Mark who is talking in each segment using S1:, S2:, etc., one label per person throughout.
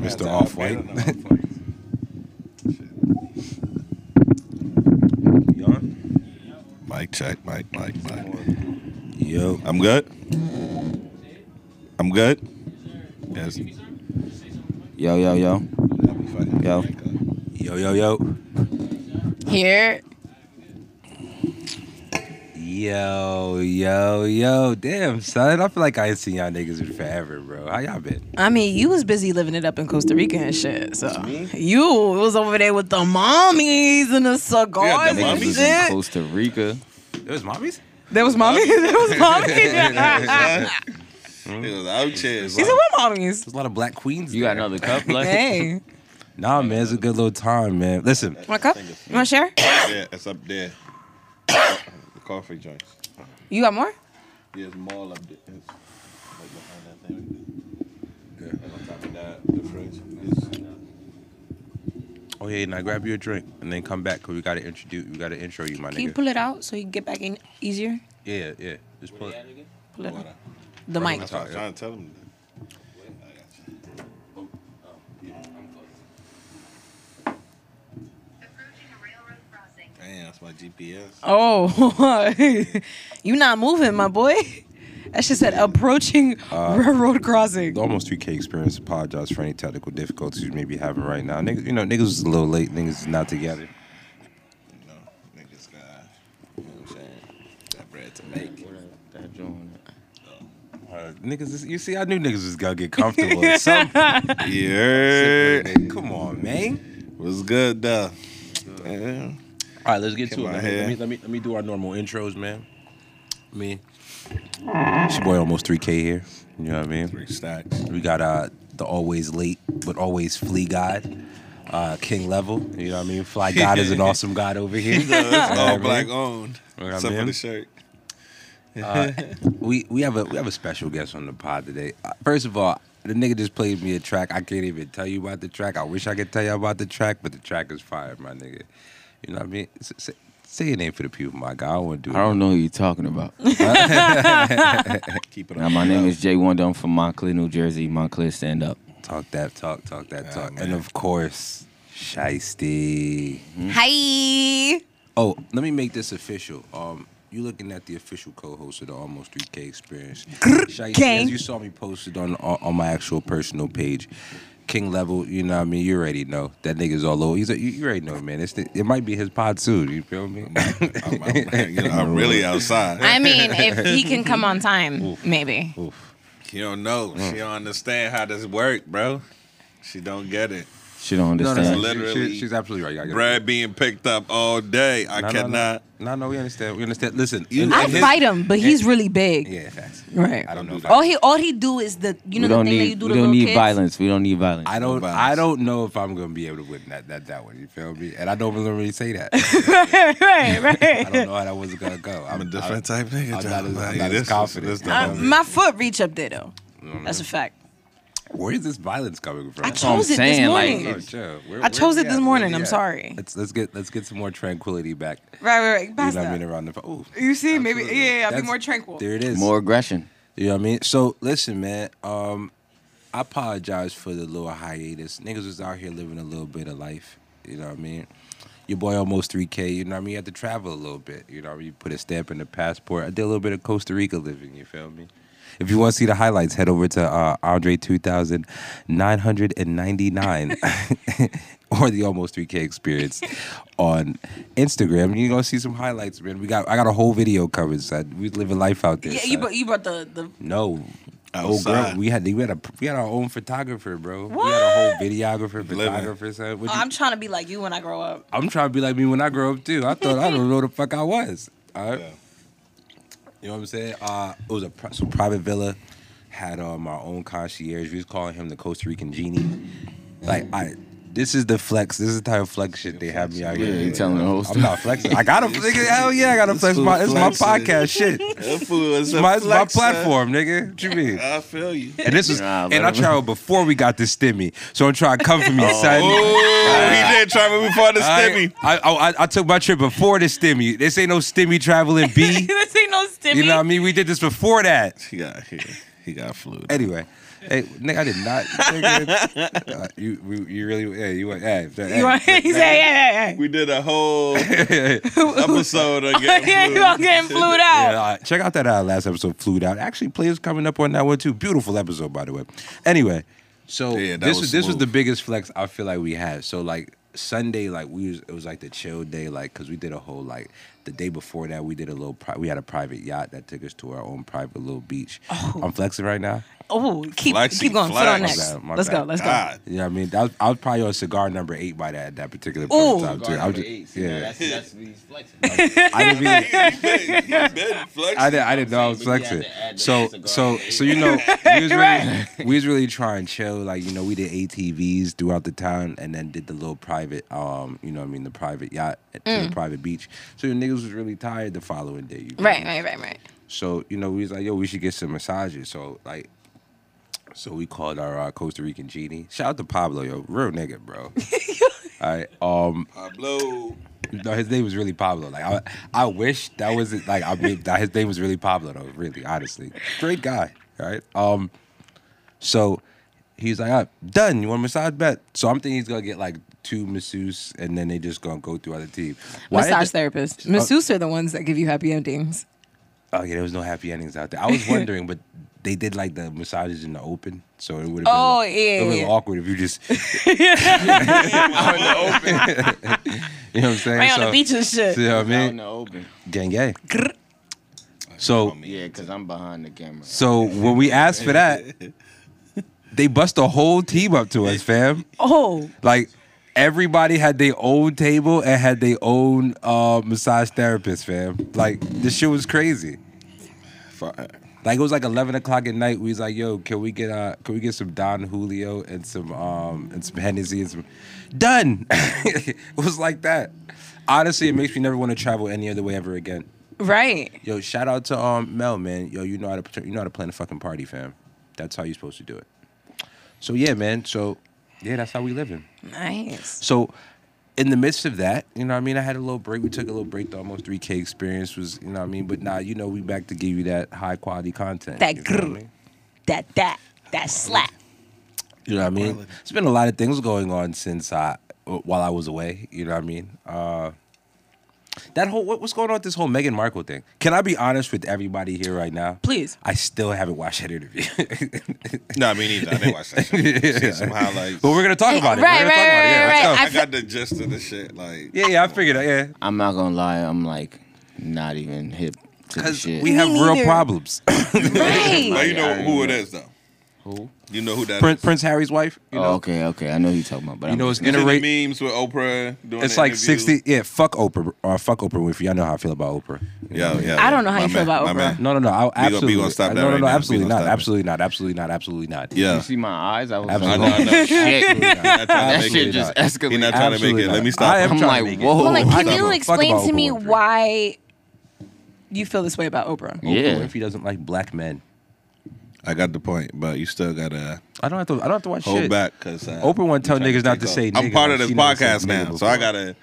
S1: Mr. Off White. Mic check, mic, mic, mic. Yo, I'm good. I'm good. Yes.
S2: Yo, yo, yo. Yo.
S1: Yo, yo, yo.
S3: Here.
S2: Yo, yo, yo. Damn, son. I feel like I ain't seen y'all niggas in forever, bro. How y'all been?
S3: I mean, you was busy living it up in Costa Rica and shit. So you was over there with the mommies and the cigars
S1: Yeah,
S3: and
S1: the mommies in
S3: shit.
S4: Costa Rica.
S2: It was mommies?
S3: There was mommies. there was mommies.
S1: It was out here.
S3: she said, "What mommies?"
S2: There's a lot of black queens.
S4: You got
S2: there.
S4: another cup left?
S3: Hey,
S2: Nah, man. It's a good little time, man. Listen,
S3: want a cup? You want to share?
S1: Yeah, it's up there. the coffee joints.
S3: You got more?
S1: Yeah, it's mall up there. It's like behind that thing. Yeah. And on top of that, the fridge.
S2: oh, yeah, now grab you a drink and then come back because we got to introduce, we got to intro you, my
S3: Can you
S2: nigga.
S3: pull it out so you can get back in easier?
S2: yeah, yeah. Just pull it.
S3: Pull it out. The mic.
S1: That's what I'm trying to tell them.
S5: Approaching a railroad crossing.
S1: Damn, that's my GPS.
S3: Oh, you not moving, my boy. That shit said approaching railroad crossing.
S2: The Almost 3K experience. Apologize for any technical difficulties you may be having right now. Niggas, you know, niggas was a little late. Niggas is not together.
S1: You know, niggas got, you know what I'm saying? Got bread to make.
S4: That joint.
S2: Uh, niggas, is- you see, I knew niggas was gonna get comfortable. at some point.
S1: Yeah.
S2: Come on, man.
S1: What's good, though? Yeah.
S2: All right, let's get to
S1: Come
S2: it.
S1: on,
S2: Man. Let, me,
S1: here.
S2: let me let me do our normal intros, man. Me, it's your boy, almost 3K here. You know what I mean?
S1: Three stacks.
S2: We got uh the always late but always flea god, uh, King Level. You know what I mean? Fly God is an awesome god over here.
S1: It's
S2: Yeah,
S1: all
S2: man.
S1: black owned.
S2: Yeah,
S1: Except for
S2: man.
S1: the shirt.
S2: We we have a we have a special guest on the pod today. Uh, First of all, the nigga just played me a track. I can't even tell you about the track. I wish I could tell you about the track, but the track is fire, my nigga. You know what I mean? S- s- Say, your name for the people, my guy. I want to do.
S4: I don't know who you're talking about.
S1: Keep it
S4: now, my name is Jay Wonder. I'm from Montclair, New Jersey. Montclair, stand up.
S2: talk that talk, talk that
S1: Yeah,
S2: talk,
S1: man.
S2: and of course, Shiesty.
S3: Hi.
S2: Oh, let me make this official. Um, you looking at the official co-host of the Almost 3K Experience. Shiesty,
S3: King.
S2: as you saw me posted on on my actual personal page, King Level. You know what I mean? You already know that nigga's all over. He's a, you, you already know, man. It's the, it might be his pod soon. You feel me?
S1: I'm, I'm- Oh, you know, I'm really outside.
S3: I mean, if he can come on time, maybe.
S1: She don't know.
S2: Mm.
S1: She don't understand how this work, bro. She don't get it.
S4: She don't
S2: No, no,
S4: understand.
S2: no, she-
S1: Literally.
S2: she- she's absolutely right. I get it.
S1: Bread being picked up all day. I
S2: No, no, no.
S1: cannot.
S2: No, no, we understand. We understand. Listen, you,
S3: I
S2: and his-
S3: fight him, but he's really big.
S2: Yeah, facts.
S3: Right.
S2: I don't know. if I-
S3: All he all he do is the you know the
S4: we
S3: thing
S4: don't need,
S3: that you do
S4: we
S3: to
S4: don't
S3: little
S4: need
S3: kids.
S4: violence. We don't need violence.
S2: I don't.
S1: bias.
S2: I don't know if I'm gonna be able to win that that that one. You feel me? And I don't really say that.
S3: right, right,
S2: I don't know how that was gonna go.
S1: I'm a different type nigga.
S2: I'm
S1: John.
S2: not as- I'm
S1: Like,
S2: not as
S1: this is-
S2: confident.
S1: this the
S3: Uh,
S1: homie.
S3: my foot reach up there though.
S2: Mm.
S3: That's a fact.
S2: Where is this violence coming from?
S3: I
S4: what I'm
S3: chose it this
S4: saying, like,
S3: morning.
S4: it's-
S2: Oh, chill. Where-
S3: I chose
S2: we
S3: it this
S2: at?
S3: morning.
S2: we
S3: I'm
S2: at?
S3: sorry.
S2: Let's let's get let's get some more tranquility back.
S3: right, right, right.
S2: You
S3: Pass
S2: know what I mean?
S3: that.
S2: Around the oh,
S3: You see, maybe
S2: absolutely.
S3: yeah, yeah, I'll be
S2: That's-
S3: more tranquil.
S2: There it is.
S4: More aggression.
S2: You know what I mean? So listen, man. Um, I apologize for the little hiatus. Niggas was out here living a little bit of life. You know what I mean? Your boy almost 3K. You know what I mean? You had to travel a little bit. You know what I mean? You put a stamp in the passport. I did a little bit of Costa Rica living. You feel me? If you want to see the highlights, head over to uh, Andre 2999 or the Almost 3K Experience on Instagram. You're going to see some highlights, man. We got I got a whole video covered, son. We living life out there.
S3: Yeah,
S2: son.
S3: you brought you brought the the
S2: No. Oh
S1: Outside.
S2: girl, we had we had a we had our own photographer, bro. We had a whole videographer,
S1: Living.
S2: photographer. Son. What
S3: Oh,
S2: you-
S3: I'm trying to be like you when I grow up.
S2: I'm trying to be like me when I grow up too. I thought I don't know the fuck I was. All right.
S1: Yeah.
S2: You know what I'm saying? Uh, it was a pri- so private villa. Had uh, my own concierge. We was calling him the Costa Rican genie. Like I, this is the flex. This is the type of flex shit they have me out
S4: Yeah,
S2: here.
S4: you
S2: doing.
S4: telling the whole
S2: I'm
S4: story.
S2: not flexing. I gotta nigga. Hell yeah, I gotta flex
S1: fool
S2: my. It's my
S1: flexing.
S2: podcast shit.
S1: That fool is
S2: It's
S1: a
S2: my, it's my
S1: flexer.
S2: platform, nigga. What you mean?
S1: I feel you.
S2: And this is
S4: Nah,
S2: and I
S4: let him-
S2: traveled before we got this stimmy, so I'm trying to come for me, son.
S1: Oh, he did travel before the
S2: I,
S1: stimmy.
S2: I, I, I took my trip before the stimmy. This ain't no stimmy traveling B.
S3: this ain't no stimmy.
S2: you know what I mean? We did this before that.
S1: He got he, he got flu.
S2: Anyway, Hey, nigga, I did not. nigga. Uh, you, you, you really? Yeah, you went. Hey, hey.
S6: You right? He said, yeah, yeah,
S1: We did a whole
S2: yeah,
S1: episode on
S6: yeah. yeah,
S1: getting
S6: you all
S1: flued.
S6: getting flued out.
S2: uh, check out that uh, last episode, flew out. Actually, players coming up on that one too. Beautiful episode, by the way. Anyway, so
S1: Yeah, that
S2: this
S1: was
S2: was this was
S1: smooth.
S2: the biggest flex I feel like we had. So like Sunday, like we was it was like the chill day, like because we did a whole like the day before that we did a little pri- we had a private yacht that took us to our own private little beach. I'm flexing right now.
S6: Oh, keep
S1: Flexi,
S6: keep going. Sit on
S1: flex.
S2: My
S6: next.
S2: bad, my
S6: let's go.
S2: bad.
S6: Let's go.
S1: God.
S2: Yeah, I mean, that was, I was probably on cigar number eight by that that particular
S6: Ooh.
S2: point in time too. I was just, yeah,
S7: that's, that's what he's flexing.
S2: I didn't mean,
S1: You've been- you've been flexing.
S2: I didn't, I didn't know I was
S7: But you had to
S2: flexing.
S7: add the
S2: So,
S7: cigar.
S2: so, so you know, we was really, we was really trying to chill. Like you know, we did ATVs throughout the town, and then did the little private, um, you know, what I mean, the private yacht at- to the private beach. So the niggas was really tired the following day. You feel
S6: Right,
S2: me?
S6: right, right, right.
S2: So you know, we was like, yo, we should get some massages. So like. So we called our uh, Costa Rican genie. Shout out to Pablo, yo, real nigga, bro. All right, um,
S1: Pablo.
S2: no, his name was really Pablo. Like I, I wish that wasn't like I mean that his name was really Pablo though. Really, honestly, great guy. Right. Um. So he's like, "Ah, done. You want a massage bet? So I'm thinking he's gonna get like two masseuse, and then they just gonna go throughout the team. Why did
S6: Massage
S2: the-
S6: therapists. Masseuse are the ones that give you happy endings.
S2: Oh yeah, there was no happy endings out there. I was wondering, but they did like the massages in the open, so it would have been
S6: Oh, yeah,
S2: it would've been
S6: yeah.
S2: awkward if you just you know what I'm saying.
S6: Right on
S2: So-
S6: the beach and shit.
S2: You know what I
S7: Out in
S2: mean?
S7: the open.
S2: Gang, gang. So.
S7: Yeah, because I'm behind the camera.
S2: So when we asked for that, they bust the whole team up to us, fam.
S6: Oh,
S2: Like everybody had their own table and had their own uh, massage therapist, fam. Like this shit was crazy. Like it was like eleven o'clock at night. We was like, "Yo, can we get uh, can we get some Don Julio and some um and some Hennessy and some done?" it was like that. Honestly, it makes me never want to travel any other way ever again.
S6: right.
S2: Yo, shout out to um Mel, man. Yo, you know how to you know how to plan a fucking party, fam. That's how you're supposed to do it. So yeah, man. So yeah, that's how we living.
S6: Nice.
S2: So in the midst of that, you know what I mean? I had a little break. We took a little break. The almost 3K experience was, you know what I mean? But nah, you know, we back to give you that high quality content.
S6: That
S2: you know what I
S6: grr.
S2: mean?
S6: That that that slap.
S2: You know what I mean? It's been a lot of things going on since I while I was away. You know what I mean? Uh, that whole what, what's going on with this whole Meghan Markle thing? Can I be honest with everybody here right now?
S6: Please.
S2: I still haven't watched that interview,
S1: No, me neither. I didn't watch that shit. Seen some highlights.
S2: but we're gonna talk about it.
S6: Right,
S2: we're gonna talk about it.
S6: right,
S2: Yeah,
S6: right,
S2: let's
S6: right.
S2: go.
S1: I got the gist of the shit. Like,
S2: yeah, yeah, I figured. Out, yeah,
S7: I'm not gonna lie, I'm like not even hip to the
S2: because
S7: shit.
S2: we have real
S6: neither.
S2: problems.
S1: now
S6: Right.
S1: you know
S7: I
S1: who it is, though.
S7: Who?
S1: You know who that is.
S2: Prince, Prince Harry's wife. You know,
S7: Oh, okay, okay. I know who you talking about, but
S2: you know,
S7: I'm
S2: it's
S1: You seen
S2: interracial.
S1: the memes with Oprah doing
S2: It's
S1: the
S2: like
S1: interview?
S2: sixty. Yeah, fuck Oprah or fuck Oprah Winfrey. I know how I feel about Oprah. You know what I
S1: Yeah,
S2: mean?
S1: yeah.
S6: I don't know how
S1: my
S6: you feel
S1: man,
S6: about
S1: my
S6: Oprah.
S1: man.
S2: No, no, no. I,
S1: gonna-
S2: absolutely.
S1: we
S2: uh,
S1: gonna stop that
S2: no, no,
S1: right
S2: no.
S1: now. We
S2: Absolutely
S1: gonna
S2: not.
S1: stop it.
S2: Absolutely not. Absolutely not. Absolutely not.
S7: you
S1: Yeah.
S7: see my eyes? I was
S1: I
S2: Absolutely.
S1: know,
S7: like, oh,
S1: I know.
S7: shit.
S1: He not trying to
S7: that
S1: make
S7: shit
S1: it.
S7: just
S1: He not
S7: escalated.
S1: trying to make
S2: Absolutely
S1: it. Let
S2: not.
S1: me stop.
S2: I am
S1: him.
S7: I'm
S2: trying
S7: like,
S2: to make it.
S7: whoa.
S6: Well, like,
S7: I
S6: can
S2: don't know.
S6: you
S2: Fuck
S6: explain
S2: about
S6: to me
S2: Oprah Winfrey.
S6: why you feel this way about
S2: Oprah
S6: Oprah?
S7: Yeah.
S2: Winfrey doesn't like black men.
S1: I got the point, but you still gotta
S2: I don't have to. I don't have to watch
S1: hold
S2: shit.
S1: back because uh,
S2: Oprah want to tell niggas not to say.
S1: I'm
S2: nigga,
S1: part
S2: like
S1: of this
S2: she never said
S1: podcast
S2: nigga
S1: now, so I
S2: before.
S1: gotta.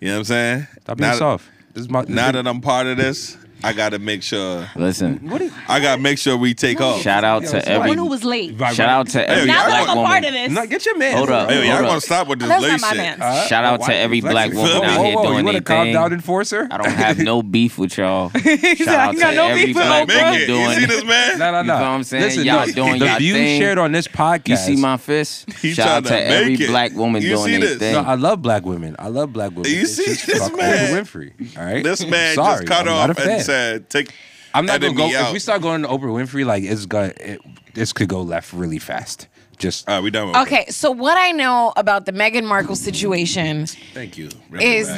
S1: You know what I'm saying?
S2: Stop being
S1: Now-
S2: soft. This is my. This
S1: Now
S2: is-
S1: that I'm part of this, I gotta make sure.
S4: Listen,
S2: What is?
S1: I gotta make sure we take off.
S4: shout out to
S2: Yo,
S4: every.
S2: someone
S6: was late.
S4: Shout out to every
S1: Now that
S6: Now
S4: black
S6: that I'm a
S4: woman.
S6: part of this.
S2: No, get your man.
S4: Hold up.
S1: Hey,
S4: Hold
S1: y'all
S4: up.
S1: want to stop with this
S6: That's
S1: lazy
S6: not my
S1: shit?
S6: man.
S2: Uh,
S4: Shout out to every black woman
S1: Feel me?
S4: out
S2: Whoa,
S4: here
S2: whoa, you
S4: doing
S2: wanna
S4: their
S2: calm
S4: thing.
S2: down, enforcer?
S4: I don't have no beef with y'all. Shout
S6: said,
S4: out
S6: "I ain't
S4: to
S6: got no
S4: every
S6: beef with
S4: black
S6: Oprah."
S1: Make
S4: woman
S1: it.
S4: doing.
S1: you see this man?
S2: No, no, no.
S4: You feel what I'm saying?
S2: Listen,
S4: Y'all
S2: look,
S4: doing
S2: the
S4: y'all
S2: views
S4: thing.
S2: shared on this podcast.
S4: You see my fist?
S1: He
S4: Shout out
S1: tryna
S4: to every
S1: make it.
S4: black woman
S1: You see
S4: doing their
S1: this?
S4: thing.
S2: No, I love black women. I love black women.
S1: You
S2: It's
S1: see
S2: just
S1: this
S2: fuck
S1: man?
S2: Oprah Winfrey. All right,
S1: This man
S2: Sorry,
S1: just cut
S2: I'm
S1: off
S2: not a fan.
S1: and said, "Take."
S2: "I'm not gonna
S1: edit
S2: go."
S1: me
S2: If
S1: out.
S2: we start going to Oprah Winfrey, like it's gonna, it, this could go left really fast. Just
S1: All right, we done with
S6: Okay, so what I know about the Meghan Markle situation
S1: Thank you.
S6: Is-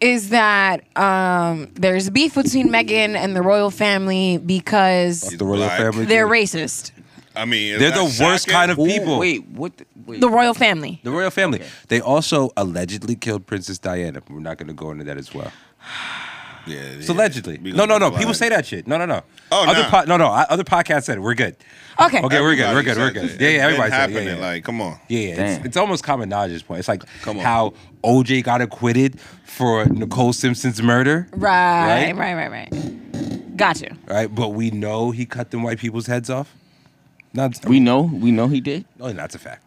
S6: is that um, there's beef between Meghan and the royal family because
S1: He's
S2: the royal
S1: black.
S2: family.
S6: they're racist.
S1: I mean, it's
S2: They're
S1: not
S2: the worst
S1: shocking.
S2: kind of
S4: Ooh,
S2: people.
S4: Wait, what? The, wait.
S6: The royal family.
S2: The royal family. They also allegedly killed Princess Diana. We're not going to go into that as well.
S1: Yeah,
S2: It's
S1: yeah.
S2: allegedly.
S1: We
S2: No, no,
S1: gonna
S2: no.
S1: go
S2: People
S1: blind.
S2: say that shit. No, no, no.
S1: Oh,
S2: other
S1: nah.
S2: po- no, no. I, other podcasts said it. We're good.
S6: Okay.
S2: Okay, we're good. We're good. We're
S1: Everybody
S2: good.
S1: says
S2: Yeah,
S1: it.
S2: yeah.
S1: It's been
S2: Everybody said it.
S1: happening.
S2: Yeah, yeah.
S1: Like, come on.
S2: Yeah, yeah. It's,
S4: Damn.
S2: it's almost common knowledge's point. It's like
S1: Come on.
S2: how OJ got acquitted for Nicole Simpson's murder,
S6: Right,
S2: Right?
S6: right, right, right. Got you.
S2: right? But we know he cut them white people's heads off. Not,
S4: We know, we know he did.
S2: Oh, that's a fact.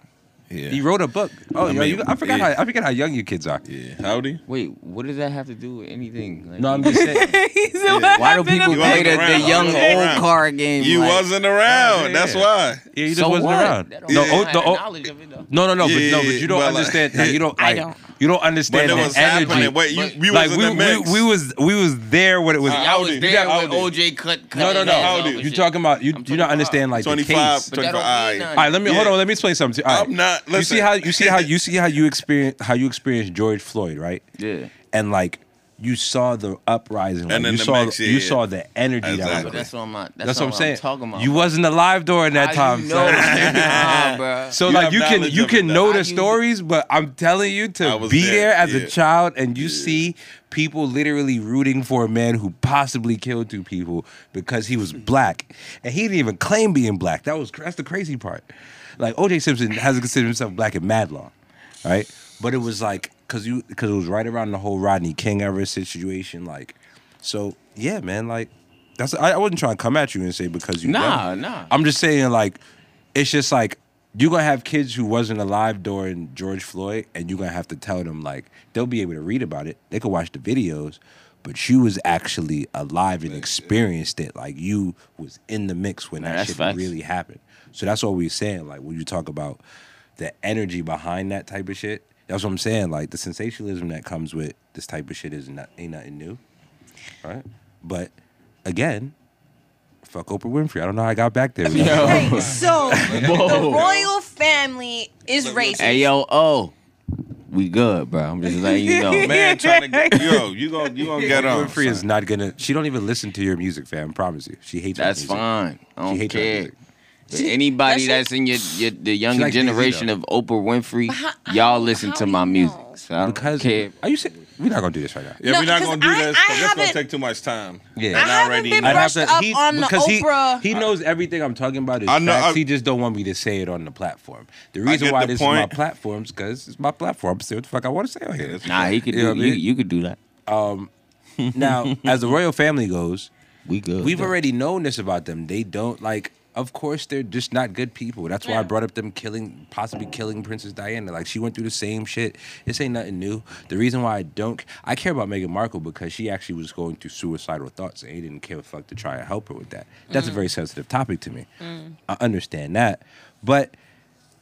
S1: Yeah.
S2: He wrote a book. Oh,
S1: I
S2: I,
S1: mean,
S2: you, I forgot.
S1: yeah.
S2: How, I forget how young your kids are.
S1: yeah. Howdy.
S4: Wait, what does that have to do with anything? Like,
S2: No, I'm just saying.
S6: He's a- what
S4: why do
S6: happened
S4: people
S1: You
S6: to-
S1: wasn't
S4: play the, the
S1: around. You
S4: young
S1: wasn't around.
S4: old car game?
S1: You
S4: like,
S1: wasn't around.
S2: Yeah.
S1: That's why.
S2: Yeah, he just
S4: so
S2: wasn't
S4: what?
S2: around.
S4: That don't
S2: No,
S4: mean
S2: oh,
S4: I
S2: the,
S4: had
S2: oh,
S4: knowledge of it, though.
S2: no, no, no,
S1: Yeah,
S2: but no,
S1: yeah,
S2: but you don't
S1: well, like-
S2: understand. now, you don't.
S6: I
S2: Like,
S6: don't.
S2: You don't understand
S1: But it
S2: the
S1: was
S2: energy.
S1: happening. Wait, you, we
S2: like
S1: was
S2: we,
S1: in the mix.
S2: we, we was we was there when it was.
S1: Uh,
S4: I was
S1: Audi.
S4: there
S1: You got
S4: when
S1: Audi.
S4: OJ cut. cut
S2: no, no,
S4: his
S2: no.
S4: ass off
S1: Audi.
S4: and
S2: You
S4: shit.
S2: talking about you?
S4: I'm
S2: You not
S4: 25.
S2: understand like the
S1: 25,
S2: case.
S4: But
S1: 25.
S4: that don't mean
S1: aight.
S2: All right, let me
S1: Yeah.
S2: hold on. Let me explain something. to you. All right.
S1: I'm not-
S2: You see
S1: listen.
S2: how you see how you see how you experience how you experienced George Floyd, right?
S4: Yeah.
S2: And like you saw the uprising, like,
S1: And then
S2: you
S1: the
S2: saw
S1: mix,
S2: you
S1: yeah.
S2: saw the energy that
S1: Exactly.
S2: was.
S4: But that's what I'm. Not, that's,
S2: That's what I'm saying.
S4: talking about.
S2: You wasn't alive during that
S4: How
S2: time.
S4: you
S2: son.
S4: know, nah, bro.
S2: So
S1: You
S2: like
S1: have
S2: you can
S1: knowledge
S2: you
S1: of
S2: can know
S1: it, though.
S4: I
S2: the
S4: use it.
S2: stories, but I'm telling you
S1: I
S2: to
S1: was
S2: be
S1: there,
S2: there as
S1: yeah.
S2: a child and you
S1: Yeah.
S2: see people literally rooting for a man who possibly killed two people because he was
S4: Hmm.
S2: black, and he didn't even claim being black. That was that's the crazy part. Like O.J. Simpson hasn't considered himself black in mad long, right? But it was like because you because it was right around the whole Rodney King era situation. Like, so yeah, man, like. That's I, I wasn't trying to come at you and say because you
S4: Nah,
S2: young.
S4: nah.
S2: I'm just saying, like, it's just like you're gonna have kids who wasn't alive during George Floyd, and you're gonna have to tell them like they'll be able to read about it, they could watch the videos, but you was actually alive and experienced it. Like you was in the mix when
S4: Nah,
S2: that
S4: that's
S2: shit
S4: facts.
S2: really happened. So that's what we're saying. Like when you talk about the energy behind that type of shit, that's what I'm saying. Like the sensationalism that comes with this type of shit is not ain't nothing new, right? But again. Fuck Oprah Winfrey. I don't know how I got back there.
S3: Right, so the royal family is racist.
S4: Hey yo, oh, we good, bro. I'm just letting you know.
S1: Man, trying to get, yo, you gonna you gonna get on.
S2: Winfrey is not gonna. She don't even listen to your music, fam. Promise you, she hates. your
S4: That's
S2: music.
S4: fine. I
S2: She
S4: don't
S2: hates rap
S4: care.
S2: music.
S4: But anybody
S3: that shit-
S4: that's in your, your the younger
S2: like Jay-Z,
S4: generation
S2: though.
S4: of Oprah Winfrey,
S3: how- how-
S4: y'all listen
S3: how
S4: to
S3: do
S4: my
S3: you
S4: music.
S3: know?
S4: So I don't
S2: Because
S4: care.
S2: are you? se- We're not gonna do this right now.
S1: Yeah,
S3: No,
S1: we're not
S3: because
S1: gonna do this.
S3: I- I
S1: 'cause that's gonna
S3: haven't-
S1: take too much time.
S2: Yeah.
S1: And
S3: I haven't
S1: already
S3: been
S1: know.
S2: I'd have
S3: brushed up
S2: he-
S3: on the
S2: because he-
S3: Oprah.
S2: He, knows everything I'm talking about is
S1: I know-
S2: facts.
S1: I-
S2: he just don't want me to say it on the platform. The reason
S1: get
S2: why
S1: the
S2: this is
S1: point.
S2: my platform is because it's my platform. Say what the fuck I want to say on here.
S4: Nah, he could
S2: You know
S4: do.
S2: what I
S4: You,
S2: mean?
S4: you could do that.
S2: Now, as the royal family goes,
S4: We good.
S2: We've
S4: though.
S2: already known this about them. They don't like. Of course, they're just not good people. That's why I brought up them killing, possibly killing Princess Diana. Like she went through the same shit. This ain't nothing new. The reason why I don't, I care about Meghan Markle because she actually was going through suicidal thoughts, and he didn't give a fuck to try and help her with that. That's a very sensitive topic to me. I understand that, but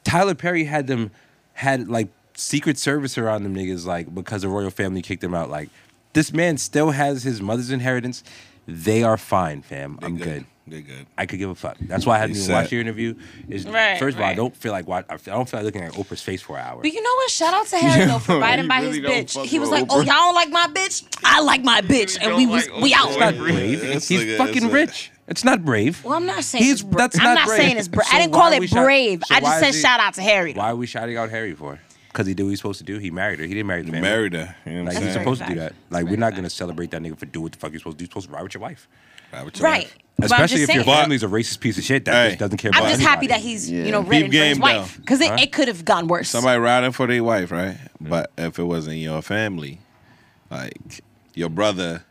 S2: Tyler Perry had them had like Secret Service around them niggas like because the royal family kicked them out. Like this man still has his mother's inheritance. They are fine, fam. I'm good.
S1: They good.
S2: I could give a fuck. That's why I haven't
S1: They
S2: even
S1: set.
S2: watched your interview. Is
S6: Right,
S2: first of all, I
S6: right.
S2: don't feel like watch, I don't feel like looking at Oprah's face for an hour.
S3: But you know what? Shout out to Harry though for riding by
S7: really
S3: his
S7: don't
S3: bitch.
S7: fuck
S3: He was
S7: with
S3: like, "Oh
S7: Oprah.
S3: y'all don't like my bitch? I like my bitch," and we was we out.
S2: It's not brave.
S1: That's
S2: He's
S1: like a-
S2: fucking
S1: that's a-
S2: rich. It's not brave.
S3: Well, I'm not saying
S2: He's-
S3: it's bra-
S2: that's
S3: I'm
S2: not
S3: not
S2: brave.
S3: saying it's brave.
S2: So
S3: I didn't
S2: why
S3: call
S2: are
S3: it
S2: we shout-
S3: brave.
S2: so
S3: I
S2: why
S3: just said
S2: is it-
S3: shout out to Harry.
S2: Why are we shouting out Harry for? Because he did what he's supposed to do. He married her. He didn't marry the
S1: You
S2: family.
S1: married her. You know what
S2: Like
S1: I'm
S2: he's
S3: That's
S1: saying?
S3: right.
S2: supposed to do that. Like we're not gonna celebrate that nigga for do what the fuck you're supposed to do. You're supposed to ride with your wife.
S1: Ride with your
S3: Right.
S1: life.
S3: But I'm
S2: Especially
S3: just
S2: if your
S3: saying.
S1: But-
S2: family's a racist piece of shit that
S1: Hey.
S2: just doesn't care about
S3: I'm just happy that
S2: anybody.
S3: he's
S4: Yeah.
S3: you know ready for his
S1: game
S3: wife
S1: down.
S3: because it, it could have gone worse.
S1: Somebody riding for their wife, right? But if it wasn't your family, like your brother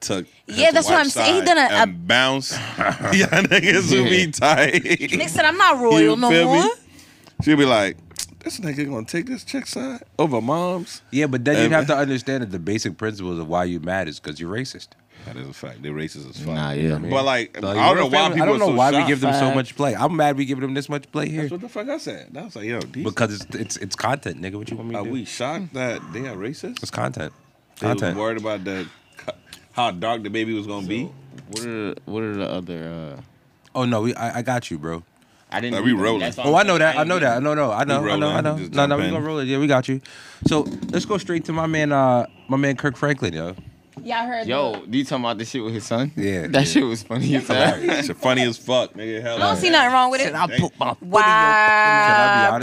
S1: took.
S3: Yeah,
S1: his
S3: that's what I'm
S1: wife's
S3: saying.
S1: side
S3: He done a-
S1: and bounce. yeah, niggas will be tight.
S3: Nick said, "I'm not royal
S1: You
S3: no
S1: feel me?
S3: more."
S1: She'll be like, "This nigga gonna take this chick side over mom's."
S2: Yeah, but then you'd
S1: Um,
S2: have to understand that the basic principles of why you mad is because you're racist.
S1: That is a fact. They're racist as fuck.
S4: Nah, yeah.
S1: But like,
S2: Like,
S1: I don't
S2: we're
S1: know
S2: a
S1: why
S2: family-
S1: people.
S2: I don't know
S1: are so
S2: why we
S1: shocked.
S2: give them so
S4: Fact.
S2: much play. I'm mad we give them this much play here
S1: That's what the fuck I said. I was like, "Yo, these
S2: because it's it's it's content, nigga. What you want me to
S1: are
S2: do?
S1: we shocked that they are racist?"
S2: It's content.
S1: They was
S2: Content.
S1: worried about the co- how dark the baby was gonna be.
S4: What are the, what are the other? Uh,
S2: Oh no, we, I, I got you, bro.
S4: I didn't.
S1: Like, we
S4: read them.
S1: rolling.
S4: That's all I'm
S2: Oh, I know
S4: saying.
S2: that. I know
S4: didn't
S2: that.
S4: read
S2: No, no, I know. I know. I
S1: rolling.
S2: know.
S1: Just
S2: No, no,
S1: jump
S2: we
S1: in.
S2: gonna roll it. Yeah, we got you. So let's go straight to my man, uh, my man Kirk Franklin, yo.
S3: Y'all heard?
S4: them. Yo, do you talking about the shit with his son?
S2: Yeah.
S4: that shit was funny as hell.
S1: It's funny as fuck, nigga. Hell,
S3: I don't see nothing wrong with it.
S1: I'll put my.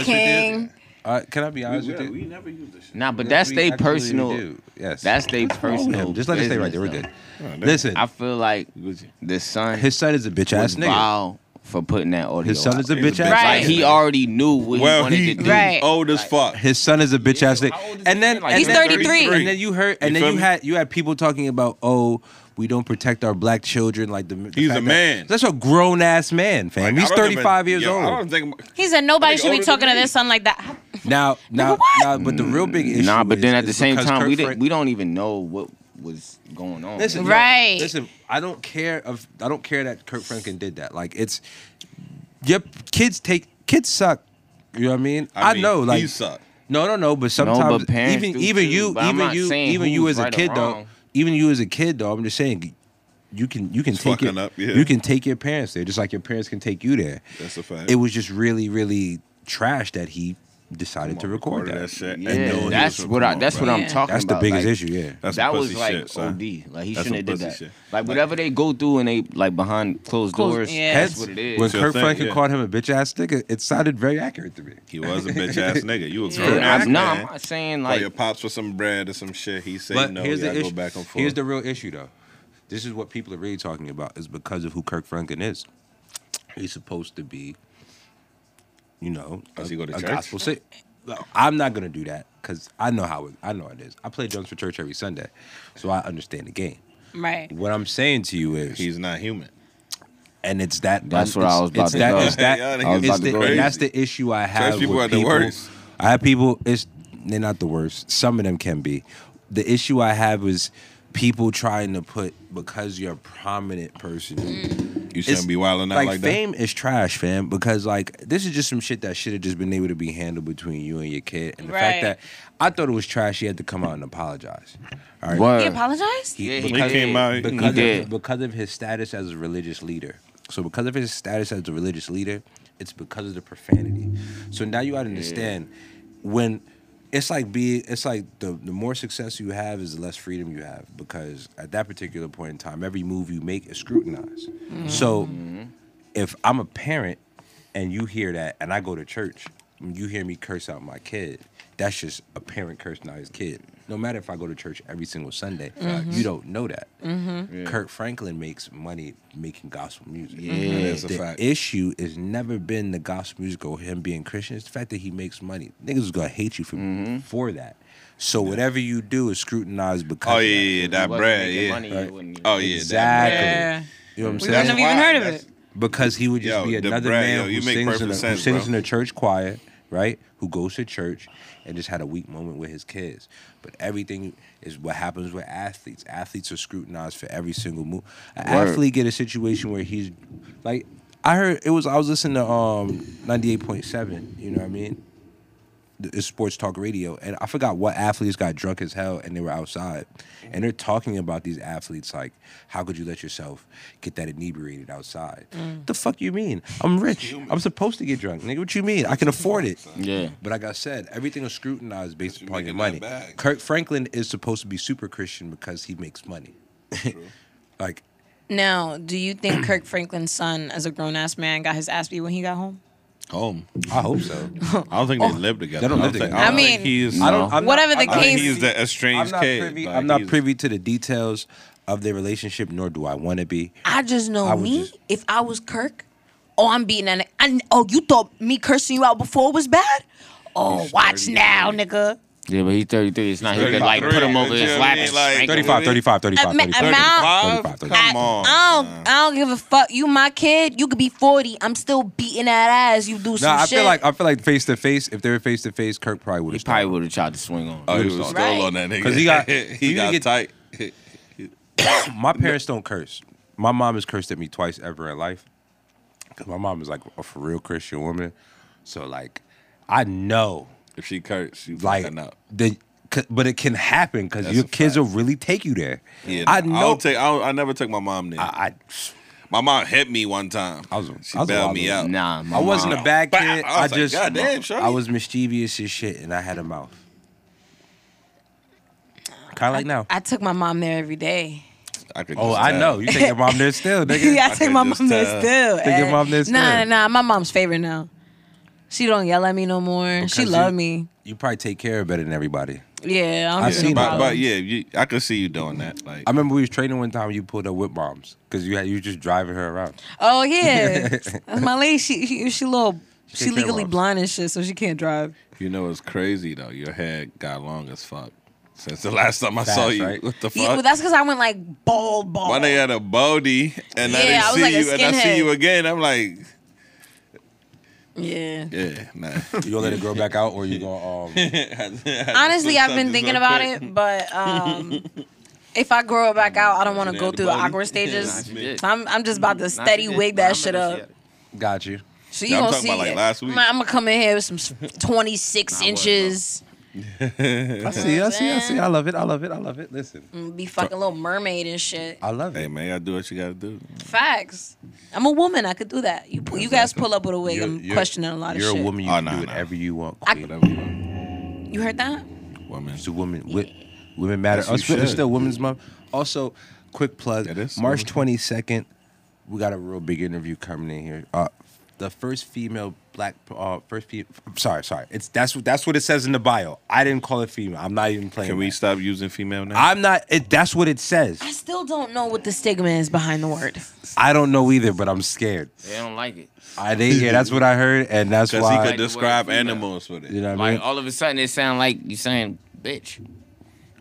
S2: Can I be honest with
S3: Wow, Uh, King.
S2: you? Uh, can I be honest
S1: We,
S2: with you?
S1: we never use this shit.
S4: Nah, but that's
S2: We
S4: they
S2: absolutely
S4: personal.
S2: do. Yes,
S4: That's they
S2: With
S4: personal.
S2: him. Just let it stay right there. We're
S4: business,
S2: good.
S4: though.
S2: Listen,
S4: I feel like
S1: Gucci.
S4: the son
S2: his son is a bitch ass
S4: was
S2: nigga.
S4: vile for putting that audio.
S2: His son is a
S4: out.
S1: He's a
S2: bitch
S1: bitch
S2: ass.
S3: Right.
S4: Like he already knew what he
S1: Well,
S4: wanted
S1: he,
S4: to do.
S3: Right.
S1: old as fuck.
S2: His son is a bitch ass
S4: how old
S2: nigga.
S4: is he?
S2: And then
S4: Like,
S2: and
S3: He's
S2: then-
S3: 33.
S2: And then you heard, and
S1: You
S2: then
S1: feel
S2: you
S1: me?
S2: had you had people talking about oh. We don't protect our black children like the. the
S1: He's
S2: fact that-
S1: a man.
S2: That's a grown ass man, fam.
S1: Like, I
S2: He's
S1: don't even-
S2: 35 years
S1: yo, I
S2: old.
S1: don't think
S3: He said nobody
S1: Nigga
S3: should be
S1: older
S3: talking to
S1: than me.
S3: their son like that.
S2: Now, now, now, but the real big issue.
S4: Nah, but
S2: is-
S4: then at the
S2: is
S4: same
S2: because
S4: time,
S2: Kirk
S4: we didn't.
S2: Frank-
S4: We don't even know what was going on.
S2: Listen, yo,
S3: Right.
S2: listen, I don't care of I don't care that Kirk Franklin did that. Like it's yep, kids take kids suck. You know what I mean? I,
S1: mean,
S2: know like
S1: he suck.
S2: No, no, no, but sometimes
S4: but parents
S2: even
S4: do
S2: even
S4: too,
S2: you
S4: but I'm
S2: even
S4: not
S2: you
S4: saying
S2: even you
S4: who's
S2: as a
S4: right or
S2: kid though.
S4: wrong.
S2: Even you as a kid though, I'm just saying you can you can
S1: It's
S2: take
S1: fucking
S2: your,
S1: up, yeah.
S2: you can take your parents there just like your parents can take you there.
S1: That's a fact.
S2: It was just really really trash that he decided to record
S1: recorded
S2: that.
S1: that shit.
S4: Yeah,
S1: and knowing he
S4: that's
S1: was
S4: what I.
S1: recording,
S4: That's what
S1: bro.
S4: I'm
S6: Yeah.
S4: talking
S2: That's the
S4: about.
S2: biggest
S4: like,
S2: issue, yeah.
S1: That's
S4: that
S1: some
S4: was
S1: pussy
S4: like
S1: shit, son.
S4: OD. Like he
S1: That's
S4: shouldn't
S1: some
S4: have did
S1: pussy
S4: that.
S1: shit.
S4: Like whatever they go through and they like behind closed
S6: Close-
S4: doors.
S6: yeah.
S4: That's
S2: Hence,
S4: what it is.
S2: When
S1: It's your
S2: Kirk
S1: thing,
S2: Franklin
S1: yeah.
S2: called him a bitch ass nigga, it sounded very accurate to me.
S1: He was a bitch ass nigga. You a
S4: Yeah,
S1: grown
S4: I'm-
S1: ass
S4: no,
S1: man.
S4: I'm not saying
S1: Like
S4: like
S1: your pops for some bread or some shit. He say
S2: But
S1: no.
S2: here's
S1: yeah,
S2: the
S1: I
S2: issue.
S1: go back and forth.
S2: Here's the real issue, though. This is what people are really talking about is because of who Kirk Franklin is. He's supposed to be, you know,
S1: Does he go to
S2: a
S1: church?
S2: gospel si- Well, I'm not gonna do that because I know how it, I know it is. I play drums for church every Sunday, so I understand the game.
S3: Right.
S2: What I'm saying to you is,
S1: He's not human.
S2: and it's that.
S4: That's what I
S2: it's-
S4: was about
S2: it's
S4: to
S2: that,
S4: go.
S2: It's that.
S1: Yeah, I
S4: was
S2: it's
S4: about to
S2: the-
S4: go.
S2: and that's
S1: Crazy.
S2: the issue I have.
S1: people
S2: with
S1: are the
S2: people.
S1: worst.
S2: I have people. It's they're not the worst. Some of them can be. The issue I have is people trying to put because you're a prominent person.
S1: You
S2: it's-
S1: shouldn't be wilding out like, that.
S2: fame is trash, fam. Because like this is just some shit that should have just been able to be handled between you and your kid. And the fact
S3: Right.
S2: that I thought it was trash, he had to come out and apologize. All right,
S4: Word.
S3: He apologized?
S2: He-
S4: Yeah,
S1: He
S4: because-
S1: came out.
S2: because
S4: did.
S2: of, because of his status as a religious leader. So because of his status as a religious leader, it's because of the profanity. So now you gotta understand when it's like be it's like the the more success you have is the less freedom you have because at that particular point in time, every move you make is scrutinized. So if I'm a parent and you hear that and I go to church, and you hear me curse out my kid, that's just a parent cursing out his kid. No matter if I go to church every single Sunday,
S1: Mm-hmm.
S2: you don't know that. Kurt Franklin makes money making gospel music.
S1: That is a
S2: the
S1: fact.
S2: issue has never been the gospel music or him being Christian. It's the fact that he makes money. Niggas is gonna hate you for
S1: Mm-hmm.
S2: for that. So whatever you do is scrutinized because.
S1: Oh yeah,
S2: of that.
S1: yeah, yeah, that
S4: wasn't
S1: bread.
S4: making
S1: Yeah.
S4: money, you wouldn't even-
S1: Oh yeah, that
S2: Exactly.
S1: bread.
S2: Yeah. You know what I'm
S3: We
S2: saying?
S3: wouldn't have even heard of
S1: That's-
S3: it.
S2: because he would just
S1: Yo,
S2: be
S1: the
S2: another
S1: brat,
S2: man
S1: yo,
S2: who
S1: you make
S2: sings, in a,
S1: perfect
S2: who
S1: sense,
S2: sings
S1: bro.
S2: in a church choir, right? Who goes to church and just had a weak moment with his kids. But everything is what happens with athletes. Athletes are scrutinized for every single move. An
S4: Word.
S2: athlete get a situation where he's like, I heard it was I was listening to um ninety eight point seven. You know what I mean? It's sports talk radio, and I forgot what athletes got drunk as hell and they were outside, and they're talking about these athletes like, how could you let yourself get that inebriated outside? The fuck you mean? I'm rich. I'm supposed to get drunk, nigga. What you mean? I can afford it.
S4: yeah.
S2: But like I said, everything is scrutinized based
S1: you
S2: upon your
S1: making
S2: money.
S1: that bag.
S2: Kirk Franklin is supposed to be super Christian because he makes money. like
S3: Now, do you think Kirk Franklin's son, as a grown ass man, got his ass beat when he got home?
S1: Home.
S2: I hope so.
S1: I don't think they live together.
S2: They don't
S1: I
S2: live
S1: think-
S2: together.
S1: I don't
S3: I
S1: think
S3: mean,
S1: he's.
S4: I don't-
S2: I'm not-
S3: Whatever the
S1: I think
S3: case-
S1: he's the
S2: I'm
S1: estranged
S2: not
S1: kid.
S2: privy.
S1: Like,
S2: I'm not
S1: he's-
S2: privy to the details of their relationship, nor do I want to be.
S3: I just know
S2: I would
S3: me.
S2: just-
S3: If I was Kirk, oh, I'm beating that. I, oh, you thought me cursing you out before was bad? Oh, watch now, nigga.
S4: Yeah, but he's 33. It's not he could like
S1: 33.
S4: put him over
S1: You know
S4: his
S1: what I
S4: lap
S1: mean?
S4: and
S1: Like,
S4: spank him.
S2: 35, 35, 35,
S3: Ama-
S2: 35.
S3: amount-
S2: 35, 35.
S1: Come
S3: I,
S1: on,
S3: I don't,
S1: man.
S3: I don't give a fuck. You my kid. You could be 40. I'm still beating that ass. You do
S2: No,
S3: some
S2: I
S3: shit.
S2: feel like I feel like face to face. If they were face to face, Kirk probably would
S4: He
S2: have.
S4: probably would have tried to swing on.
S1: Oh,
S4: him.
S1: he was
S3: Right.
S1: still on that nigga.
S2: 'Cause he got-
S1: he
S2: you
S1: got
S2: get-
S1: tight.
S2: My parents don't curse. My mom has cursed at me twice ever in life. 'Cause my mom is like a for real Christian woman. So like, I know
S1: If she cursed, you
S2: like
S1: fucking up.
S2: the. c- But it can happen because
S1: That's
S2: your
S1: a
S2: kids
S1: fact.
S2: will really take you there.
S1: Yeah,
S2: I
S1: nah,
S2: know.
S1: don't take. I, don't, I never took my mom there.
S2: I,
S1: my mom hit me one time.
S2: I was-
S1: she
S2: I was a
S1: bailed
S2: wild
S1: me
S2: little-
S1: out.
S4: Nah, my
S2: I wasn't
S4: mom.
S2: a bad
S1: Bah!
S2: kid.
S1: I
S2: I,
S1: was like,
S2: just
S1: "God damn, shorty."
S2: I was mischievous as shit, and I had a mouth. Kind of like now.
S3: I took my mom there every day.
S1: I could
S2: oh,
S1: just
S2: I
S1: tell.
S2: know. You take your mom there still, nigga.
S3: yeah, I take
S1: could
S3: my
S1: just
S3: mom there
S1: tell.
S3: still.
S2: Think uh, your
S3: eh.
S2: mom there still?
S3: Nah, nah, my mom's favorite now. She don't yell at me no more. she
S2: Because
S3: love
S2: Oh, you-
S3: me.
S2: You probably take care of better than everybody.
S3: Yeah, I don't
S2: I've
S3: give
S2: seen
S3: no
S2: it.
S1: But,
S3: problem.
S1: but yeah, you, I could see you doing that. Like,
S2: I remember we was training one time. You pulled up whip bombs because you had you just driving her around.
S3: Oh yeah, That's my lady, she she, she little,
S2: take
S3: she,
S2: care of
S3: legally
S2: us.
S3: blind and shit, so she can't drive.
S1: you know, it's crazy though. Your hair got long as fuck. Since the last time I saw
S2: Fast,
S1: you,
S2: right?
S1: what the fuck?
S3: Yeah, well, that's because I went like bald, bald.
S1: Why they
S2: uh,
S1: got a body and I
S3: Yeah,
S1: didn't
S3: I was
S1: see
S3: like a
S1: you and I see
S3: skinhead.
S1: you again. I'm like,
S3: yeah.
S1: yeah, nah.
S2: You gonna let it grow back out, or you gonna? Um,
S3: Honestly, I've been
S1: Something's okay.
S3: thinking about it, but um, if I grow it back out, I don't want to
S1: Yeah,
S3: go
S1: the
S3: through the
S1: body.
S3: awkward stages.
S4: Yeah, not your dick.
S3: So I'm, I'm just about to steady wig that shit up.
S2: got you.
S3: So you
S1: Yeah, I'm
S3: gonna
S1: talking
S3: see?
S1: about, like, last week.
S3: I'm gonna come in here with some s- 26
S4: Nah, I wasn't,
S3: inches.
S2: I see. I see. I
S3: man.
S2: see. I love it. I love it. I love it. Listen,
S3: I'm gonna be fucking little mermaid and shit.
S2: I love
S1: Hey
S2: it.
S1: man, y'all do what you gotta do.
S3: Facts. I'm a woman. I could do that. You you guys pull up with a wig.
S2: You're-
S3: I'm
S2: you're-
S3: questioning a lot of
S2: You're
S3: shit.
S2: a woman. You
S1: Oh,
S2: can
S1: nah,
S2: do
S1: nah.
S2: whatever you want.
S3: I-
S2: Queen, whatever you want.
S3: You heard that?
S1: Woman.
S2: It's a woman. Wi- women matter.
S1: Yes, you
S2: Us- it's
S1: should.
S2: still Women's Month. Also, quick plug.
S1: It is
S2: March
S1: Women's
S2: twenty second. We got a real big interview coming in here. Uh, the first female black. Uh, first. Fe- sorry, sorry. It's that's what that's what it says in the bio. I didn't call it female. I'm not even playing.
S1: Can we
S2: that.
S1: stop using female now?
S2: I'm not. It, that's what it says.
S3: I still don't know what the stigma is behind the word.
S2: I don't know either, but I'm scared.
S4: They don't like it.
S2: I they, yeah, that's what I heard, and that's
S1: Because he
S2: why.
S1: could describe animals with
S2: you
S1: it.
S2: know what I mean?
S4: Like all of a sudden, it sound like you saying bitch.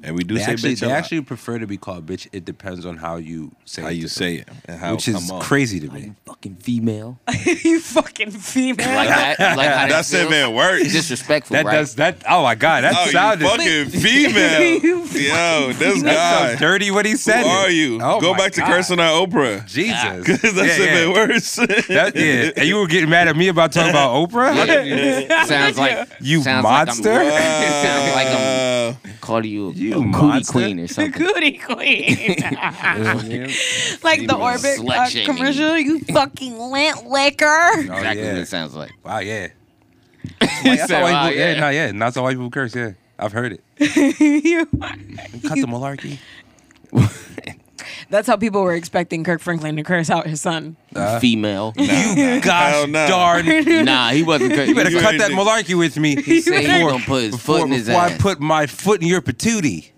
S1: And we do
S2: They
S1: say
S2: actually,
S1: bitch a
S2: they
S1: lot.
S2: actually prefer to be called bitch. It depends on how you say
S1: how
S2: it
S1: you
S2: to
S1: say
S2: them,
S1: it. And how
S2: which is
S1: come off.
S2: crazy to me.
S4: Fucking female. Like
S3: you fucking female.
S4: that. Like how
S1: That's
S4: that
S1: it,
S4: feels.
S1: man. Works.
S4: Disrespectful,
S2: That
S4: right?
S2: does that. Oh my god, that
S1: oh,
S2: sounded
S1: you fucking female. Yo, this
S2: that's so
S1: guy.
S2: dirty. What he
S1: Who
S2: said.
S1: are you?
S2: Oh
S1: Go
S2: my
S1: back to
S2: God.
S1: cursing on Oprah.
S2: Jesus.
S1: Because that
S2: yeah,
S1: shit
S2: yeah.
S1: been worse.
S2: That- yeah. And you were getting mad at me about talking about Oprah.
S4: Yeah. sounds like
S2: You
S4: sounds
S2: monster.
S4: Like I'm,
S1: Uh,
S4: sounds like I'm
S1: Wow.
S4: calling you a,
S2: You
S4: a cootie
S2: monster.
S4: queen or something.
S3: Booty queen.
S2: Yeah.
S3: like the
S4: Female
S3: Orbit
S4: slut
S3: uh,
S4: shaming.
S3: commercial. You fucking lint liquor.
S2: Oh,
S4: Exactly what
S2: yeah.
S4: it sounds like.
S2: Wow. Yeah. That's how
S4: said,
S2: white
S4: wow,
S2: people. Yeah.
S4: yeah.
S2: Nah. Yeah. Not so white people curse. Yeah. I've heard it.
S3: You-
S2: Cut the malarkey.
S3: That's how people were expecting Kirk Franklin to curse out his son.
S4: female.
S2: You
S1: Hell
S2: gosh
S1: no.
S2: darn. You
S4: Nah, he wasn't. You
S2: better
S1: You
S2: cut
S1: ain't
S2: that
S1: the-
S2: malarkey with me.
S4: He said he gonna put his
S2: before,
S4: foot in his
S2: before I
S4: ass.
S2: put my foot in your patootie.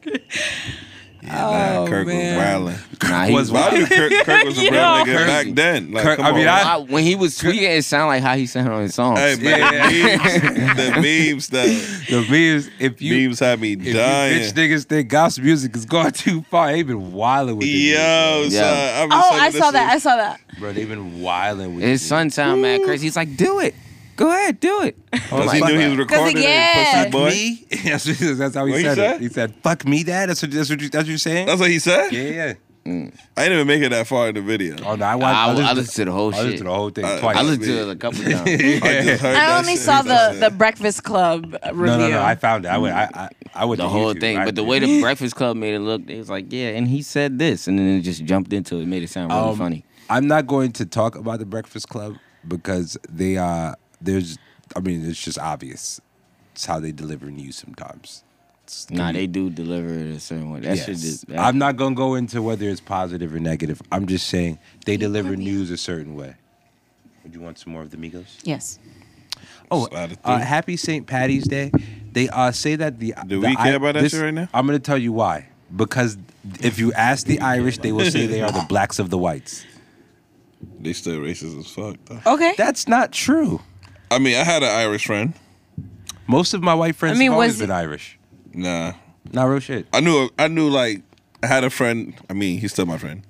S1: Nah, Kirk
S2: Oh,
S3: man.
S1: was wilding.
S4: Nah, he
S2: was
S4: was.
S1: Bobby Kirk, Kirk was a real
S3: Yeah.
S1: nigga back then. Like,
S2: Kirk-
S1: come
S2: I mean,
S1: on.
S2: I-
S4: Wow, when he was tweeting, it sounded like how he sounded on his songs.
S1: Hey, man, the memes, the memes,
S2: The memes. If
S1: the
S2: you
S1: memes had me
S2: If
S1: dying.
S2: you bitch niggas think gospel music has gone too far, they've been wilding with this. music,
S1: Yo,
S4: Yeah.
S1: son, I'm just
S3: Oh,
S1: saying
S3: I
S1: this
S3: saw
S1: is-
S3: that. I saw that.
S2: bro. They've been wilding with
S4: his
S2: this
S4: son sound mad crazy. He's like, "Do it, go ahead, do it." I'm
S1: Cause he
S4: like,
S1: knew he was
S3: Cause
S1: recording
S3: yeah.
S1: it, pussy boy.
S2: Me? that's, what- that's how he
S1: What he
S2: said,
S1: said?
S2: it. He said, "Fuck me, dad." That's what that's what, you, that's what you're saying.
S1: That's what he said.
S2: yeah, yeah.
S1: I didn't even make it that far in the video.
S2: Oh no, I watched.
S4: I, I listened to the whole
S2: I listened
S4: shit.
S2: to the whole thing
S1: I-
S2: twice.
S4: I listened to it a couple times.
S1: I just heard
S3: I
S1: that
S3: only
S1: shit.
S3: saw
S1: That's
S3: the
S1: it.
S3: the Breakfast Club review.
S2: no, no, no. I found it. I went. I I, I went
S4: the
S2: to
S4: whole
S2: YouTube.
S4: thing.
S2: I-
S4: But the way the Breakfast Club made it look, it was like, yeah, and he said this, and then it just jumped into it, made it sound really
S2: Um,
S4: funny.
S2: I'm not going to talk about the Breakfast Club because they uh there's I mean it's just obvious. It's how they deliver news sometimes. It's-
S4: Nah, they do deliver it a certain way. That shit
S2: Yes.
S4: is. that-
S2: I'm not gonna go into whether it's positive or negative. I'm just saying they deliver news a certain way. Would you want some more of the Migos?
S3: yes.
S2: Oh,
S1: Slide it
S2: uh,
S1: through.
S2: Happy St. Patty's Day. They uh, say that the
S1: Do
S2: the
S1: we care
S2: I-
S1: about that
S2: this-
S1: shit right now?
S2: I'm gonna tell you why. Because if you ask the Irish, they will say they are the blacks of the whites.
S1: They still racist as fuck. Though.
S3: Okay.
S2: That's not true.
S1: I mean, I had an Irish friend.
S2: Most of my white friends
S3: I mean,
S2: have always
S3: was
S2: been
S3: it-
S2: Irish.
S1: Nah,
S2: Not real shit.
S1: I knew. I knew. Like, I had a friend. I mean, he's still my friend.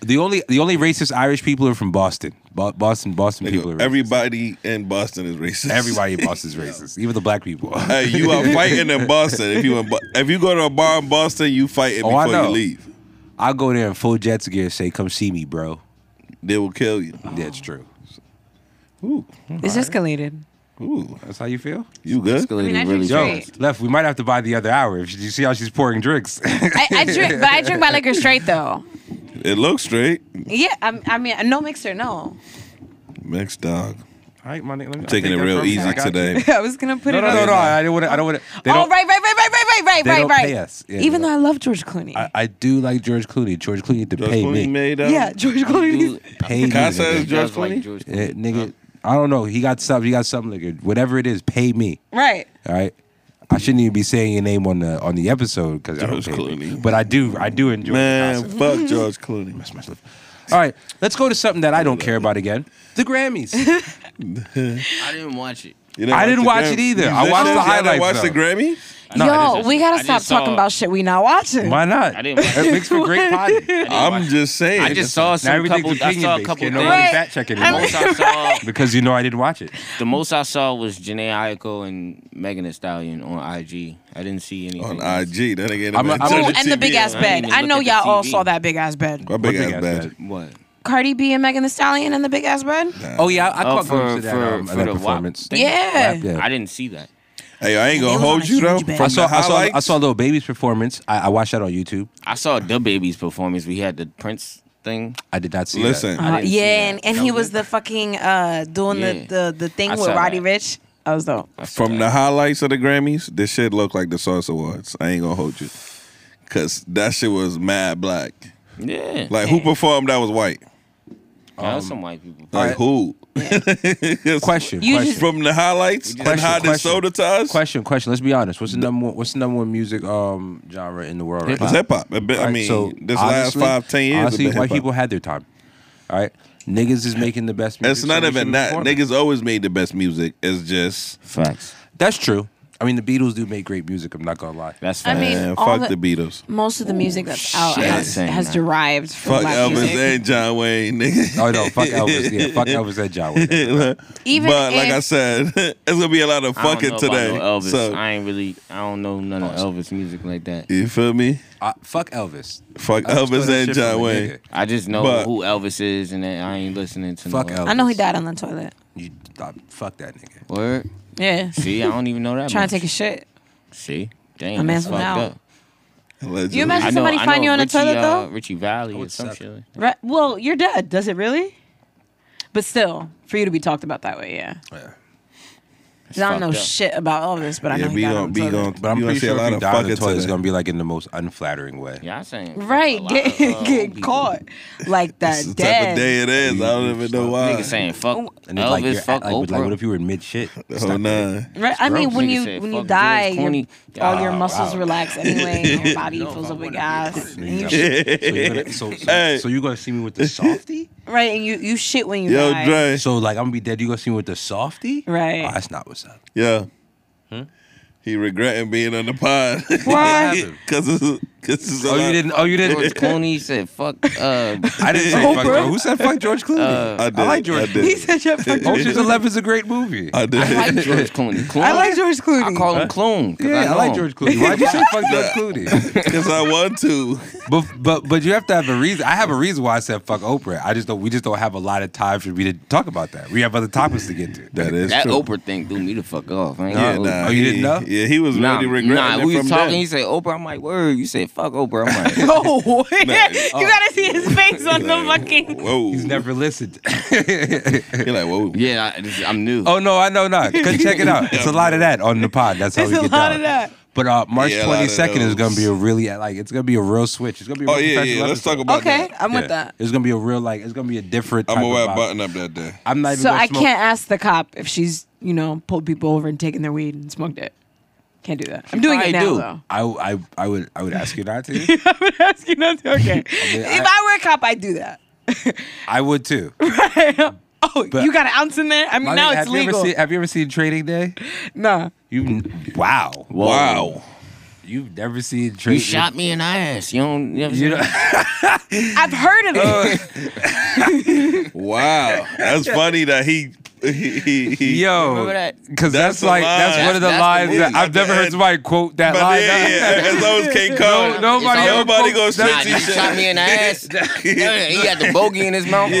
S2: The only the only racist Irish people are from Boston. Bo- Boston Boston
S1: Nigga,
S2: people are racist.
S1: everybody in Boston is racist.
S2: everybody in Boston is racist. Even the black people.
S1: Hey, you are fighting in Boston. If you in Bo- if you go to a bar in Boston, you fighting
S2: Oh, I
S1: before you
S2: know.
S1: leave.
S2: I'll go there in full Jets gear and say, "Come see me, bro."
S1: They will kill you.
S2: That's true.
S1: Ooh,
S3: It's escalated.
S1: ooh,
S2: That's how you feel,
S1: you good?
S4: Escalated
S3: I mean, I
S4: really
S3: think
S2: yo.
S4: fast.
S3: Straight.
S2: Left. We might have to buy the other hour. If you see how she's pouring drinks,
S3: I, I drink, but I drink my liquor straight though.
S1: It looks straight.
S3: Yeah, I'm, I mean, no mixer, no.
S1: Mixed dog.
S2: All right, my nigga, let me- I'll
S1: Taking
S2: take
S1: it
S2: that
S1: real
S2: from you. I
S1: easy
S2: got you.
S1: today.
S3: I was gonna put
S2: No,
S3: it
S2: no,
S3: on.
S2: no, no. I didn't want to. I don't want to. They
S3: Oh,
S2: don't.
S3: right, right, right, right, right, right, right,
S2: They
S3: right,
S2: don't
S3: right.
S2: pay us. Yeah,
S3: Even
S2: they
S3: though I love George Clooney.
S2: I, I do like George Clooney. George Clooney had to
S1: George
S2: pay
S1: Clooney
S2: me.
S1: made up.
S3: yeah, George
S4: Dude,
S3: Clooney.
S2: Pay me.
S1: Casa
S2: nigga.
S1: is George
S4: does like
S1: Clooney?
S4: George
S2: Eh, nigga, I don't know. He got something. He got something like whatever it is. Pay me.
S3: Right.
S2: All right. I shouldn't even be saying your name on the on the episode because I don't
S1: George
S2: pay me.
S1: Clooney.
S2: But I do. I do enjoy.
S1: Man,
S2: Picasso.
S1: fuck George Clooney.
S2: All right, let's go to something that I don't care about again. The Grammys.
S4: I didn't watch it.
S1: You didn't
S2: I didn't watch
S1: the
S2: it either.
S1: You
S2: I watched
S1: didn't?
S2: the
S1: Y'all didn't
S2: highlights,
S1: Watch the
S2: though.
S1: Grammy?
S4: No, I
S3: Yo,
S4: just-
S3: we
S4: I
S3: gotta
S4: just
S3: stop
S4: saw-
S3: talking about shit we not watching.
S2: Why not?
S4: I didn't watch
S2: It makes for great potty.
S1: I'm just saying.
S4: I just saw
S2: Now
S4: some
S2: everything's
S4: couple. I
S2: opinion
S4: saw a
S2: based.
S4: couple
S2: Can't
S4: things.
S2: nobody fact check
S4: The
S2: anymore.
S4: most I saw,
S2: Because you know I didn't watch it.
S4: the most I saw was Janae Aiko and Megan Thee Stallion on IG. I didn't see
S1: on
S4: anything. else.
S1: IG. That nigga.
S2: I'm a- I'm a-
S3: Oh, and the big ass
S4: I didn't
S3: bed.
S4: even
S3: I
S4: look
S3: know
S4: at the
S3: y'all all
S4: TV.
S3: saw that big ass bed.
S1: My big
S2: What
S1: ass bad.
S4: What?
S3: Cardi B and Megan Thee Stallion and the big ass bed.
S2: Oh yeah, I, I
S4: Oh,
S2: caught glimpses
S4: for-
S2: of that,
S4: for-
S2: um,
S4: for
S2: that
S4: the WAP.
S2: performance.
S3: Yeah.
S2: Yeah.
S4: I didn't see that.
S1: Hey, I ain't
S3: They
S1: gonna
S3: was on
S1: hold
S3: a
S1: you though.
S3: huge bed.
S1: From
S2: I saw,
S1: the
S2: I saw, I
S1: highlights-
S2: saw Lil Baby's performance. I, I watched that on YouTube.
S4: I saw the baby's performance. We had the Prince thing.
S2: I did not see. that.
S1: Listen,
S4: I
S3: Uh,
S4: didn't see
S3: yeah,
S4: that.
S3: and, and
S4: That
S3: he
S4: was
S3: was
S4: it?
S3: the fucking uh doing
S4: Yeah.
S3: the, the the thing
S4: I
S3: with
S4: saw
S3: Roddy
S4: that.
S3: Rich. I was dope.
S4: I saw
S1: from the
S4: that.
S1: highlights of the Grammys, this shit looked like the Source Awards. I ain't gonna hold you, cause that shit was mad black.
S4: yeah,
S1: Like um, who performed that was white?
S4: that was some white people.
S1: Like who?
S2: Question.
S3: You
S2: question.
S3: just-
S1: from the highlights and
S2: Question,
S1: how they
S2: question.
S1: sold it to us.
S2: Question, question. Let's be honest. What's the number one? What's the number one music um genre in the world right
S1: It's
S2: now?
S1: hip hop. I
S2: All right,
S1: mean,
S2: so
S1: this
S2: honestly-
S1: last five ten years,
S2: honestly,
S1: honestly,
S2: white people had their time. All right, niggas is making the best. music.
S1: It's
S2: so
S1: not
S2: they
S1: even
S2: should
S1: that.
S2: perform it.
S1: Niggas always made the best music. It's just
S4: Facts.
S2: That's true. I mean, the Beatles do make great music. I'm not gonna lie.
S4: That's
S3: I
S4: facts.
S3: mean,
S1: man,
S3: all
S1: fuck the,
S3: the-
S1: Beatles.
S3: Most of the music that's out
S4: shit.
S3: has,
S4: Saying
S3: has
S4: that.
S3: derived from
S1: Fuck
S3: black
S1: Elvis
S3: music.
S1: and John Wayne, nigga.
S2: Oh no, fuck Elvis. Yeah, fuck Elvis and John Wayne.
S3: Even
S1: but like
S3: if-
S1: I said, it's gonna be a lot of
S4: I don't
S1: fucking
S4: know
S1: today.
S4: About no Elvis.
S1: So
S4: I ain't really. I don't know none of Elvis music like that.
S1: you feel me?
S2: Uh, fuck Elvis.
S1: Fuck
S2: Elvis stole
S1: Elvis
S2: that
S1: and
S2: shit from
S1: John
S2: a
S1: Wayne.
S2: nigga.
S4: I just know
S1: But-
S4: who Elvis is, and that I ain't listening to
S2: Fuck
S4: no
S2: Elvis.
S3: I know he died on the toilet.
S2: You uh, fuck that nigga.
S4: Word.
S3: Yeah.
S4: See, I don't even know that.
S3: Trying
S4: much.
S3: to take a shit.
S4: See, damn,
S3: A man's
S4: that's fucked
S3: now.
S4: up.
S1: Allegedly.
S3: You imagine-
S4: I know,
S3: somebody
S4: I
S3: find
S4: know
S3: you on the
S4: Richie,
S3: toilet,
S4: uh,
S3: though?
S4: Richie Valley or
S2: would
S4: some
S2: suck.
S4: shit. like that.
S3: Right. Well, you're dead. Does it really? But still, for you to be talked about that way, yeah.
S2: Yeah.
S3: I don't know
S4: fucked up.
S3: shit about Elvis, but I
S1: yeah,
S3: know he
S1: be
S3: got
S1: gon'
S3: on the
S1: be
S3: toilet.
S1: gon'
S2: But I'm
S1: you gonna
S2: pretty
S1: see
S2: sure
S1: a lot
S2: if you
S1: of
S2: die on the
S1: fucking
S2: toilet, it's
S1: today.
S2: gonna be like in the most unflattering way.
S4: Yeah, I saying. fuck a
S3: Right,
S4: lot
S3: get
S4: of, uh, old
S3: get
S4: people.
S3: caught like
S1: It's
S3: that
S1: the type of
S3: dead.
S1: day it is. I don't even know why.
S4: Nigga uh, saying fuck
S2: And it's like, you're
S4: Elvis,
S2: at-
S4: fuck
S2: like,
S4: Oprah.
S2: like, what if you were in mid shit?
S1: The whole nine.
S3: Right, I mean
S2: gross.
S3: when
S4: Nigga
S3: you
S4: said,
S3: when
S4: "Fuck
S3: you
S4: George
S3: die, your-
S4: Clooney."
S3: all your
S4: Ah,
S3: muscles
S2: wow.
S3: relax anyway. and Your body fills up with gas. And you shit-
S2: so, so,
S1: Hey.
S2: so you gonna see me with the softy?
S3: Right, and you you shit when you
S1: Yo,
S3: die.
S1: Dre.
S2: So like I'm gonna be dead. You gonna see me with the softy?
S3: Right.
S2: Oh, that's not what's up.
S1: Yeah.
S4: Hmm?
S1: He regretting being on the pod.
S2: Why? happened?
S1: Because it's, cause it's a
S2: Oh,
S1: lot-
S2: you didn't. Oh, you
S4: George
S2: didn't.
S4: Clooney said fuck. Uh,
S2: I didn't say fuck. George. Who said fuck George Clooney?
S4: Uh,
S1: I did.
S2: like George
S1: I
S3: He
S1: did.
S3: said you're fucking.
S2: Ocean's Eleven is a great movie.
S1: I did.
S4: I like George Clooney. Clooney.
S3: I like George Clooney.
S4: I call him Clooney.
S2: yeah, I, like George Clooney. Why'd you say fuck George Clooney?
S1: Because I want to.
S2: But but but you have to have a reason. I have a reason why I said fuck Oprah. I just don't. We just don't have a lot of time for me to talk about that. We have other topics to get to.
S1: That is
S4: That
S1: true.
S4: Oprah thing threw me the fuck off. I ain't
S1: Yeah,
S4: gonna-
S1: nah,
S2: Oh, you
S1: he-
S2: didn't know?
S1: Yeah, he was
S4: Nah,
S1: really
S4: nah,
S1: regretting it
S4: we
S1: from
S4: was talking.
S1: then.
S4: He said Oprah. I'm like, word. You said fuck Oprah. I'm like,
S3: Oh, you gotta see his face on the fucking.
S1: Whoa.
S2: He's never listened.
S1: He like, whoa.
S4: yeah, I, this- I'm new.
S2: oh no, I know not. Cause check it out. It's a lot of that on the pod. That's how
S3: It's
S2: we
S3: a
S2: get
S3: lot
S2: down.
S3: of that.
S2: But uh, March
S1: Yeah, a lot of
S2: twenty second is gonna be a
S1: those.
S2: really like it's gonna be a real switch. It's gonna be a real
S1: Oh, yeah,
S2: professional
S1: yeah. Let's
S2: episode.
S1: talk about
S3: Okay,
S1: that.
S3: I'm
S2: Yeah.
S3: with that.
S2: It's gonna be a real like it's gonna be a different.
S1: I'm
S2: type
S1: going to
S2: of
S1: wear
S2: vibe.
S1: a button up that day.
S2: I'm not even.
S3: So
S2: gonna
S3: I
S2: smoke.
S3: can't ask the cop if she's you know pulled people over and taken their weed and smoked it. Can't do that. I'm doing it
S4: probably
S3: now
S4: do.
S3: though.
S2: I, I I would I would ask you not to.
S3: I would ask you not to. Okay,
S2: mean,
S3: if
S2: I-
S3: I were a cop, I'd do that.
S2: I would too.
S3: Oh,
S2: But-
S3: you got an ounce in there? I mean,
S2: My
S3: now
S2: nigga,
S3: it's
S2: have You
S3: legal.
S2: ever seen, have you ever seen Trading Day?
S3: nah.
S2: You wow
S1: Wow.
S2: You've never seen Trading.
S4: you shot me in the ass. You don't. You, ever
S2: You
S4: seen
S2: know,
S4: that?
S3: I've heard of it.
S1: Wow. That's funny that he. he, he, he
S2: yo,
S4: remember that?
S2: because that's,
S1: That's a
S2: like
S1: line.
S2: that's one of the
S4: That's- that's
S2: lines
S4: the
S2: that
S1: movie.
S2: I've never heard somebody quote that
S1: But
S2: line.
S1: yeah, yeah, as long as King
S2: No,
S1: Kong.
S2: nobody
S4: it's
S2: ever
S4: all-
S1: Nobody
S2: quote
S1: gonna
S2: that-
S4: Nah,
S1: shit
S4: you shot me in the ass. Yeah, he had the bogey in his mouth.
S2: You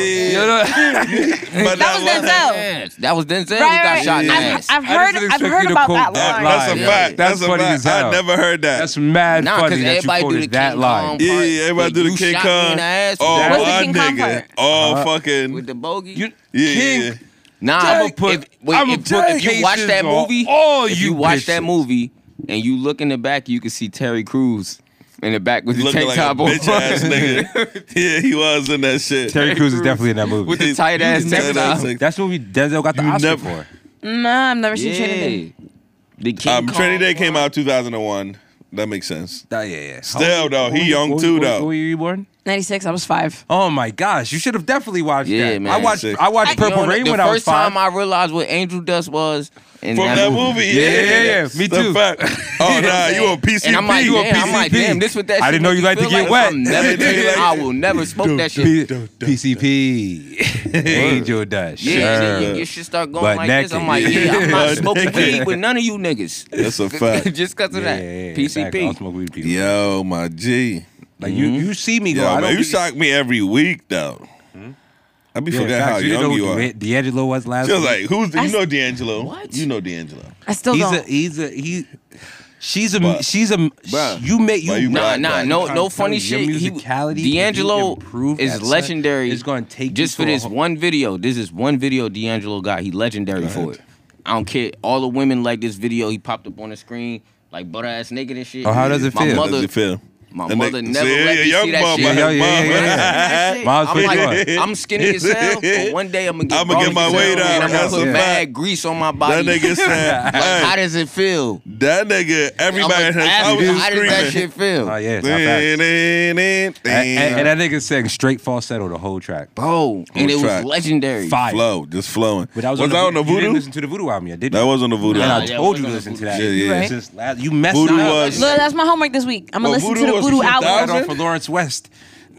S2: know,
S1: Yeah. But
S3: That was
S1: line-
S3: Denzel.
S4: Yes, that was Denzel who
S3: right,
S4: got
S3: right.
S4: shot in the
S3: I've,
S4: ass.
S3: I've
S2: I
S3: heard.
S2: didn't
S3: I've
S2: expect
S3: heard
S2: you to
S3: about
S2: quote
S3: that
S2: that
S3: line.
S1: That's a
S4: Yeah.
S1: fact.
S2: That's
S1: That's, a
S2: funny
S1: fact.
S2: as hell.
S1: I never heard that.
S2: that's mad
S4: Nah,
S2: funny
S4: because
S2: that you
S4: everybody do the
S2: quoted
S4: King
S2: that
S4: Kong
S2: line.
S1: yeah,
S4: part,
S1: yeah, everybody
S4: but
S1: do the
S4: you
S1: King
S4: shot me in
S1: Kong.
S4: the ass with
S1: Oh,
S4: that-
S3: What's the
S1: my
S3: King Kong
S1: nigga.
S3: part?
S1: All
S4: with
S1: fucking.
S4: the bogey.
S2: You-
S1: Yeah,
S2: King,
S1: yeah.
S4: Nah,
S2: I'ma
S4: if-
S2: put-
S4: if, wait,
S2: I'ma
S4: if,
S2: put
S4: if you watch that
S2: cases on
S4: movie,
S2: all
S4: if
S2: you
S4: you watch that
S2: bitches.
S4: movie and you look in the back, you can see Terry Crews in the back with the
S1: Looking
S4: tank
S1: like a
S4: top
S1: bitch ass
S4: on,
S1: nigga. Yeah, he was in that shit.
S2: Terry Crews is definitely in that movie.
S4: with the tight ass
S1: You
S4: tank
S1: never-
S4: top.
S2: That's what we Denzel got the
S1: You
S2: Oscar
S1: never-
S2: for.
S3: Nah, I've never seen Training Day.
S4: Yeah, the King
S1: Um,
S4: Kong
S1: Trinity Day came
S4: line.
S1: out 2001. That makes sense.
S2: That- yeah, yeah.
S1: Still, though, he young
S2: Where-
S1: too,
S2: where-
S1: though.
S2: Where were you born?
S6: 96. I was five.
S2: Oh my gosh, you should have definitely watched
S4: Yeah,
S2: that.
S4: man.
S2: I watched
S1: Sick.
S2: I watched
S4: You
S2: Purple
S4: know,
S2: Rain
S4: the
S2: when I was
S4: first
S2: five.
S4: time I realized what angel dust was in
S1: From that movie, yeah,
S2: Yeah, yeah, yeah. Me
S1: The
S2: too.
S1: fact- Oh nah, you on PCP?
S4: and I'm like,
S1: you on
S4: damn, I'm like,
S2: PCP.
S4: damn, this what that.
S2: I
S4: shit
S2: didn't know
S4: make
S2: you like to
S4: feel
S2: get wet.
S4: I'm never taking it. I will never smoke that shit.
S2: P- PCP, Angel Dust.
S4: Yeah, and then
S1: Sure.
S4: you, you should start going
S2: But
S4: like this. I'm
S2: naked.
S4: like, yeah, I'm not
S1: But
S4: smoking
S1: naked.
S4: weed with none of you niggas.
S1: That's a fact.
S4: Just because of
S2: Yeah,
S4: that.
S2: yeah, yeah, exactly. I'll
S4: PCP.
S2: smoke weed with people.
S1: Yo, my G.
S2: Like you, you see me go.
S1: Yo,
S2: I
S1: man,
S2: don't
S1: you
S2: be-
S1: shock me every week though.
S4: Hmm?
S1: I be
S2: Yeah,
S1: forgot
S2: facts.
S1: how
S2: you didn't
S1: young
S2: know
S1: you
S2: who D-
S1: are.
S2: D'Angelo was last.
S1: She was
S2: week?
S1: like, "Who's the,
S3: I
S1: you
S3: s-
S1: know D'Angelo?
S4: What?
S1: you know D'Angelo?
S3: I still
S2: he's a,
S3: don't.
S2: he's a, he. She's a,
S1: Bruh.
S2: she's a.
S1: Bruh.
S2: You make you.
S1: Why you
S4: Nah,
S1: Right,
S4: nah,
S1: right.
S4: no,
S2: I'm
S4: no
S2: telling
S4: funny
S2: you,
S4: shit.
S2: Your
S4: He-
S2: musicality,
S4: D'Angelo is legendary.
S2: It's gonna take you
S4: just
S2: to
S4: for
S2: a
S4: this
S2: whole-
S4: one video. This is one video D'Angelo got. He legendary for it. I don't care. All the women like this video. He popped up on the screen like butt ass naked and shit.
S2: Oh, how does it
S4: My
S2: feel?
S1: How
S4: Mother,
S1: does it feel?
S4: My
S1: And
S4: mother never
S1: see,
S4: let me
S1: young
S4: see that
S1: mama,
S4: shit.
S2: Yeah, yeah, yeah,
S1: mama.
S2: yeah, yeah. Miles,
S4: I'm
S2: what you
S4: like,
S2: doing?
S4: I'm skinny as hell, but one day I'm gonna get,
S1: I'ma get my
S4: bald as
S1: weight
S4: hell,
S1: out.
S4: and I'm gonna
S1: That's
S4: put
S2: a
S4: mad grease on my
S1: That
S4: body.
S1: nigga said,
S4: like, how
S1: hey,
S4: does it feel?
S1: that nigga,
S4: I'm
S1: everybody
S4: like,
S1: has, I
S4: ask me,
S1: was
S4: how does that
S1: screaming.
S4: shit feel?
S2: Oh yeah, it's not bad.
S1: Dun, dun, dun,
S2: And, and,
S1: dun.
S2: and that nigga sang straight falsetto the whole track.
S4: Bro, and it
S1: track.
S4: was legendary.
S2: Fire.
S1: Flow, just flowing.
S2: But that was,
S1: was I
S2: on
S1: on
S2: the,
S1: the
S2: You didn't
S1: voodoo?
S2: listen to the voodoo album yet, did you?
S1: That was on the voodoo.
S2: And
S4: Nah,
S2: I
S1: album.
S4: yeah,
S2: told
S4: it
S2: you to
S4: was
S2: listen
S4: on the
S2: to that.
S1: voodoo. Yeah, yeah.
S2: Since last, you messed
S1: Voodoo
S2: up.
S1: was-
S3: Look, that's my homework this week. I'm gonna
S1: Well,
S3: listen to
S1: Voodoo
S3: the
S1: was
S3: voodoo
S2: Right
S1: 2000?
S2: off
S3: album.
S2: of Lawrence West.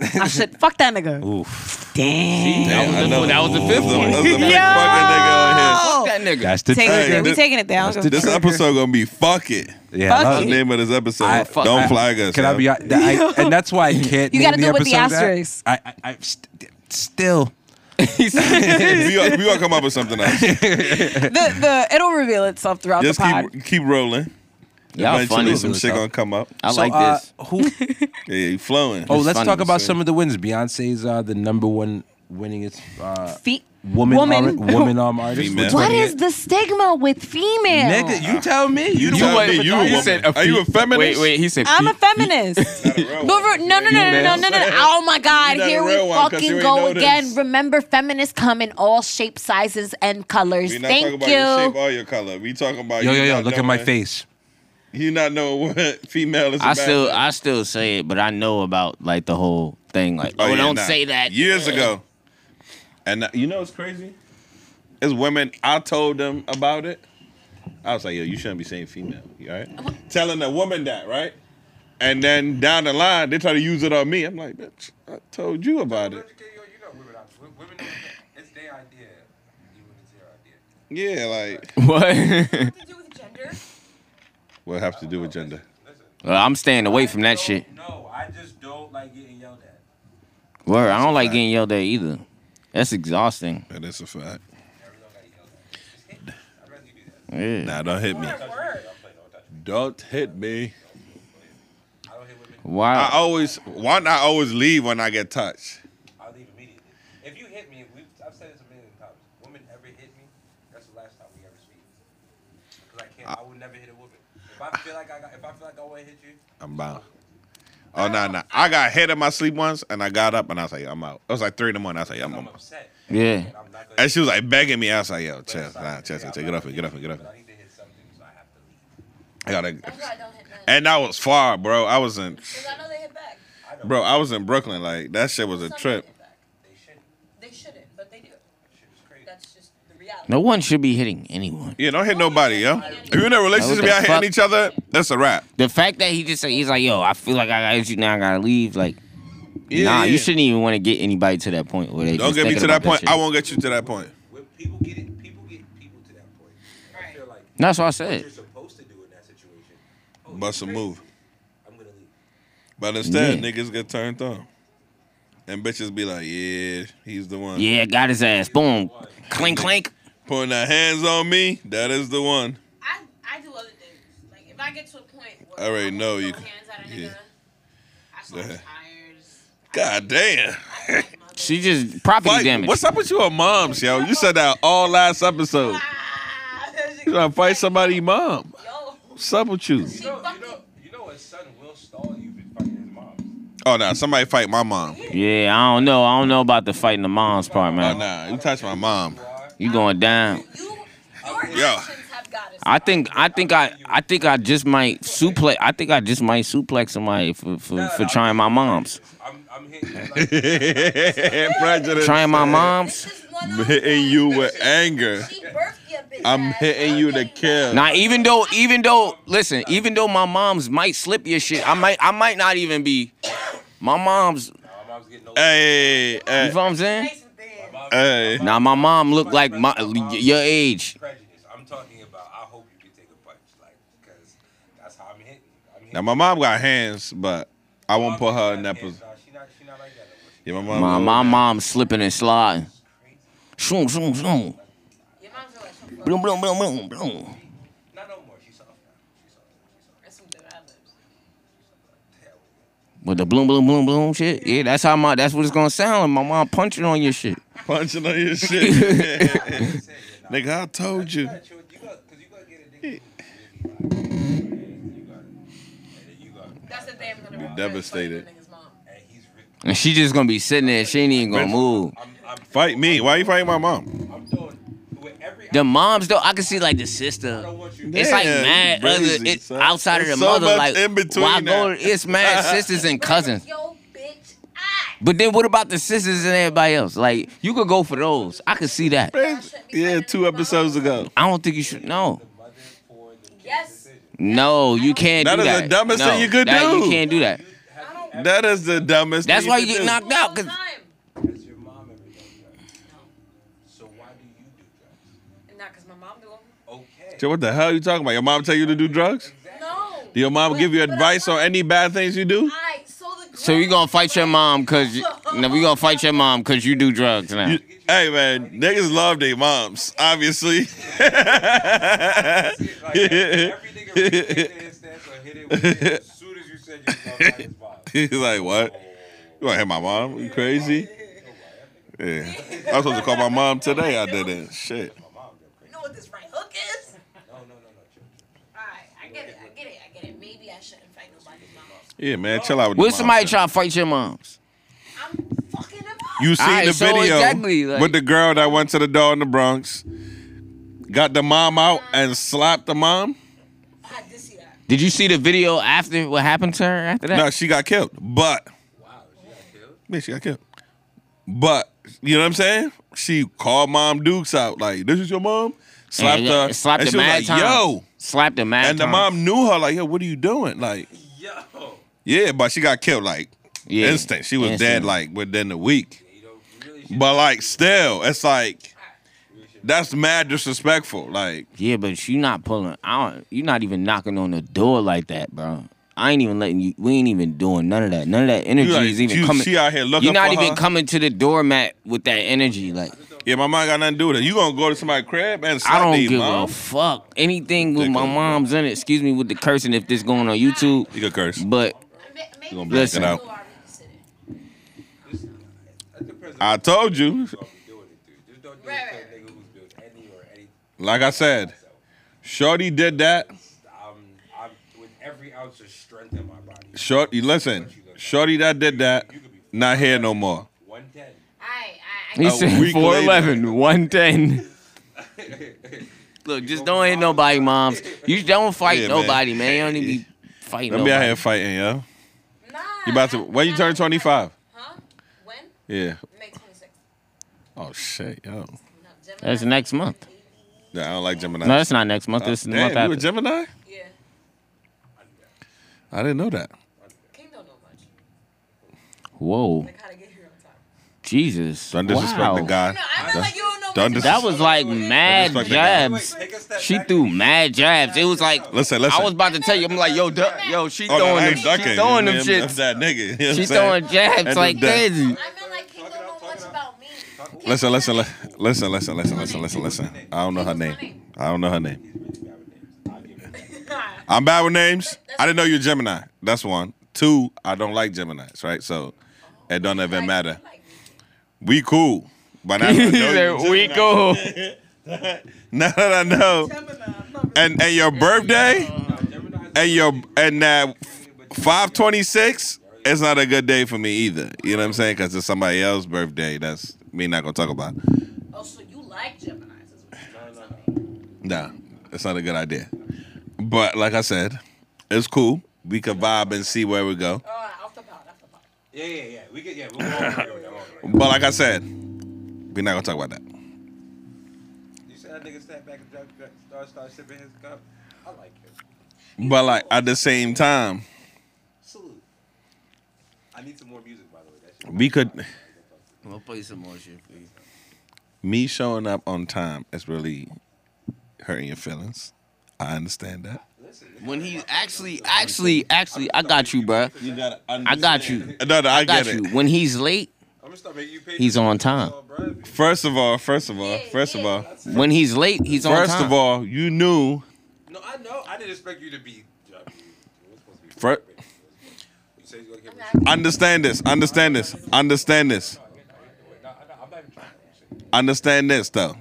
S3: I said, fuck that nigga.
S2: Oof.
S3: Damn.
S1: Damn, I
S4: That was the-
S1: know.
S4: that was the fifth
S1: That
S4: one.
S1: was the big fucking nigga on here.
S4: Fuck that nigga.
S2: That's the
S3: Take
S1: Hey,
S3: it. We
S1: this-
S3: taking it down.
S2: that's the-
S1: This episode gonna be fuck it.
S2: Yeah, I
S3: Fuck
S1: That's
S2: love it.
S1: the name of this episode.
S2: I- fuck-
S1: Don't
S4: I-
S1: flag us.
S2: Can I
S1: yo.
S2: be? That, I, and that's why I can't.
S3: You
S2: name
S3: gotta
S2: the
S3: do it with the
S2: episode that.
S3: asterisk.
S2: I, I, I st- still.
S1: we gonna we gonna come up with something else.
S6: The, the, it'll reveal itself throughout
S1: Just
S6: the pod.
S1: keep keep rolling.
S4: Y'all
S1: Eventually,
S4: funny.
S1: some shit gonna come up.
S4: I
S2: So,
S4: like
S2: uh,
S4: this.
S2: Who?
S1: Yeah, you flowing.
S2: Oh, let's
S4: funny,
S2: talk about
S4: so-
S2: some of the wins. Beyonce's uh, the number one winningest uh,
S3: Feet.
S2: woman
S3: Woman.
S2: ar- woman arm artist.
S1: Female.
S2: What's
S3: What
S2: winning
S3: is
S2: it?
S3: the stigma with female?
S2: Nigga, you tell me. You,
S1: You
S2: the
S1: tell
S2: one-
S1: me you a woman. Are you a feminist?
S4: Wait, wait. He said.
S3: I'm a
S4: feet.
S3: feminist. No, no, no, no, no, no, no, no, no. Oh my
S1: You're
S3: God.
S1: not
S3: Here
S1: a
S3: we
S1: real one 'cause you
S3: fucking
S1: ain't
S3: go
S1: know this.
S3: again. Remember, feminists come in all shapes, sizes, and colors.
S1: We not
S3: Thank
S1: talking about your shape
S3: you.
S1: or your color. We talking about
S2: Yo,
S1: you
S2: yo, yo!
S1: not
S2: Look at my
S1: knowing-
S2: face.
S1: You not know what female is.
S4: I
S1: about.
S4: still, I still say it, but I know about like the whole thing. Like,
S1: Oh,
S4: oh,
S1: yeah,
S4: don't
S1: nah.
S4: say that.
S1: Years ago, and uh, you know what's crazy? It's women. I told them about it. I was like, yo, you shouldn't be saying female. You all right? Telling a woman that, right? And then down the line, they try to use it on me. I'm like, bitch, I told you about it. Yeah, like
S4: What?
S1: what have to do with gender?
S4: Well, I'm staying away from that shit.
S2: No, I just don't like getting yelled at.
S4: Word, I don't like getting yelled at either. That's exhausting.
S1: That is a fact.
S4: Yeah.
S1: Nah, don't hit me. Don't hit me. I
S4: Why?
S1: always one. I always leave when I get touched.
S8: I'll leave immediately. If you hit me, we've, I've said this a million times. Women ever hit me, that's the last time we ever speak. Because I can't, I would never hit a woman. If I feel like I got, if I feel like I want to hit you,
S1: I'm bound. Oh no, no! I got hit in my sleep once, and I got up, and I was like, "I'm out." It was like three in the morning. I was like, "I'm
S8: I'm
S1: out."
S8: upset.
S4: Yeah.
S8: I'm not gonna.
S1: And she was like begging me. I was like, "Yo, chill, nah, chill, chill, chill. Get off it, get off it, get off
S8: But I
S1: it."
S8: need to hit something, so I have to leave.
S1: I gotta. And that was far, bro. I was in,
S3: I know they hit back.
S1: bro. I was in Brooklyn. Like that shit was a trip.
S8: They shouldn't.
S3: They shouldn't, but they do.
S8: Shit is crazy.
S3: That's just the reality.
S4: No one should be hitting anyone.
S1: Yeah, don't hit nobody, yo. If you're in a relationship,
S4: the
S1: y'all hitting
S4: fuck?
S1: each other, that's a wrap.
S4: The fact that he just said he's like, yo, I feel like I got hit you now. I gotta leave. Like,
S1: Yeah,
S4: nah,
S1: yeah.
S4: you shouldn't even want to get anybody to that point where they
S1: Don't
S4: just
S1: get me
S4: thinking
S1: to that
S4: about
S1: point.
S4: shit.
S1: I won't get you to that point.
S8: When people get it, people get people to that point. I feel like
S4: That's what I
S8: what
S4: said.
S8: you're supposed to do in that situation. Oh, you
S1: Bust a
S8: crazy.
S1: move.
S8: I'm gonna leave.
S1: But instead,
S4: Yeah.
S1: niggas get turned on, and bitches be like, "Yeah, he's the one."
S4: Yeah, got his ass. Boom. Clink, clink.
S1: Putting their hands on me, that is the one.
S3: I, I do other things. Like, if I get to a point where
S1: I already know you can- yeah.
S3: I
S1: Yeah. God damn.
S4: She just property
S1: Like,
S4: damage.
S1: what's up with you and moms, yo? You said that all last episode.
S3: Ah!
S1: You trying to fight somebody, mom. What's up with you?
S8: You know, you know, you know, a son will stall you for fucking his mom.
S1: Oh, nah, somebody fight my mom.
S4: Yeah, I don't know. I don't know about the fighting the moms part,
S1: Oh,
S4: man.
S1: nah, you touch my mom.
S4: You going down.
S3: You, your
S1: Yo.
S3: actions have got us.
S4: I think I think I I think I just might suplex I think I just might suplex somebody for for, for trying my moms.
S8: I'm, I'm hitting you. Like,
S1: Prejudice.
S4: Trying my mom's.
S3: This is one of
S1: I'm
S3: those
S1: hitting you
S3: times
S1: with
S3: that
S1: anger.
S3: she- she birthed your bitch
S1: I'm
S3: ass.
S1: hitting you to kill.
S4: Now, even though, even though, listen, even though my mom's might slip your shit, I might, I might not even be. My mom's, you
S8: my mom's getting no.
S1: Hey,
S4: know
S1: hey,
S4: what I'm saying?
S8: My mom's-
S1: hey.
S4: Now, my mom looked like my your age.
S8: prejudice. I'm talking about. I hope you can take a punch, like, because that's how I'm hitting. you. I'm hitting
S1: Now my mom got hands, but I won't put her in that
S8: Hands,
S1: position.
S8: nah, She not. She not like that. No more. She
S1: Yeah, my mom.
S4: My, my mom slipping and sliding. Shoom, shoom, shoom.
S3: Your mom's like,
S4: Bloom, bloom, bloom, bloom, bloom.
S8: not no more. She's soft now. She's soft. She's soft. Hell,
S4: With the bloom, bloom, bloom, bloom shit. Yeah, that's how my, that's what it's gonna sound. like. My mom punching on your shit.
S1: punching on your shit.
S8: yeah. Say it, nah.
S1: Nigga, I told you.
S8: gotta chill- You got, cause you gotta get addicted. to it, really, like, and You got, and
S6: That's the thing.
S1: Be
S6: I'm
S1: devastated.
S8: he's really,
S4: And she just gonna be sitting there. She ain't even gonna move.
S8: I'm, I'm
S1: Fight me. Why you fighting my mom?
S8: I'm doing with every.
S4: The moms though, I can see like the
S8: I
S4: sister.
S8: don't want you.
S4: It's like
S1: Yeah,
S4: mad
S1: you
S4: other
S1: crazy,
S4: it,
S1: son.
S4: outside of the
S1: There's so
S4: mother
S1: much
S4: like
S1: in between
S4: why go
S1: that.
S4: to, it's mad sisters and cousins.
S3: yo, bitch, I.
S4: But then what about the sisters and everybody else? Like you could go for those. I could see that.
S1: Yeah, two episodes ago.
S4: I don't think you should no.
S3: Yes.
S4: No, you can't
S1: That
S4: do
S1: is
S4: that.
S1: the dumbest
S4: No,
S1: thing you could
S4: that-
S1: do.
S4: You can't do that.
S1: That is the dumbest.
S4: That's
S1: thing
S4: why
S1: could
S4: you get
S1: do.
S4: knocked out cuz
S8: Does your mom ever done drugs? So why do you do drugs?
S6: Not because my mom do them.
S8: Okay.
S1: So what the hell you talking about? Your mom tell you to do drugs?
S6: No.
S1: Do your mom give you
S6: but
S1: advice
S6: I-
S1: on any bad things you do?
S6: I so the.
S4: So we gonna fight your mom cause you, no, we gonna fight your mom cause you do drugs now.
S1: You- hey man, niggas love their moms, obviously.
S8: Like, every nigga really hit his stance or hit it with it as soon as you said your mom got his mom.
S1: He's like, what? You wanna hit my mom? You crazy? Yeah. I was supposed to call my mom today. I didn't. Shit.
S3: You know what this right hook is?
S8: No, no, no, no. chill, chill.
S3: Alright, I get it, I get it, I get it. Maybe I shouldn't fight nobody's mom.
S1: Yeah, man. Chill out with
S4: What
S1: your
S4: if
S1: mom,
S4: somebody
S1: son.
S4: try to fight your moms?
S3: I'm fucking him up.
S1: You seen
S4: Alright,
S1: the
S4: so
S1: video
S4: exactly, like-
S1: with the girl that went to the door in the Bronx, got the mom out and slapped the mom.
S3: I did see that.
S4: Did you see the video after what happened to her after that?
S1: No, she got killed. But yeah, she got killed. But you know what I'm saying? She called Mom Dukes out like, "This is your mom." Slapped
S4: And,
S1: her.
S4: Slapped
S1: and
S4: the
S1: she was
S4: mad
S1: like,
S4: times.
S1: "Yo!"
S4: Slapped the mad
S1: And the
S4: times.
S1: mom knew her like, "Yo, what are you doing?" Like,
S8: Yo.
S1: yeah, but she got killed like
S4: Yeah.
S1: instant. She was dead
S4: Instant.
S1: like within a week.
S8: You know, you really should.
S1: But like, still, it's like that's mad disrespectful. Like.
S4: Yeah, but you not pulling. I don't. You not even knocking on the door like that, bro. I ain't even letting you. We ain't even doing none of that. None of that energy
S1: You like,
S4: is even
S1: you-
S4: coming.
S1: She out here looking
S4: You're not
S1: for
S4: even
S1: her.
S4: coming to the doormat with that energy. Like
S1: Yeah, my mom got nothing to do with it. You gonna go to somebody's crib and slap
S4: I don't
S1: these
S4: give
S1: mom?
S4: a fuck. Anything with my
S1: Ridiculous.
S4: mom's in it. Excuse me with the cursing if this going on YouTube.
S1: you could curse.
S4: But
S3: Ma- Maybe
S1: gonna
S3: if
S1: bleep
S4: it
S3: I
S1: out.
S3: knew, I reconsidered.
S8: That depends on
S1: I told you,
S8: what you're doing it to. Just don't do
S3: Right,
S8: it to a nigga who's built any or any.
S1: like I said, Shorty did that.
S8: I'm, I'm with every ounce of strength in my body.
S1: Shorty, listen, Shorty that did that, not here no more.
S8: 110.
S3: Alright, I, I
S4: he
S1: A
S4: said
S1: week
S4: 411, 110. Look, just don't hit nobody, moms. You don't fight
S1: Yeah, man.
S4: nobody, man. You don't even be fighting
S1: Don't be out
S4: nobody.
S1: here fighting, yo.
S3: Nah,
S1: You about to
S3: I-
S1: when you
S3: nah,
S1: turn twenty five?
S3: Huh? When?
S1: Yeah.
S3: May 26th.
S1: Oh shit, yo.
S3: No, Gemini.
S4: That's next month.
S1: Nah, I don't like Gemini.
S4: No, that's not next month. This is the
S1: Damn,
S4: month
S1: you
S4: after.
S1: a Gemini?
S3: Yeah.
S1: I didn't know that.
S3: King don't know much.
S4: Whoa,
S3: Like how to get here on time.
S4: Jesus!
S1: Don't disrespect
S4: wow.
S1: the guy.
S3: No, I know
S1: That's-
S3: like you don't know
S1: don't dis-
S3: much.
S4: That was like mad
S1: Disrespect the guy.
S4: jabs.
S8: Take a step
S4: She
S8: back.
S4: threw mad jabs. It was like
S1: Listen, listen.
S4: I was about to tell you. I'm like, yo, duh, yo, she
S1: oh, no,
S4: throwing
S1: I
S4: them,
S1: ain't ducking.
S4: she throwing them
S1: I'm- I'm
S4: shit.
S1: that nigga. You know what I'm
S4: She
S1: saying?
S4: throwing jabs
S1: That's
S4: like
S1: that.
S4: crazy.
S3: I meant like King don't know much about me.
S1: Listen, listen, li- listen, listen, listen, listen, listen, listen. I don't know her name. I don't know her name. I'm bad with names. I didn't know you're Gemini. That's one. Two, I don't like Geminis, right? So it don't even matter. We cool. But now that I know
S4: Said,
S1: you're
S4: we
S1: Gemini-
S4: go.
S1: Now that I know. And and your birthday and your and that 526 it's not a good day for me either. You know what I'm saying? Because it's somebody else's birthday. That's me not gonna talk about.
S3: Oh, so you like Gemini's? is what you're trying to tell me.
S1: Nah, that's not a good idea. But like I said, it's cool. We could vibe and see where we go.
S3: All right, off the pot, off the pot.
S8: Yeah, yeah, yeah. We get yeah. We're all on the road. I'm on the road.
S1: But like I said, we're not gonna talk about that.
S8: You said that nigga sat back and drop, drop, start start sipping his cup. I like him.
S1: But like at the same time,
S8: Salute. I need some more music, by the way. That shit.
S1: we could
S4: We'll play some more shit for you.
S1: me showing up on time is really hurting your feelings. I understand that.
S8: Listen,
S4: When he actually, actually, actually, I got you, bruh.
S1: You gotta
S4: I got you.
S1: No, no, I,
S4: I got
S1: get it.
S4: you. When he's late,
S8: I'm gonna start making you pay.
S4: he's on time.
S8: Oh, bro, if you-
S1: First of all, first of all, first of all,
S4: When he's late, he's on time.
S1: first of all, you knew
S8: No, I know. I didn't expect you to be. I mean, it was supposed to be
S1: Fir-
S8: You say you're gonna get
S1: Understand this. Understand this. Understand this.
S8: I'm not even trying. to say
S1: Understand this though.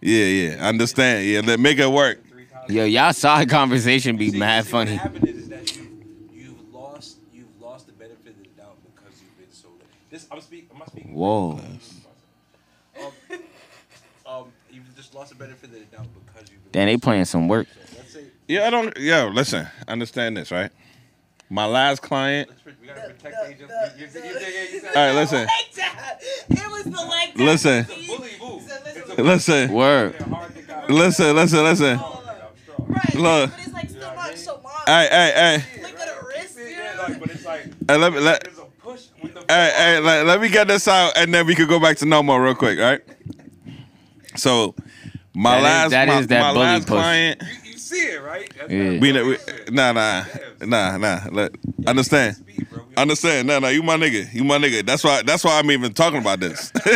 S1: Yeah, yeah. Understand. Yeah, let make it work.
S8: Three times.
S4: Yo, y'all side conversation be
S8: See,
S4: mad
S8: see,
S4: funny.
S8: What happened is, is that you, you've lost, you've lost the benefit of the doubt because you've been so. This I'm speaking. Am I speaking?
S4: Whoa.
S8: Um, um, you've just lost the benefit of the doubt because you've been.
S4: Then they playing some work.
S8: So let's say
S1: Yeah, I don't. Yo, listen. Understand this, right? My last client.
S8: let's, we gotta protect the, agents. you, you, you, you, you, you,
S1: All right, listen.
S6: It was the like that.
S1: Listen.
S8: it's a bully move. It's a
S1: Listen.
S4: Word.
S8: fucking hard to guard.
S1: Listen. Listen. Listen. All
S8: I'm strong.
S6: Right.
S1: Look.
S6: But it's like so much, so long.
S1: right. Hey. Hey.
S6: Look at the wrist, dude.
S8: Yeah, like, but it's like
S1: Hey. Let me. Let.
S8: there's a push with the.
S1: Hey. Hey. Let, let me get this out, and then we could go back to normal real quick, right? So, my
S4: That is-
S1: last.
S4: that
S1: my,
S4: is that
S1: my
S4: bully
S1: last
S4: push.
S1: client.
S8: You, you see it, right? That's
S4: Yeah.
S8: not-
S1: We, we nah nah nah nah. Let, understand.
S8: Speed, bro. We all-
S1: Understand? No, no, you my nigga. You my nigga. That's why. That's why I'm even talking about this.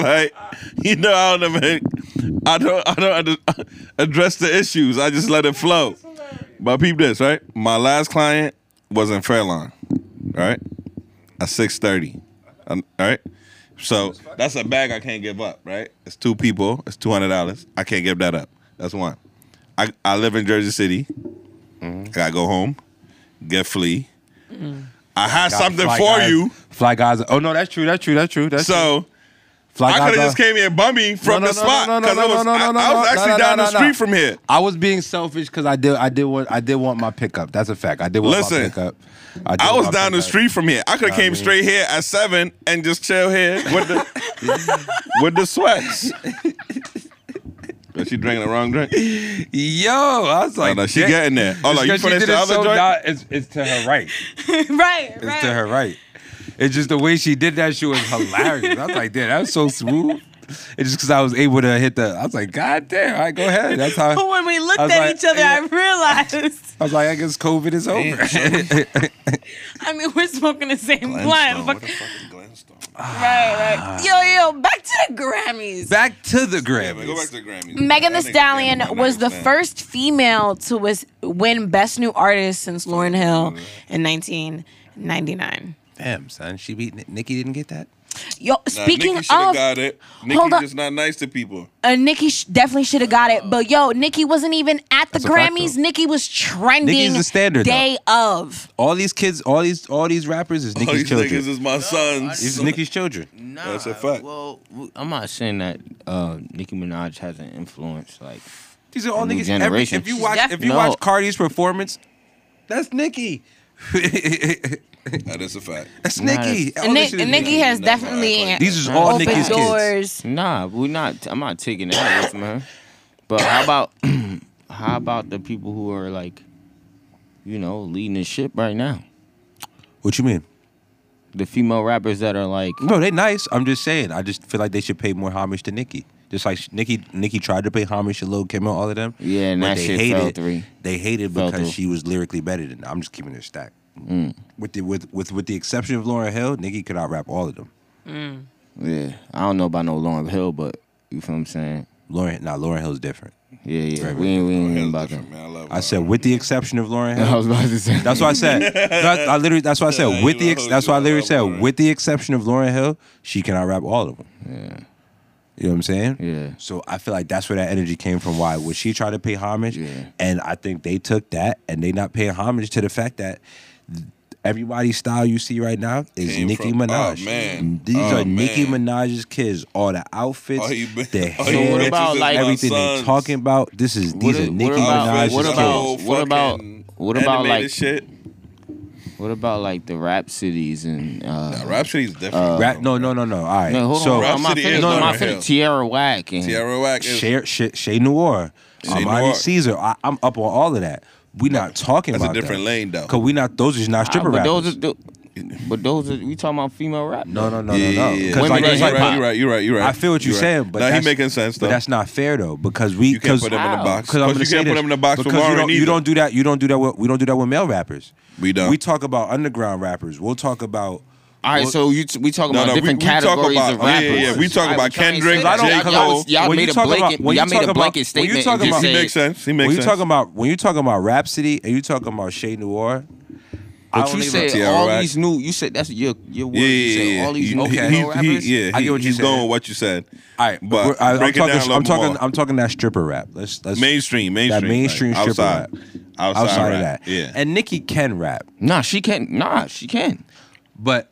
S1: like, you know, I don't even. I don't. I don't under, address the issues. I just let it flow. But peep this, right? My last client was in Fairlawn, right? At six thirty, all right. So that's a bag I can't give up, right? It's two people. It's two hundred dollars. I can't give that up. That's one. I I live in Jersey City.
S2: Mm-hmm.
S1: I gotta go home, get flea. I had something
S2: Mm. Fly
S1: for
S2: guys-
S1: you.
S2: Fly guys. Oh no, that's true. That's true. That's true. That's true.
S1: So
S2: Fly
S1: I could
S2: guys
S1: have
S2: are-
S1: just came here bumming from
S2: no, no,
S1: the spot
S2: no, no,
S1: because
S2: no,
S1: I
S2: no,
S1: was
S2: no,
S1: I,
S2: no,
S1: I was
S2: no,
S1: actually
S2: no, no,
S1: down
S2: no,
S1: the
S2: no.
S1: street from here.
S2: I was being selfish because I did I did want I did want my pickup. That's a fact. I did want
S1: Listen,
S2: my pickup. I, did
S1: I
S2: want
S1: was
S2: my
S1: down the
S2: pickup.
S1: street from here. I could have
S2: Nah,
S1: came
S2: man.
S1: straight here at seven and just chill here with the with the sweats. But she drinking the wrong drink.
S2: Yo, I was
S1: Oh,
S2: like,
S1: no, she
S2: damn.
S1: getting there. Oh, no,
S2: It's
S1: you
S2: 'cause she
S1: finished
S2: did
S1: the
S2: it
S1: other
S2: so
S1: joint.
S2: di- it's, it's to her right.
S6: right,
S2: It's to her right. It's just the way she did that. She was hilarious. I was like, damn, that was so smooth. It's just because I was able to hit the. I was like, god damn. All right, go ahead. That's how.
S6: But when we looked
S2: I
S6: at
S2: was like,
S6: each other,
S2: yeah.
S6: I realized.
S2: I was like, I guess COVID is over.
S6: I mean, we're smoking the same blunt. Fuck- Right, right. Yo, yo,
S3: Back to the Grammys.
S2: Back to the
S1: Go back
S2: Grammys.
S1: to the Grammys.
S3: Megan
S1: I
S3: Thee
S1: think
S3: Stallion
S1: Megan
S3: was the
S1: Stallion.
S3: first female to was win Best New Artist since Lauren Hill
S2: Mm-hmm.
S3: in 1999.
S2: Damn, son, she beat Ni- Nicki. Didn't get that.
S3: Yo,
S1: Nah,
S3: speaking
S1: Nicki shoulda
S3: of,
S1: got it. Nicki
S3: Hold on.
S1: just not nice to people.
S3: uh, Nicki sh- definitely should have got it, but yo, Nicki wasn't even at the
S2: That's a fact,
S3: Grammys.
S2: though.
S3: Nicki was trending
S2: the standard, though.
S3: day of.
S2: All these kids, all these, all these rappers is
S1: All
S2: Nicki's
S1: these
S2: children.
S1: niggas is my sons.
S2: It's Nicki's children.
S4: Nah,
S1: That's a fact.
S4: Well, w- I'm not saying that uh, Nicki Minaj has an influence. Like,
S2: These are all
S4: A new
S2: niggas. Every,
S4: generation.
S2: if you
S4: She's
S2: watch,
S3: def-
S2: if you
S4: No.
S2: watch Cardi's performance, that's Nicki.
S1: That is a fact.
S2: that's
S4: Nah,
S2: Nicki.
S3: And Nick, Nicki has
S1: That's not
S3: definitely
S1: like-
S2: These is all
S3: opened
S2: Nicki's kids.
S3: doors.
S4: nah, we're not. I'm not taking that away from her. But how about how about the people who are like, you know, leading the ship right now?
S2: What you mean?
S4: The female rappers that are like,
S2: No, they nice. I'm just saying. I just feel like they should pay more homage to Nicki. Just like sh- Nicki, Nicki tried to pay homage to Lil Kim and all of them.
S4: Yeah, and
S2: but
S4: that
S2: they
S4: shit
S2: hated,
S4: fell through.
S2: They hated
S4: Fell
S2: because
S4: through. Mm.
S2: she was lyrically better than. I'm just keeping it stacked. With the with with with the exception of Lauren Hill, Nicki could out rap all of them.
S4: yeah, I don't know about no Lauren Hill, but you feel what I'm saying?
S2: Lauren, now Lauren Hill's different.
S4: Yeah, yeah.
S2: Right,
S4: we ain't we ain't
S1: That's
S4: even about
S1: different,
S4: them.
S1: man. I love
S2: I said, with the exception of Lauren Hill.
S4: I was about to say.
S2: That's what I said. That- I literally. That's what I
S1: Yeah,
S2: said.
S1: you
S2: With the.
S1: know
S2: Ex-
S1: who
S2: that's
S1: you
S2: what I
S1: are,
S2: literally said.
S1: Lauren.
S2: With the exception of Lauren Hill, she cannot rap all of them.
S4: Yeah.
S2: You know what I'm saying?
S4: Yeah.
S2: So I feel like that's where that energy came from. Why was she trying to pay homage?
S4: Yeah.
S2: And I think they took that and they not paying homage to the fact that everybody's style you see right now is
S1: Came
S2: Nicki
S1: from- oh,
S2: Minaj.
S1: man.
S2: These
S1: Oh,
S2: are Nicki
S1: man.
S2: Minaj's kids. All the outfits,
S1: All you bitch-
S2: the
S1: all you
S2: hair,
S4: bitches about, is like- my
S2: everything they
S1: sons.
S2: talking about. This is these
S4: What
S2: are
S4: a-
S2: Nicki
S4: what about-
S2: Minaj's
S4: what
S2: kids.
S4: about- what about-
S1: fucking
S4: what about,
S1: animated
S4: like-
S1: shit?
S4: What about like the rap cities and uh,
S1: Nah, Rhapsody's different.
S2: Rap? No, no, no, no. All right.
S4: No, hold
S2: so
S4: on. I'm not
S1: Rhapsody
S4: finished.
S1: is
S4: I'm not
S1: Lauren
S4: finished. Tierra Whack and
S1: Tierra Whack is.
S2: Shay, Shay, Shay Noir,
S1: Shay
S2: Armani
S1: Noir.
S2: Caesar. I, I'm up on all of that. We not talking
S1: That's a
S2: about
S1: different lane, though.
S2: Cause we not those are not
S4: Ah,
S2: stripper
S4: but
S2: rappers.
S4: those are, tho- but those are, we talking about female rap.
S2: no, no, no, no,
S1: yeah, yeah,
S2: no.
S1: yeah.
S2: Because
S4: Women
S2: like,
S4: and
S2: it's
S1: you're
S2: like,
S1: right, you're right, you're right, you're right.
S2: I feel what you're
S1: right.
S2: saying, but
S1: nah, he
S2: that's-
S1: making sense though.
S2: But that's not fair though, because we
S1: you can't
S2: because
S1: put him in the
S4: How?
S1: box.
S2: Because I'm
S1: Coach,
S2: gonna
S1: you
S2: say
S1: can't put
S2: this,
S1: him in the box with
S2: because you
S1: Warren
S2: don't, you
S1: either.
S2: don't do that. You don't do that. With, we don't do that with male rappers.
S1: We don't.
S2: We talk about underground rappers. We'll talk about.
S4: All right,
S2: Well-
S4: so you t- we talking
S1: No,
S4: about
S1: no, we-
S4: different
S1: we talk
S4: categories
S1: about-
S4: of
S1: yeah,
S4: rappers.
S1: yeah, yeah. We talk
S4: All
S1: about
S4: I'm trying to
S1: Kendrick,
S4: say that.
S1: J.
S4: Y'all-
S1: Cole.
S4: Y'all, was- y'all
S2: When you
S4: made a
S2: talk about-
S4: blanket.
S2: when you
S4: y'all made
S2: talk
S4: a
S2: about-
S4: blanket
S2: when you
S4: statement.
S2: talk
S4: and
S2: about-
S4: just
S1: He
S4: said-
S1: makes sense. He
S2: When
S1: makes
S2: you
S1: sense.
S2: talking about when you talking about Rhapsody and you talking about Shay Noir. I
S4: But
S2: don't
S4: you
S2: even-
S4: said
S1: Tierra
S4: all
S1: Whack.
S4: these new. You said that's your your word.
S1: Yeah,
S4: you
S1: yeah,
S4: said
S1: yeah.
S4: all these
S1: He-
S4: new
S1: he-
S2: okay.
S1: he-
S4: female rappers.
S1: he- yeah,
S2: I get what
S1: he-
S2: you
S1: he's
S2: said.
S1: going with what you said.
S2: All right,
S1: but
S2: we're- I, am
S1: break it
S2: talking.
S1: down a little
S2: I'm talking.
S1: more.
S2: I'm talking that stripper rap. Let's let's
S1: mainstream, mainstream,
S2: that mainstream
S1: like,
S2: stripper
S1: outside,
S2: rap.
S1: outside,
S2: Outside, of
S1: rap.
S2: that,
S1: yeah.
S2: And Nikki can rap,
S4: Nah, she can't. Nah, she can.
S2: but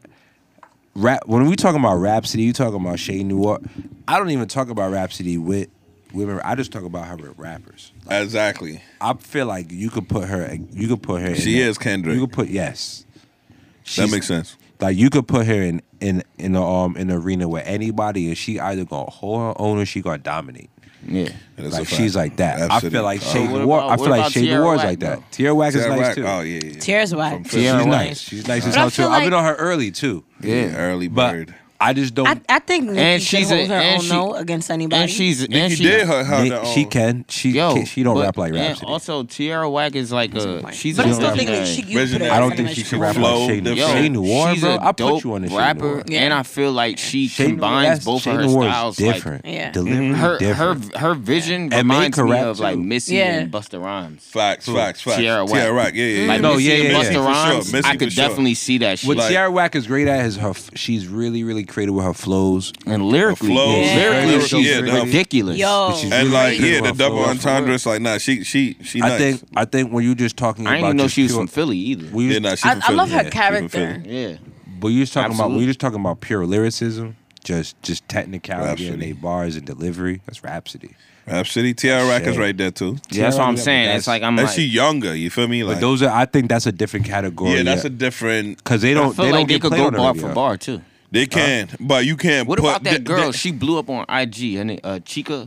S2: rap. When we talking about Rhapsody, you talking about Shay Noir. I don't even talk about Rhapsody with women. I just talk about her with rappers.
S1: exactly.
S2: I feel like you could put her. You could put her. in
S1: She
S2: that.
S1: is Kendrick.
S2: You could put yes.
S1: that
S2: She's-
S1: makes sense.
S2: Like you could put her in in in the um in the arena with anybody, and she either gonna hold her own or she gonna dominate.
S4: Yeah.
S1: That is a
S2: like
S1: fact.
S2: she's like that. I
S1: Absolutely.
S2: feel like
S1: Uh,
S2: Shade
S4: what
S2: War.
S4: about-
S2: I
S4: what
S2: feel like
S4: about
S2: Shade
S4: Tierra
S2: War's
S4: Whack,
S2: like
S4: bro?
S2: that. Tierra Whack is
S1: Tierra
S2: nice
S1: Whack.
S2: too.
S1: Oh yeah, yeah. yeah.
S6: Tears whack.
S1: From
S4: Tierra
S2: She's
S1: Philly.
S4: Whack.
S2: nice. She's nice as
S3: But I
S2: hell too.
S3: feel
S2: I've been
S3: like-
S2: on her early too.
S1: Yeah, early
S2: But
S1: bird.
S2: I just don't.
S3: I, I think Nikki can
S4: And she's a-
S3: hold her
S4: and
S3: own
S4: she-
S3: though against anybody.
S4: And she's and
S1: Nikki
S4: she
S1: did her, her
S2: Nick-
S1: own.
S2: she can. She
S4: Yo,
S2: can, she don't
S4: but-
S2: rap like
S4: and
S2: Rhapsody.
S4: Also, Tierra Whack is like a. She's
S3: but
S4: a
S3: I still think
S4: visionary.
S3: that she. you
S1: Visionary.
S3: put her
S2: I don't
S3: in
S2: think
S3: that
S2: she
S3: she
S2: can
S1: can
S2: rap
S1: flow
S2: like Shade Noir.
S1: different.
S2: Shade
S1: Yo,
S2: Noir,
S4: she's
S2: bro.
S4: a
S2: I put
S4: dope
S2: you on the
S4: rapper,
S2: Shade Noir.
S4: and I feel like she
S2: Shade Noir,
S4: combines
S2: that's-
S4: both
S2: Shade
S4: of her
S2: Noir is
S4: styles.
S2: Different.
S6: Yeah.
S2: Delivery
S4: Like, her her
S2: different.
S4: her vision
S2: And make
S4: reminds
S2: her
S4: me
S2: rap
S4: of like
S2: too.
S4: Missy
S6: Yeah.
S4: and Busta Rhymes.
S1: Facts, facts, facts.
S4: Tierra Whack.
S1: Tierra Whack. Yeah, yeah, yeah.
S4: Like
S2: No,
S4: Missy
S2: yeah,
S4: and
S2: yeah,
S4: Busta
S2: yeah.
S1: For sure.
S4: Rhymes,
S1: Missy
S4: I could
S1: for sure.
S4: definitely see that shit.
S2: What
S1: like-
S2: Tierra Whack is great at is her. f- She's really really creative with her flows.
S4: and lyrically,
S1: Her flows,
S4: yeah.
S6: Yeah.
S4: lyrically,
S1: lyrical,
S4: she's
S1: yeah, the-
S4: ridiculous.
S6: Yo.
S2: she's
S1: And
S2: really
S1: like,
S2: good
S1: yeah,
S2: with
S1: the
S2: her
S1: double
S2: flow.
S1: entendre. It's like, nah, she, she, she.
S2: I
S1: nice.
S2: think I think when you just talking
S4: I didn't
S2: about
S4: even know
S2: just
S4: she was
S2: pure-
S4: from Philly either.
S2: we-
S1: Yeah, nah, she
S3: I,
S1: from
S3: I love
S1: Philly. She
S3: her
S1: from
S3: character.
S1: Philly.
S4: yeah.
S2: But you was talking about
S4: Absolutely.
S2: we just talking about pure lyricism, just just technicality and they
S1: Rhapsody.
S2: bars and delivery. That's rhapsody.
S1: Rhapsody, Tierra Whack is
S2: Shit.
S1: right there too.
S4: Yeah, that's what I'm
S2: Tierra,
S4: saying.
S2: that's-
S4: It's like I'm
S1: and
S4: like,
S1: she younger. You feel me?
S2: But
S1: Like,
S2: those are I think that's a different category.
S1: yeah, that's a different.
S2: because they
S4: I
S2: don't
S4: feel
S2: they
S4: like
S2: don't
S4: they
S2: get
S4: could
S2: played
S4: go
S2: on the
S4: bar
S2: radio.
S4: for bar too.
S2: uh,
S1: They can, but you can't.
S4: What
S1: put,
S4: about that
S1: th-
S4: girl?
S1: th-
S4: She blew up on IG. Her name, uh, Chica.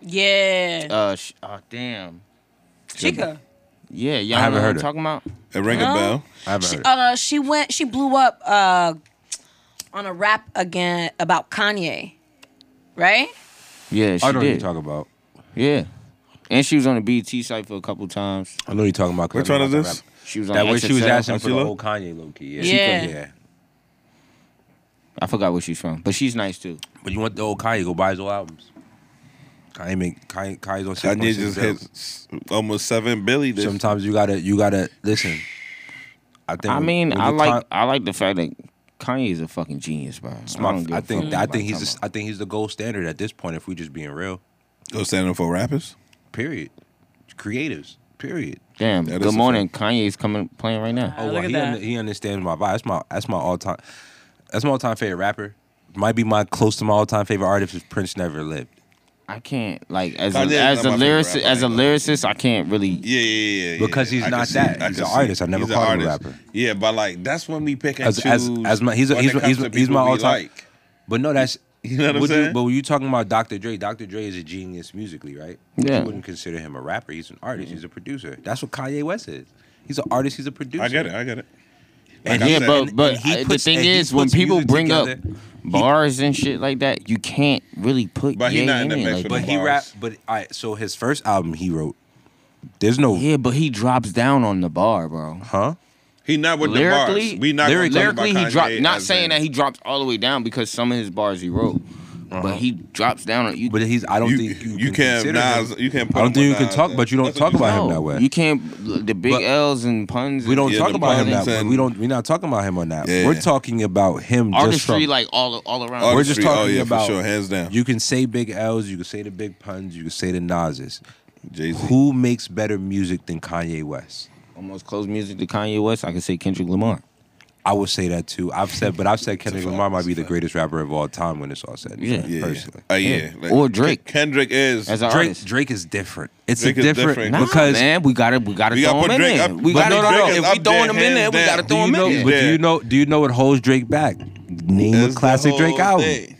S6: Yeah.
S4: Uh, sh- oh damn.
S6: Chica.
S4: Yeah, y'all
S2: I haven't
S4: know what
S2: heard
S4: I'm
S2: her.
S4: talking about.
S1: It ring a
S3: No.
S1: bell.
S2: I haven't
S3: She,
S2: heard. it.
S3: uh, she went. She blew up uh, on a rap again about Kanye, right?
S4: Yeah, she
S2: I know what you're
S4: did.
S2: talking about.
S4: Yeah, and she was on the BET site for a couple times.
S2: I know what you're talking about. 'cause
S1: Which
S2: I know
S1: one is
S2: about
S1: this?
S2: rap.
S4: She was on
S2: That way she was
S4: XXL.
S2: asking for the
S1: Sheila?
S2: old Kanye low key. Yeah.
S6: Yeah.
S2: yeah.
S4: I forgot where she's from, but she's nice too.
S2: But you want the old Kanye? Go buy his old albums. Kanye make Kanye, Kanye's on six
S1: Kanye
S2: months
S1: just
S2: just
S1: hit s- almost seven billy. This
S2: Sometimes you gotta you gotta listen. I think.
S4: I mean,
S2: when
S4: I
S2: you
S4: like
S2: con-
S4: I like the fact that Kanye's a fucking genius, bro.
S2: It's
S4: I,
S2: my-
S4: don't give
S2: I
S4: a fuck
S2: think
S4: what
S2: I
S4: nobody
S2: think he's
S4: talking
S2: the, I think he's the gold standard at this point. If we just being real,
S1: go standing for rappers.
S2: period. Creatives, period.
S4: about. damn.
S1: That is a
S4: Good morning, Kanye's coming playing right now.
S6: look at
S2: Oh, he,
S6: that.
S2: he understands my vibe. That's my that's my all time. That's my all time favorite rapper. Might be my close to my all time favorite artist if Prince never lived.
S4: I can't like as a,
S1: Kanye's
S4: as a
S1: not my favorite
S4: lyricist
S1: rapper,
S4: as a
S1: I ain't gonna
S4: lyricist, I can't really.
S1: Yeah, yeah, yeah. yeah,
S2: Because he's
S1: I can
S2: not
S1: see-
S2: that.
S1: I
S2: He's
S1: can
S2: an
S1: see.
S2: artist. I never
S1: He's an
S2: called him a
S1: artist.
S2: rapper.
S1: Yeah, but like that's when we pick and
S2: As- as-
S1: choose
S2: as my- he's a-
S1: when
S2: he's
S1: it
S2: a-
S1: comes
S2: he's a-
S1: to
S2: he's my
S1: people we
S2: all-time-
S1: like.
S2: But no, that's
S1: You know what I'm
S2: would
S1: saying?
S2: but when you talking about Dr. Dre, Dr. Dre is a genius musically, right? But
S4: Yeah.
S2: You wouldn't consider him a rapper. He's an artist.
S1: Mm-hmm.
S2: He's a producer. That's what Kanye West is. He's an artist. He's a producer.
S1: I get it. I get it.
S2: And
S1: Like I
S4: yeah,
S1: said,
S4: but but
S2: and he
S4: I- the
S2: puts-
S4: thing
S2: and he
S4: is, when
S2: puts
S4: people
S2: music
S4: bring up
S2: together, he-
S4: bars and shit like that, you can't really put.
S1: But he
S4: Ye
S1: not in
S4: in
S1: the
S4: it
S1: mix
S4: like
S1: with
S4: that.
S2: But he
S1: bars.
S2: rap. But all right. So his first album he wrote. There's no
S4: Yeah, but he drops down on the bar, bro.
S2: huh.
S1: He not with the
S4: Lyrically,
S1: bars. We not gonna
S4: lyrically,
S1: talk about
S4: he
S1: Kanye
S4: dropped. Not
S1: as
S4: saying
S1: in-
S4: that he drops all the way down because some of his bars he wrote, but he drops down on you.
S2: Uh-huh. But he's. I don't
S1: You-
S2: think you,
S1: you
S2: can.
S1: can't
S2: consider him.
S1: Nas- you can't put
S2: I don't
S1: him with
S2: think you can
S1: Nas
S2: talk.
S1: then.
S2: But you don't
S1: That's what
S2: talk
S1: you
S2: about
S1: said.
S2: him that way.
S4: You can't. The big
S2: But-
S4: L's and puns.
S2: we don't
S1: Yeah,
S2: talk
S1: the
S2: about him that
S1: puns
S2: way.
S1: and-
S2: We don't. We're not talking about him on that.
S1: Yeah.
S2: We're talking about him. just
S4: artistry
S2: from,
S4: like all all around.
S1: Artistry,
S2: We're just
S1: oh,
S2: talking
S1: yeah,
S2: about
S1: for sure, hands down.
S2: You can say big L's. You can say the big puns. You can say the Nas's.
S1: Jay Z.
S2: Who makes better music than Kanye West?
S4: Almost close music to Kanye West. I could say Kendrick Lamar.
S2: I would say that too. I've said, but I've said Kendrick
S1: fact,
S2: Lamar might
S1: it's
S2: be
S1: a
S2: the
S1: fact.
S2: greatest rapper of all time when it's all said. and
S4: Yeah.
S2: done,
S1: Yeah.
S2: personally.
S1: Uh, yeah.
S4: Yeah. Or Drake.
S1: Kendrick is.
S4: As an
S2: Drake,
S4: artist.
S2: Drake is different. It's
S1: Drake
S2: a
S1: is
S2: different,
S1: different.
S4: Nah,
S2: because
S4: man, we gotta we gotta
S1: We
S4: throw
S1: gotta put
S4: him in
S1: Drake
S4: there.
S1: up-
S4: We
S1: but
S4: gotta
S1: no, no,
S4: Drake
S1: no.
S4: if
S1: Up
S4: we throwing
S1: there,
S4: him in there, we
S1: hands
S4: gotta
S1: down.
S2: do
S4: throw
S2: you
S4: him
S2: know?
S4: in
S1: He's
S2: But
S4: there.
S2: do you
S1: dead.
S2: know? Do you know what holds Drake back? Name
S1: It's
S2: a
S1: the
S2: classic
S1: whole
S2: Drake album.
S1: thing.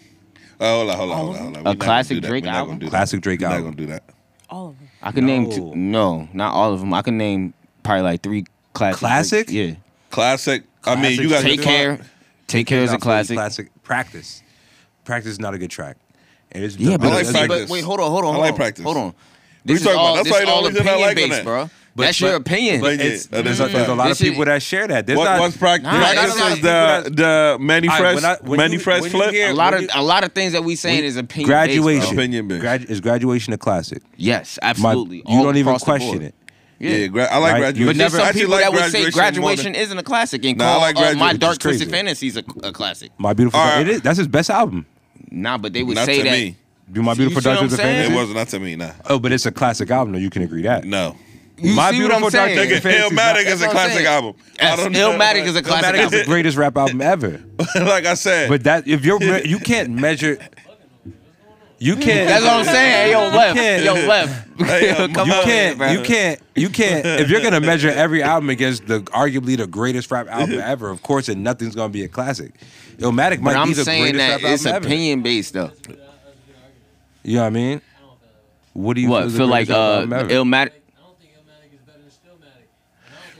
S1: Oh, hold on, hold on, hold on, hold on. We're not gonna
S4: classic
S1: do that.
S4: Drake
S1: We're not gonna
S4: album?
S1: do that.
S2: Classic Drake
S1: We're not
S2: album.
S1: gonna do that.
S3: All of them.
S4: I can name
S2: No.
S4: two, no, not all of them. I can name probably like three classic.
S2: Classic?
S4: Yeah.
S1: Classic. I mean, you got
S2: Classic
S4: Take care. Take care is a classic.
S2: Classic. Practice. Practice is not a good track. And it's
S4: Yeah, but,
S1: I like
S4: but-
S1: practice.
S4: wait, hold on, hold on,
S1: I
S4: hold
S1: like
S4: on,
S1: practice.
S4: Hold on.
S1: you
S4: This is
S1: talking about?
S4: all,
S1: That's
S4: this
S1: probably the
S4: all
S1: only reason I
S4: opinion
S1: like on
S4: based,
S1: that.
S4: bro.
S2: But-
S4: That's your
S2: but-
S4: opinion.
S2: But
S1: Yeah,
S2: it's,
S1: that
S2: there's,
S1: is
S2: a,
S1: a
S2: there's a
S1: fact.
S2: lot of
S4: This shit-
S2: people that share that. There's
S1: What,
S2: not,
S1: what's practice?
S4: Nah,
S1: practice
S4: that's
S1: is
S2: not-
S1: the the many
S2: All right,
S1: fresh
S2: when I- when
S1: many
S2: you-
S1: fresh
S2: when you
S1: flip.
S2: hear-
S4: a lot
S2: when
S4: of
S2: you-
S4: a lot of things that we saying is opinion.
S2: graduation.
S1: Opinion based.
S2: Grad- is graduation a classic?
S4: yes,
S2: My-
S4: absolutely.
S2: you
S4: All
S2: don't even
S4: across the
S2: question
S4: board.
S2: it.
S1: yeah,
S4: Yeah.
S1: gra- I like
S2: Right,
S1: graduation.
S2: you
S4: But there's
S1: I
S4: some
S1: actually
S4: people
S1: like
S4: that would say
S1: graduation more than-
S4: graduation isn't a classic and
S1: Nah, I
S4: call
S1: like
S4: uh, my
S1: Graduation,
S2: which
S4: dark
S2: is crazy.
S4: twisted fantasies a, a classic.
S2: My beautiful.
S1: All right.
S2: It is. That's his best album.
S4: Nah, but they would
S1: Not
S4: say
S1: to
S4: that.
S1: me.
S2: Do my
S4: See, you
S2: beautiful
S4: see what
S2: dark
S4: I'm
S2: twisted
S4: saying?
S1: It
S2: fantasy.
S1: wasn't not to me. Nah,
S2: Oh, but it's a classic album. No, you can agree that.
S1: no.
S4: You
S2: My
S4: see what
S2: beautiful
S4: I'm
S2: dark
S4: saying?
S2: nigga,
S1: Nigga,
S2: Fancy is not-
S1: Illmatic is
S4: That's
S1: a
S4: what I'm
S1: classic
S4: saying.
S1: album. I
S4: Yes,
S1: don't know.
S4: Illmatic is a classic
S2: Illmatic is the greatest rap album ever.
S1: like I said,
S2: But that if you're you can't measure. You can't.
S4: That's what I'm saying. Hey, yo,
S2: can't-
S4: left. Yo, left.
S1: Hey, yo,
S4: Come
S2: you
S4: on,
S2: can't,
S4: bro.
S2: you can't, you can't. If you're gonna measure every album against the arguably the greatest rap album ever, of course, and nothing's gonna be a classic. Illmatic
S4: But
S2: might
S4: I'm
S2: be the
S4: saying
S2: greatest
S4: that
S2: rap
S4: it's
S2: album ever.
S4: opinion based though.
S2: You know what I mean? What do you
S4: What
S2: is the
S4: feel like
S2: greatest rap
S4: uh
S2: album ever?
S4: Illmatic?
S1: Oh,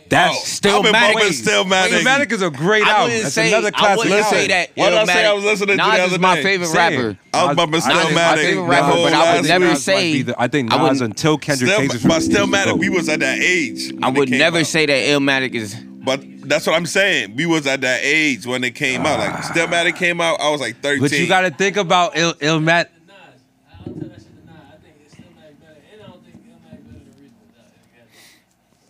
S2: That's
S4: Still
S1: I've been
S4: Matic.
S1: bumping Still Matic.
S2: Illmatic is a great
S4: I
S2: album.
S4: wouldn't
S2: That's
S4: say
S2: another
S4: I
S2: classic.
S4: wouldn't
S1: Listen,
S4: say that.
S1: what I say I
S4: Illmatic-
S1: was listening to
S4: Nas
S1: the
S4: is
S1: other
S4: my
S1: day.
S4: favorille
S2: Say it.
S4: rapper.
S1: I was bumping
S2: Nas is
S1: Still
S4: my
S1: Matic.
S4: favorite rapper,
S1: the whole
S4: but I would
S1: last
S4: never
S1: night.
S2: Nas might
S4: say-
S2: be the- I think
S4: I
S2: Nas
S4: wouldn't-
S2: until Kendrick
S1: Still,
S2: takes it.
S1: but Still Matic, we was at that age. when
S4: I
S1: it
S4: would
S1: came
S4: never
S1: out.
S4: say that Illmatic is.
S1: But that's what I'm saying. We was at that age when it came out. Like Still Matic came out, I was like 13.
S2: But you gotta think about Ill Illmatic.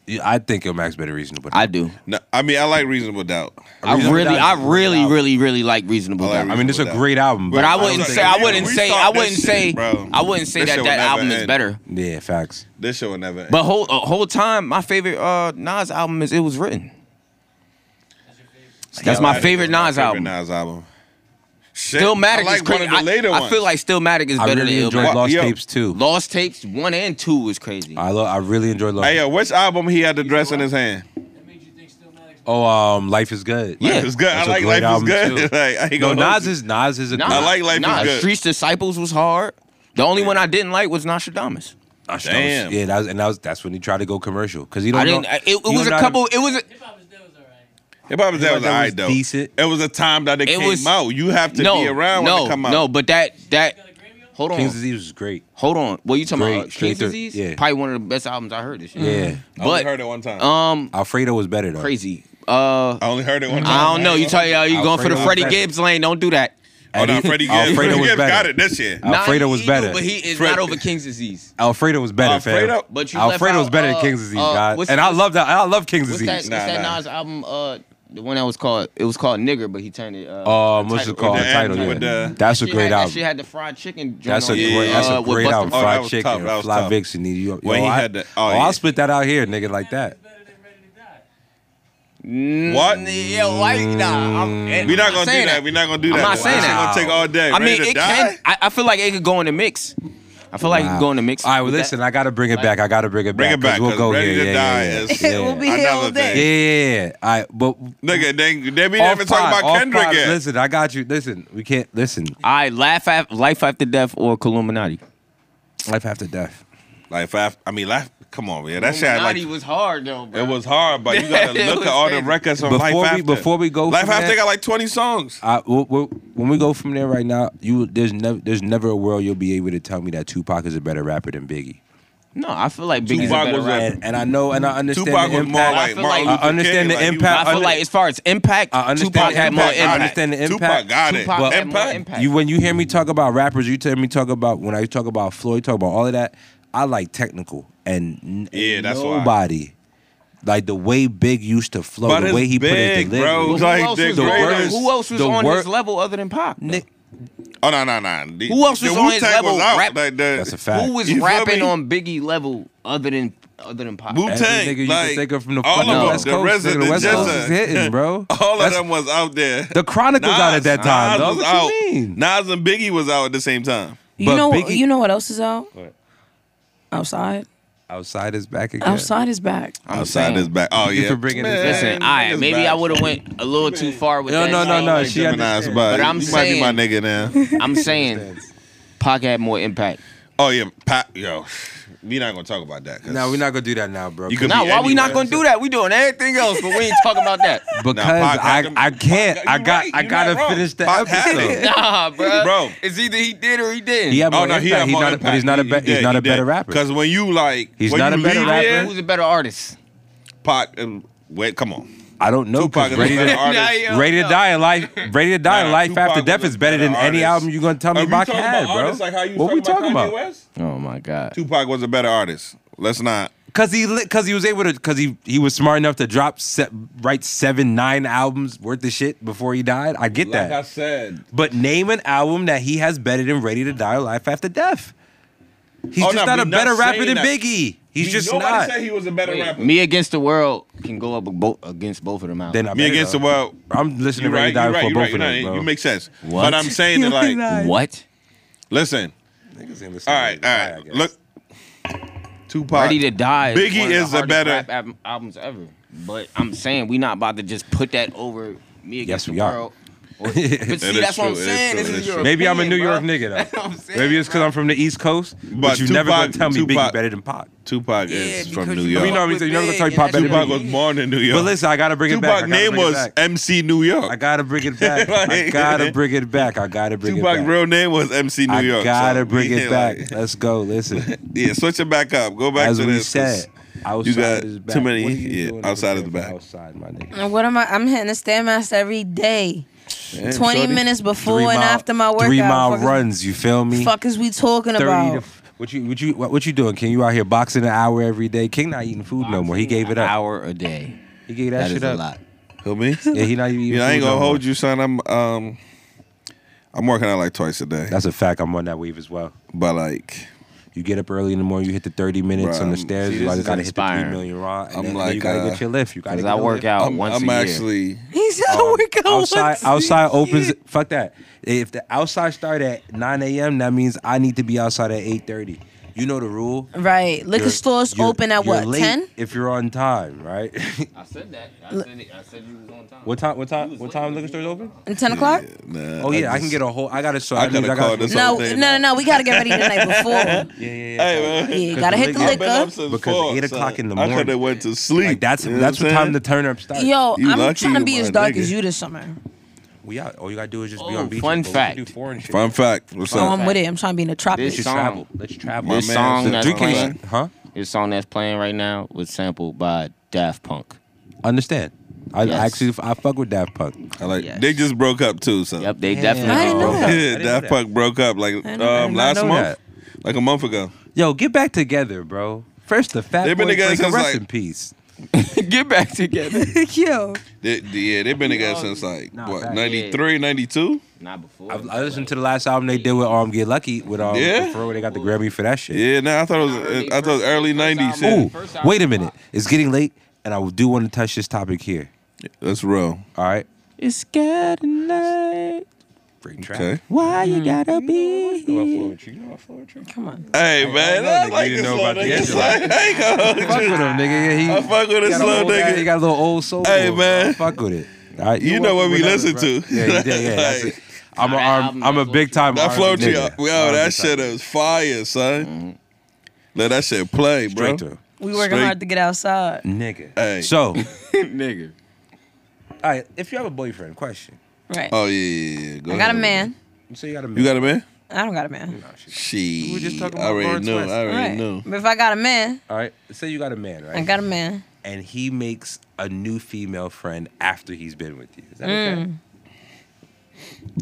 S2: Yeah, I think Illmatic's better reasonable.
S4: I do.
S1: No, I mean, I like Reasonable Doubt.
S4: I
S2: Reasonable
S4: really,
S2: Doubt
S4: I
S2: is a
S4: really,
S2: good
S4: really, really, like Reasonable
S1: I like
S4: Doubt.
S2: I mean, it's a great album,
S4: But I wouldn't
S1: don't
S4: say,
S1: think-
S4: I
S1: we-
S4: wouldn't
S1: we
S4: say,
S1: start
S4: I
S1: this
S4: wouldn't
S1: shit,
S4: say,
S1: bro.
S4: I wouldn't say
S1: This shit
S4: that
S1: will
S4: that
S1: never
S4: album is
S1: end.
S4: better.
S2: yeah, facts.
S1: This shit will never end.
S4: But whole uh, whole time, my favorite uh, Nas album is It Was Written. That's my
S1: Illmatic
S4: favorite
S1: is my
S4: Nas
S1: favorite
S4: album.
S1: Nas album. Shit, I
S4: Stillmatic
S1: like
S4: is crazy.
S1: one of the later
S4: I,
S1: ones.
S4: I feel like Stillmatic is
S2: I
S4: better
S2: really
S4: than
S2: enjoyed
S4: Illmatic.
S1: Well,
S2: Lost
S1: yo.
S2: Tapes too.
S4: Lost Tapes one and two is crazy.
S2: I love. I really enjoyed Lost.
S1: Hey, yo, which album he had the dress in his hand?
S2: Oh, um, Life is Good.
S4: Yeah.
S1: Life is good.
S2: That's a
S1: I like
S2: great
S1: Life
S2: album,
S1: is good.
S2: too.
S1: like, I ain't
S2: No,
S1: gonna hold
S2: Nas
S1: you.
S2: is Nas is a.
S4: Nah,
S1: I like Life is
S4: nah,
S1: Good.
S4: Streets Disciples was hard. The only one I didn't like was Nostradamus.
S2: Nas-
S1: Damn.
S2: Yeah, that was, and that was that's when he tried to go commercial because he don't.
S4: I didn't.
S2: Know,
S4: I- It,
S2: he
S4: it was
S2: don't
S4: a
S2: know how to-
S4: couple. It was. a-
S1: Hip Hop is
S2: Hip
S1: that
S2: Hop
S1: was
S2: Dead was
S1: alright though.
S2: decent.
S1: It was a time that it,
S4: It
S1: came
S4: was-
S1: out. You have to
S4: no,
S1: be around
S4: no,
S1: when it come out.
S4: no. But that that. Hold on.
S2: King's Disease was great.
S4: Hold on. What you talking
S2: Great,
S4: about? Uh,
S2: straight
S4: King's
S2: through.
S4: Disease?
S2: Yeah.
S4: Probably one of the best albums I heard this year.
S2: Yeah,
S1: I only
S4: But
S1: heard it one time.
S4: um,
S2: Alfredo was better though.
S4: Mm-hmm. crazy. Uh,
S1: I only heard it one time.
S4: I don't know. You tell y'all you going for the
S2: Alfredo.
S4: Freddie Gibbs lane. Don't do that.
S1: Oh no,
S2: Eddie-
S1: Freddie Gibbs.
S2: Alfredo
S1: Freddie
S2: was
S1: Gibbs
S2: better.
S1: got it this year.
S2: Alfredo
S4: Nah,
S2: was
S4: he
S2: better.
S4: do, but he is
S1: Fred-
S4: not over King's Disease.
S2: Alfredo was better.
S1: Alfredo-
S2: fam.
S4: But you left
S2: Alfredo
S4: out,
S2: was better
S4: uh,
S2: than King's Disease,
S4: uh,
S2: God.
S4: what's-
S2: And I love that. I love King's
S4: What's
S2: Disease.
S4: that? What's
S1: Nah,
S4: that
S1: nah.
S4: Nas album? Uh, the one that was called. It was called Nigger, but he turned it. Uh,
S2: Um, what's it
S4: title-
S2: called?
S1: With the
S2: Title.
S1: anthem,
S2: Yeah.
S1: with the-
S2: That's a
S4: She
S2: great
S4: had,
S2: album.
S4: She had the fried chicken. joint
S2: That's a
S4: on it,
S2: great.
S1: Yeah,
S2: That's
S4: uh,
S2: a
S4: with
S2: great
S4: Busta
S2: album.
S4: Rhymes.
S2: Fried
S1: was
S2: chicken,
S1: tough, that was
S2: fly
S1: tough.
S2: Vicks in New York.
S1: When he
S2: I,
S1: had that- oh, yeah.
S2: I'll split that out here, nigga, like that.
S1: What?
S4: Mm, Yeah, why? Nah, I'm, and
S1: We're not
S4: I'm
S1: gonna do
S4: saying
S1: that. We're not gonna do that.
S4: I'm not
S1: though.
S4: saying
S1: That shit gonna
S4: that.
S1: take all day.
S4: I mean,
S1: Ready to
S4: it
S1: die?
S4: can. I, I feel like it could go in the mix. I feel like it could go in the mix.
S2: All right, well,
S4: with that.
S2: listen, I gotta bring it back. I gotta bring it
S1: Bring
S2: back.
S1: it back.
S2: 'cause We'll go
S1: Ready
S2: here.
S1: to
S2: yeah,
S1: die
S2: yeah,
S1: is
S2: yeah.
S3: We'll be here all
S1: another
S3: day.
S2: Yeah,
S1: thing.
S2: yeah, yeah. All right, but
S1: Nigga, they they be
S2: off
S1: never talking
S2: pod,
S1: about
S2: off
S1: Kendrick
S2: pod.
S1: yet.
S2: Listen, I got you. Listen, we can't listen.
S4: I laugh at life after death or Columinati.
S2: Life after death.
S1: Like, I, I mean, like, come on, man. That shit had, like
S4: was hard though. Bro.
S1: It was hard, but you gotta
S4: It
S1: look
S4: was
S1: at all the
S4: crazy.
S1: records on
S2: Before
S1: Life
S2: we-
S1: After.
S2: before we go
S1: Life
S2: from
S1: After
S2: that-
S1: got like twenty songs.
S2: I, we'll, we'll, when we go from there right now, you there's never there's never a world you'll be able to tell me that Tupac is a better rapper than Biggie.
S4: No, I feel like Biggie's
S1: Tupac
S4: a better
S1: was a-
S4: rapper.
S2: And, and I know and I understand
S1: Tupac
S2: the
S1: was
S2: impact.
S1: more like
S4: feel
S1: Martin
S4: like-
S1: Luther
S2: I understand
S1: King,
S2: the
S1: like, he
S2: impact
S4: I feel like as far as impact,
S2: I understand
S4: Tupac had more
S2: impact. I
S4: impact.
S2: understand the
S1: Tupac
S2: impact.
S1: got it.
S4: Tupac
S2: But-
S4: had more
S1: Impact.
S4: impact.
S2: You when you hear me talk about rappers, you tell me talk about when I talk about Floyd, talk about all of that. I like technical and n-
S1: Yeah, that's why.
S2: nobody. Like the way Big used to flow,
S1: But
S2: the
S1: it's
S2: way he put
S1: Big,
S2: it
S1: bro.
S4: Well,
S2: delivery.
S4: who,
S1: Like,
S4: else
S1: the
S4: was on,
S1: greatest-
S4: who else was
S2: the
S4: on
S2: wor-
S4: his level other than Pop?
S2: Nick,
S1: Oh no, no, no. The-
S4: Who else was
S1: the
S4: on his
S1: Wu-Tang
S4: level
S1: Was out.
S4: rap-
S1: Like, the,
S2: that's a fact.
S4: Who was
S1: You feel
S4: rapping
S1: me?
S4: on Biggie level other than other than pop.
S1: Wu
S2: Every
S1: Tang,
S2: nigga you
S1: like
S2: can think of from the
S1: all
S2: fucking
S1: of them,
S2: West
S1: the
S2: Coast,
S1: resident,
S2: nigga, the West
S1: just
S2: Coast
S1: a-
S2: is hitting, bro.
S1: All of
S2: That's-
S1: them was out there.
S2: The Chronicles out at that time,
S1: Nas
S2: dog.
S1: was
S2: What you
S1: out.
S2: mean?
S1: Nas and Biggie was out at the same time.
S2: But
S6: You know,
S2: Biggie-
S6: you know what else is out?
S1: What?
S6: Outside.
S2: Outside is back again.
S6: Outside is back.
S4: I'm
S1: Outside
S4: saying.
S1: this back. Oh
S2: you
S1: yeah.
S2: for bringing this up.
S4: Listen, I
S1: niggas
S4: maybe
S1: back.
S4: I would have went a little too far with
S2: No,
S4: that.
S2: no, no,
S4: shit.
S2: no.
S1: Like
S2: she
S1: Gemini's
S2: understand.
S1: body.
S4: But I'm
S1: you might
S4: saying-
S1: be my nigga now.
S4: I'm saying, Pac had more impact.
S1: Oh yeah, Pop, yo, we not gonna talk about that. 'cause
S2: No, we're not gonna do that now, bro.
S1: You could
S4: Now,
S1: be
S4: why we
S1: anywhere.
S4: not gonna do that? We doing everything else, but we ain't talking about that.
S2: because
S1: Pac had
S2: I,
S1: them-
S2: I can't.
S1: Pac-
S2: I
S1: you
S2: got
S1: right,
S2: I
S1: you
S2: gotta
S1: not wrong.
S2: finish the
S1: Pac had
S2: episode.
S1: them.
S4: Nah, bro.
S1: Bro.
S4: it's either he did or he didn't.
S2: He had more
S1: Oh no, he
S2: impact.
S1: had
S2: He's
S1: more
S2: not a-
S1: impact.
S2: But he's not a be- he's not a better rapper.
S1: Because when you like,
S2: He's
S1: when
S2: not
S1: you
S2: a better
S1: leave
S2: rapper.
S1: here,
S4: Who's a better artist?
S1: Pac, and, wait, come on,
S2: I don't know. 'cause
S1: Tupac is a
S2: Ready
S1: better
S2: to
S1: artist.
S4: Nah,
S2: Ready to die in life. Ready to die
S1: Nah,
S2: in life
S1: Tupac
S2: after
S1: was
S2: death
S1: a
S2: is better than
S1: better
S2: any
S1: artist.
S2: album you're gonna tell me
S1: Are we
S2: Pac
S1: talking
S2: had,
S1: about
S2: bro.
S1: artists, like how you
S2: What we talking
S1: Kanye
S2: about?
S1: West?
S4: Oh my god.
S1: Tupac was a better artist. Let's not.
S2: Cause he li- cause he was able to cause he he was smart enough to drop se- write seven nine albums worth of shit before he died. I get that.
S1: said,
S2: But name an album that he has better than Ready to Die or Life After Death. He's
S1: Oh,
S2: just
S1: no,
S2: not a
S1: we not
S2: better rapper
S1: saying
S2: than
S1: that.
S2: Biggie. He's just
S1: nobody
S2: not.
S1: said he was a better rapper.
S4: Me against the world can go up bo- against both of them out.
S2: They're not
S1: Me
S2: better,
S1: against
S2: though.
S1: the world.
S2: I'm listening
S1: You
S2: to Ready
S1: right,
S2: to Die
S1: you right, you
S2: for
S1: right.
S2: both of them,
S1: No,
S2: bro.
S1: you make sense.
S4: What?
S1: But I'm saying that like,
S4: what?
S1: listen,
S2: Niggas
S1: all right, all right, look, Tupac.
S4: Ready to Die. Is
S1: Biggie
S4: one of
S1: is
S4: the
S1: a
S4: hardest
S1: better-
S4: rap al- albums ever. But I'm saying we not about to just put that over me against
S2: Yes, we
S4: the
S2: are.
S4: world. Or- but see, that's
S1: is
S4: what I'm
S1: true, it is
S4: saying.
S1: true,
S4: This
S1: it
S4: is
S1: is
S4: your
S1: true.
S2: Maybe I'm a New
S4: opinion,
S2: York
S4: bro.
S2: nigga
S4: what
S2: though.
S4: I'm saying,
S2: Maybe it's because I'm from the East Coast, but,
S1: But
S2: you never
S1: Tupac-
S2: gonna tell me
S1: Tupac-
S2: Biggie better than Pac.
S1: Tupac is
S4: Yeah,
S1: from
S4: because
S1: New
S4: you
S1: York.
S2: You know what I'm
S4: with
S2: saying? You're never gonna tell me
S4: Big,
S2: Pac
S4: and
S2: better
S4: that's
S1: Tupac
S2: than
S4: what
S1: was
S2: Biggie.
S4: Biggie.
S1: born in New York.
S2: But listen, I gotta bring it back. I
S1: Tupac's
S2: gotta
S1: name
S2: bring it
S1: was
S2: back.
S1: MC New York.
S2: I gotta bring it back. I
S1: Like-
S2: gotta bring it back. I gotta bring it back.
S1: Tupac's real name was MC New
S2: I
S1: York. so
S2: gotta bring
S1: we
S2: it
S1: ain't
S2: back.
S1: like-
S2: Let's go. Listen.
S1: yeah, switch it back up. Go back
S2: as
S1: to
S2: we
S1: this. 'cause
S2: said, outside
S1: got
S2: is
S1: too
S2: back.
S1: many-
S2: What are you
S1: yeah,
S2: doing
S1: outside
S2: to
S1: is
S2: prepare
S1: back.
S2: for Outside, my nigga.
S3: And what am I? I'm hitting a Stairmaster every day. 20
S1: shorty.
S3: minutes before
S2: Three
S3: and
S2: mile-
S3: after my workout.
S2: three mile
S3: fuck is-
S2: runs. You feel me?
S3: Fuck is we talking
S2: Thirty.
S3: about?
S2: To, what you what you what, what you doing, King? You out here boxing an hour every day? King not eating food no more. He gave it
S4: An
S2: up.
S4: hour a day.
S2: He gave
S7: That
S2: that, shit
S7: is
S2: up.
S7: a lot.
S1: Who me?
S2: Yeah, he not even eating.
S1: Yeah, I ain't
S2: food
S1: gonna
S2: no
S1: hold
S2: more.
S1: you, son. I'm um, I'm working out like twice a day.
S2: That's a fact. I'm on that wave as well.
S1: but like,
S2: You get up early in the morning. You hit the 30 minutes
S1: Bruh,
S2: on the
S1: I'm-
S2: stairs. you
S1: see, this
S2: gotta
S1: is
S2: gotta hit the
S4: inspiring.
S2: three million raw. And
S1: I'm
S2: then, and then
S1: like,
S2: you gotta
S1: uh,
S2: get your lift. You gotta
S4: Because
S2: get
S4: I
S2: your
S4: work
S2: lift.
S4: out
S1: I'm,
S4: Oh, once
S1: I'm
S4: a year.
S1: actually
S3: He said I work out
S2: Oh, outside
S3: once a
S2: outside
S3: year.
S2: opens fuck that if the outside start at 9 a.m that means i need to be outside at 8.30 you know the rule
S3: Right. Liquor
S2: You're-
S3: stores
S2: you're-
S3: open at
S2: you're
S3: what?
S2: late
S3: 10?
S2: if you're on time right
S4: I said that. I said, it. I said you was on time.
S2: what time what time what time liquor stores open
S3: And 10 o'clock?
S1: Nah,
S2: oh yeah i, can
S1: just-
S2: get a whole i gotta so
S1: I
S2: that means
S1: gotta call
S2: gotta-
S1: this
S3: No,
S1: all day
S3: no, no,
S1: now.
S3: no. We got to get ready the night before.
S2: yeah yeah yeah
S1: Hey man,
S3: Yeah, you
S2: 'Cause
S3: gotta
S2: the
S3: hit the
S2: liquor-
S1: I've been up
S3: liquor.
S1: since
S2: Because
S1: four,
S2: eight
S1: son.
S2: o'clock in the
S1: I could
S2: morning.
S1: have went to sleep.
S2: like that's
S1: you know
S2: that's what
S1: I'm
S2: time the
S1: saying?
S2: turn up starts
S3: Yo,
S1: You
S3: I'm
S1: lucky
S3: trying to
S1: you
S3: be
S1: my
S3: as dark
S1: nigga.
S3: as you this summer.
S2: we out all you gotta do is just be
S4: Oh,
S2: on beach
S4: fun fact.
S2: do four and shit.
S1: Fun fact. What's
S3: Oh,
S1: up?
S3: I'm with it. I'm trying to be in the tropics.
S2: let's just
S4: song.
S2: travel let's travel
S1: My
S4: This
S1: man
S4: song
S1: said
S4: that's
S1: drink
S4: playing,
S1: ain't-
S2: huh
S4: this song that's playing right now was sampled by Daft Punk.
S2: understand I
S4: Yes.
S2: actually I fuck with Daft Punk.
S1: I like.
S4: Yes.
S1: They just broke up too. So
S4: Yep, they
S2: Damn.
S4: definitely.
S3: I didn't know that. I
S1: yeah, Daft Punk broke up like
S3: didn't- I did
S1: um
S3: not
S1: last
S2: know
S1: month,
S2: that.
S1: like a month ago.
S2: Yo, get back together, bro. First, the fat
S1: They've been
S2: boy
S1: together
S2: Flaco,
S1: since,
S2: rest
S1: like-
S2: in peace.
S4: Get back together.
S3: Yo.
S1: They, they- yeah, they've been together since like
S2: Nah,
S1: what
S2: back-
S1: 93, 92?
S4: Not before.
S2: I, I listened to the last album they did with um Get Lucky with um
S1: Yeah?
S2: Pharrell, They got the Grammy for that shit.
S1: Yeah, nah, I thought it was.
S4: Early
S1: I thought it was
S4: first-
S1: early
S4: first
S1: nineties.
S4: album.
S1: Yeah.
S2: Ooh, wait a minute. It's getting late, and I do want to touch this topic here.
S1: That's real.
S2: All right.
S4: It's getting late.
S2: Great
S1: Okay.
S4: Why you gotta be?
S3: Come on.
S1: Hey man, I,
S2: nigga
S1: like
S2: didn't
S1: this
S2: know
S1: little
S2: about the
S1: nigga.
S2: Israelites.
S1: I ain't gonna hold you.
S2: Fuck with him, nigga. Yeah,
S1: I
S2: he,
S1: fuck with
S2: he
S1: this
S2: got a
S1: little
S2: old guy- He
S1: nigga.
S2: got a little old soul.
S1: Hey,
S2: to him,
S1: man.
S2: bro. fuck with it. All right,
S1: You know what we
S2: whatever,
S1: listen
S2: bro.
S1: to.
S2: Yeah, you did, yeah. That's
S1: Like-
S2: it. I'm a,
S4: Nah, that
S2: I'm,
S4: album,
S2: I'm a
S4: that
S2: big time.
S1: That flow
S2: R&B
S1: to yo,
S2: nigga. R&B
S1: that shit
S2: type.
S1: is fire, son. Let that shit play, bro.
S2: Straight through.
S3: We working
S1: Mm-hmm. Straight-
S3: hard to get outside.
S2: Nigga.
S1: Hey.
S2: So, all
S4: Nigga.
S2: right, if you have a boyfriend, question.
S3: Right.
S1: Oh yeah, yeah, yeah. Go
S3: I got a
S1: ahead.
S3: man.
S2: So you got a Oh,
S1: You got a man?
S3: I don't got a man.
S1: She.
S2: were just talking
S1: I
S2: about
S1: already
S2: Lawrence
S1: knew.
S2: West.
S1: I already
S3: Right.
S1: knew.
S3: But if I got a man,
S2: All right. Say you got a man, right?
S3: I got a man.
S2: and he makes a new female friend after he's been with you. Is that okay?
S6: Mm.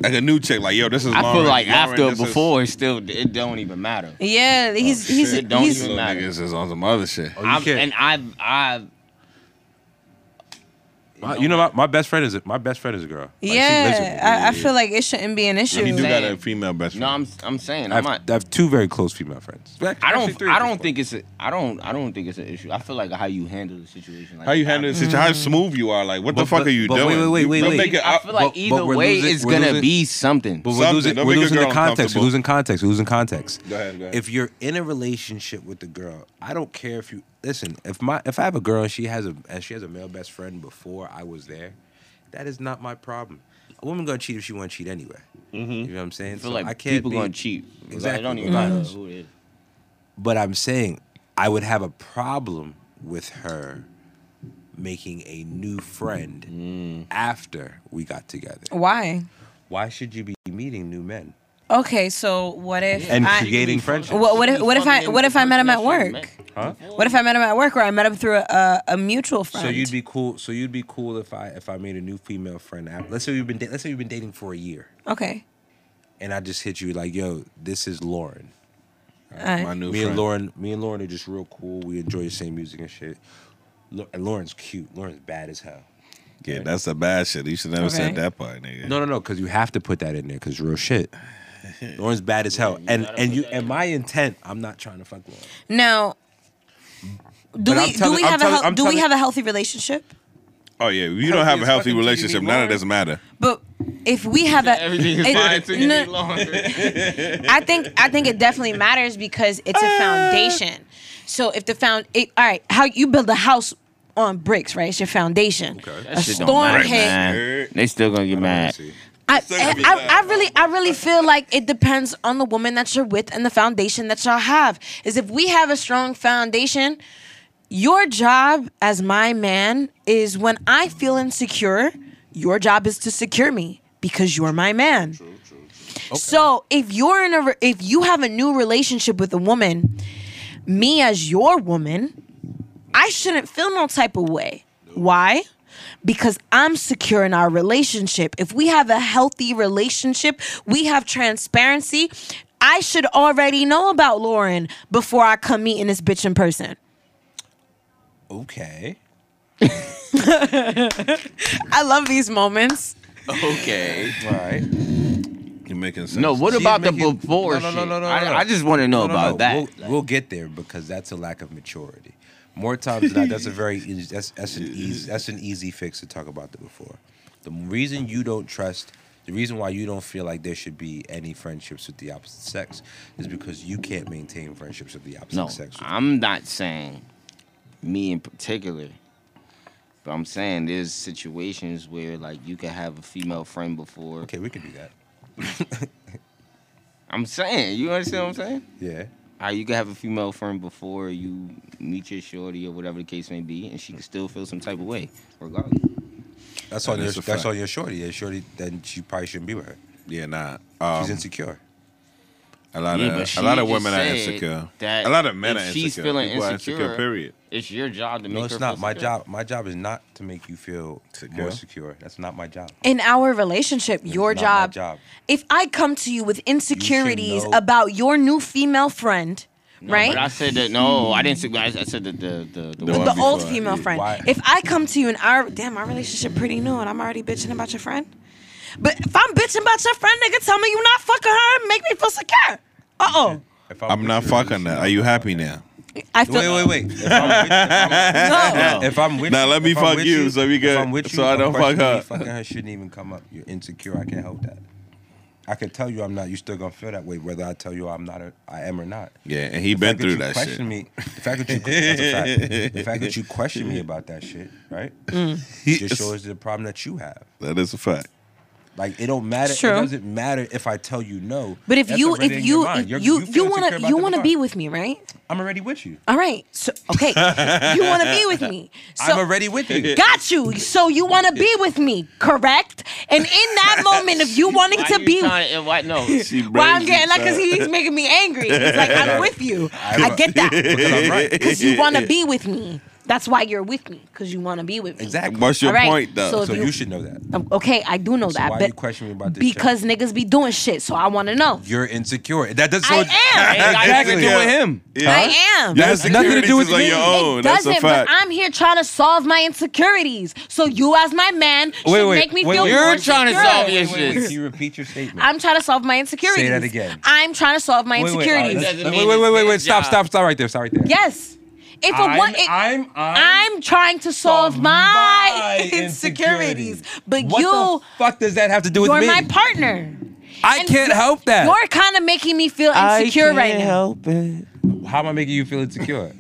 S1: Like a new chick, like yo, this is.
S4: I feel
S1: Lauren.
S4: like
S1: Lauren,
S4: after
S1: this is-
S4: before, it still it don't even matter.
S1: Oh,
S3: Yeah, he's he's
S4: shit, don't
S3: he's
S4: even-
S1: Little
S4: matter.
S1: niggas is on some other shit.
S2: Oh, you
S4: I've,
S2: can't-
S4: and I've I've
S2: My, you know, my, my best friend is a, my best friend is a girl. Like, she lives with me.
S6: yeah, I, I feel like it shouldn't be an issue.
S1: He do got
S4: Damn.
S1: a female best
S4: No,
S1: friend.
S4: I'm I'm saying
S2: I
S4: I'm
S2: have,
S4: not.
S2: I have two very close female friends.
S4: I
S2: Actually,
S4: don't.
S2: three
S4: I
S2: at this
S4: don't
S2: point.
S4: think it's. A, I don't. I don't think it's an issue. I feel like how you handle the situation. Like
S1: How you handle the situation? How smooth you are? Like, what the
S2: But-
S1: fuck
S2: but-
S1: are you
S2: but wait,
S1: doing?
S2: wait, wait,
S1: You-
S2: wait,
S1: don't
S2: wait.
S1: make it
S4: I
S1: out-
S4: feel like
S2: but- but
S4: either
S2: we're
S4: way,
S2: losing-
S4: it's
S2: we're
S4: gonna
S2: losing-
S4: be something.
S2: But we're
S1: Something.
S2: losing,
S1: Don't
S2: we're
S1: make a
S2: losing the
S1: girl
S2: context. We're
S1: uncomfortable.
S2: losing context. We're losing context.
S1: Go ahead, go ahead.
S2: If you're in a relationship with the girl, I don't care if you listen. If my if I have a girl and she has a and she has a male best friend before I was there, that is not my problem. A woman gonna cheat if she want to cheat anyway.
S1: Mm-hmm.
S2: You know what I'm saying?
S4: I feel
S2: So
S4: like
S2: I can't
S4: people
S2: be-
S4: gonna cheat. Like,
S2: Exactly. Mm-hmm.
S4: it don't even matter who it is.
S2: But I'm saying I would have a problem with her making a new friend
S4: Mm.
S2: after we got together.
S4: Oh.
S6: Why?
S2: Why should you be meeting new men
S6: Okay, so what if
S2: and
S6: I,
S2: creating friendships?
S6: What, what if what if I what if I met him at
S4: Fucking
S6: work?
S2: Huh?
S6: What if I met him at work or I met him through a, a mutual friend?
S2: So you'd be cool. So you'd be cool if I if I made a new female friend. app. Let's say we've been da- let's say we've been dating for a year,
S6: okay.
S2: and I just hit you like, "Yo, this is Lauren."
S6: Alright.
S1: My new
S2: me
S1: friend.
S2: and Lauren, me and Lauren are just real cool. We enjoy the same music and shit. Lo- and Lauren's cute. Lauren's bad as hell.
S1: Yeah, that's a bad shit. You should never
S6: Okay.
S1: said that part, nigga.
S2: No, no, no, because you have to put that in there because real shit. Lauren's bad as hell, and and you and my intent, I'm not trying to fuck Lauren.
S3: Now, do
S2: But I'm
S3: we do
S2: telling-
S3: we
S2: I'm
S3: have a
S2: telling-
S3: hel-
S2: I'm
S3: do we
S2: telling-
S3: have a healthy relationship?
S1: Oh yeah, if you don't have a
S2: as
S1: healthy
S2: fucking
S1: relationship.
S2: TV
S1: None of
S2: Lauren.
S1: this matter.
S3: But if we have a,
S4: Everything is
S3: it-
S4: fine till you
S3: no,
S4: get longer.
S3: I think I think it definitely matters because it's a foundation. So if the found it, all right, how you build a house on bricks, right? It's your foundation.
S4: That
S3: A
S4: shit don't
S3: storm
S4: matter,
S3: hit.
S4: man. They still gonna get mad.
S3: I,
S1: Still
S3: I,
S1: gonna be bad.
S3: I, I really I really feel like it depends on the woman that you're with and the foundation that y'all have. Is if we have a strong foundation, your job as my man is when I feel insecure, your job is to secure me because you're my man. So if you're in a re- if you have a new relationship with a woman, me as your woman, I shouldn't feel no type of way. Why? Because I'm secure in our relationship. If we have a healthy relationship, we have transparency. I should already know about Lauren before I come meeting this bitch in person.
S2: Okay.
S3: I love these moments.
S4: Okay.
S2: All right.
S1: You're making sense.
S4: No, what
S2: She's
S4: about the
S2: making-
S4: before
S2: No, no, no,
S4: shit?
S2: no, no,
S4: I,
S2: no.
S4: I just want to know
S2: No, no,
S4: about
S2: no.
S4: that.
S2: We'll, we'll get there because that's a lack of maturity. More times than not, that's a very easy- that's that's an easy that's an easy fix to talk about the before. The reason you don't trust, the reason why you don't feel like there should be any friendships with the opposite sex is because you can't maintain friendships with the opposite
S4: no,
S2: sex.
S4: I'm not saying me in particular, but I'm saying there's situations where like you can have a female friend before.
S2: okay, we can do that.
S4: I'm saying, you understand what I'm saying?
S2: Yeah.
S4: How you can have a female friend before you meet your shorty or whatever the case may be, and she can still feel some type of way, regardless.
S2: That's on
S1: That
S2: your
S1: is a
S2: that's
S1: fact.
S2: on your shorty. Your shorty then she probably shouldn't be with her.
S1: Yeah, nah. Um,
S2: She's insecure.
S1: a lot
S4: Yeah,
S1: of
S4: but
S1: a lot
S4: she
S1: of women
S4: just
S1: are
S4: said
S1: insecure.
S4: that
S1: A lot of men
S4: if
S1: are insecure.
S4: she's feeling
S1: People
S4: insecure-
S1: are insecure. Period.
S4: It's your job to make
S2: No,
S4: her
S2: it's not.
S4: feel
S2: My
S4: secure.
S2: job my job is not to make you feel
S1: Secure?
S2: more secure. That's not my job.
S3: In our relationship, your
S2: not my
S3: job,
S2: job.
S3: If I come to you with insecurities
S2: know-
S3: about your new female friend,
S4: No,
S3: right?
S4: But I said that. No, I didn't say. I, I said that the the the,
S1: The
S4: one
S1: one
S3: the
S1: before.
S3: old female friend.
S2: Why-
S3: If I come to you and our damn our relationship pretty new and I'm already bitching about your friend, but if I'm bitching about your friend, nigga, tell me you not fucking her and make me feel secure. Uh oh.
S2: If
S1: I'm
S2: with
S1: not
S2: you,
S1: fucking that. Are you happy now?
S3: I feel
S2: Wait, wait, wait. If I'm with,
S3: No.
S2: if I'm with
S1: Now
S2: you-
S1: let me
S2: if I'm
S1: fuck
S2: with
S1: you, so we
S2: If
S1: good.
S2: I'm with you,
S1: So I
S2: a
S1: don't fuck
S2: question of
S1: her.
S2: me Fucking her shouldn't even come up. You're insecure. I can't help that. I could tell you I'm not. You still gonna feel that way, whether I tell you I'm not. Or, I am or not.
S1: Yeah, and he
S2: The
S1: been
S2: fact
S1: through
S2: you
S1: that shit.
S2: question me. The fact that you that's a fact. the fact that you question me about that shit, right? Just shows the problem that you have.
S1: That is a fact.
S2: Like it don't matter.
S3: True.
S2: It doesn't matter if I tell you no.
S3: But if
S2: That's
S3: you
S2: already
S3: if
S2: in your
S3: you
S2: mind.
S3: if
S2: You're-
S3: you
S2: feel
S3: you
S2: insecure
S3: wanna
S2: about
S3: you
S2: the
S3: wanna
S2: before.
S3: be with me, right?
S2: I'm already with you.
S3: All right. So okay, you wanna be with me. So
S2: I'm already with you.
S3: Got you. So you want to be with me, correct? And in that moment of you wanting
S4: Why
S3: to
S4: you
S3: be,
S4: trying to invite- no,
S1: She
S3: why I'm
S1: brave,
S3: getting like,
S1: she
S3: cause
S1: tried.
S3: he's making me angry. It's like I'm with you. I get that.
S2: Because I'm right.
S3: Cause you want to be with me. That's why you're with me, because you want to be with me.
S2: Exactly.
S1: What's your
S3: All right,
S1: point though?
S3: so
S2: So
S3: if
S2: you
S3: you-
S2: should know that.
S3: Um, Okay, I do know
S2: So
S3: that.
S2: why
S3: but
S2: you question me about this shit?
S3: Because niggas be doing shit, so I want to know.
S2: You're insecure. That does
S3: I am.
S4: got nothing to do with him.
S3: I am.
S1: Your
S2: That has nothing to
S1: insecurities
S2: do with
S1: is on
S2: me.
S1: your
S2: It
S1: own.
S3: it
S1: That's a
S3: doesn't, but
S1: fact.
S3: I'm here trying to solve my insecurities. So you, as my man, should
S2: Wait, wait,
S3: make me
S2: wait,
S3: feel
S2: wait.
S4: You're
S3: more
S4: trying to
S3: secure.
S4: solve your
S2: Wait, wait, can
S4: shit.
S2: you repeat your statement?
S3: I'm trying to solve my insecurities.
S2: again.
S3: I'm trying to solve my
S2: Wait, wait, all right,
S3: insecurities.
S2: let's- Wait,
S4: Doesn't mean
S2: wait,
S4: it's
S2: wait, wait,
S4: his
S2: wait. Stop,
S4: job.
S2: stop, stop right there. Stop right there.
S3: yes. If a
S2: I'm,
S3: one, it,
S2: I'm, I'm,
S3: I'm trying to solve my
S2: my
S3: insecurities,
S2: insecurities.
S3: but
S2: what
S3: you,
S2: the fuck does that have to do with
S3: you're
S2: me?
S3: my partner.
S2: I
S3: and
S2: can't
S3: you're-
S2: help that.
S3: You're kind of making me feel insecure right now
S2: How am I making you feel insecure?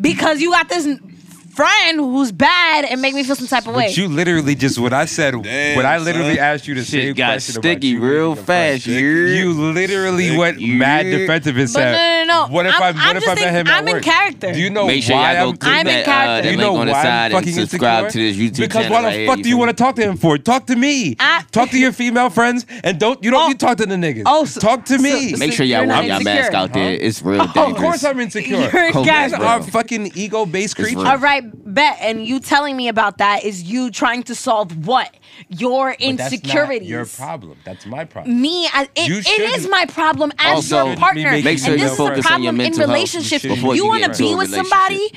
S3: because you got this n- friend who's bad and make me feel some type of way.
S2: But you literally just what I said.
S1: Damn,
S2: what I literally
S1: son.
S2: asked you to say.
S4: Shit got sticky real fast.
S2: You literally went
S4: Sticky.
S2: mad defensive and
S3: But
S2: said,
S3: no, no, no.
S2: "What if
S3: I'm-
S2: I'm,
S3: I'm
S2: what if
S3: just
S2: I met
S3: thinking-
S2: him at
S3: I'm in
S2: work?
S3: character.
S2: Do you know
S4: Make sure
S2: why
S4: y'all go
S2: I'm
S4: click
S3: I'm in
S4: that, uh,
S3: character.
S4: that
S2: you
S3: You
S4: link
S2: know
S4: on the
S2: why
S4: side
S2: I'm
S4: and
S2: fucking
S4: subscribe to
S2: insecure?
S4: this YouTube
S2: because
S4: channel.
S2: why the
S4: right here,
S2: fuck do you
S4: feel
S2: want
S4: me?
S2: to talk to him for? Talk to me.
S3: I-
S2: talk to your female friends and don't you don't
S3: Oh.
S2: need to talk to the niggas.
S3: Oh, so-
S2: talk to me.
S3: so-
S4: Make sure
S3: You're
S4: y'all
S3: not
S4: wear y'all mask
S3: insecure,
S4: out there.
S3: huh?
S4: It's real dangerous.
S2: of course I'm insecure.
S3: You're
S4: Cold
S3: guys
S4: ass,
S2: Guys are
S4: bro.
S2: fucking ego-based creatures.
S3: All right, bet. And you telling me about that is you trying to solve what? Your
S2: But that's not
S3: insecurities.
S2: your problem. That's my problem.
S3: Me, I, it,
S2: You
S3: it
S2: shouldn't-
S3: is my problem as
S4: Also,
S3: your
S4: shouldn't be
S3: partner.
S2: making
S3: and
S2: sure you
S3: this is a
S2: focus
S4: on your
S3: problem in
S4: mental health
S3: relationships.
S2: shit
S3: You,
S2: before you
S3: want
S2: get
S3: to be
S4: into a
S3: with somebody?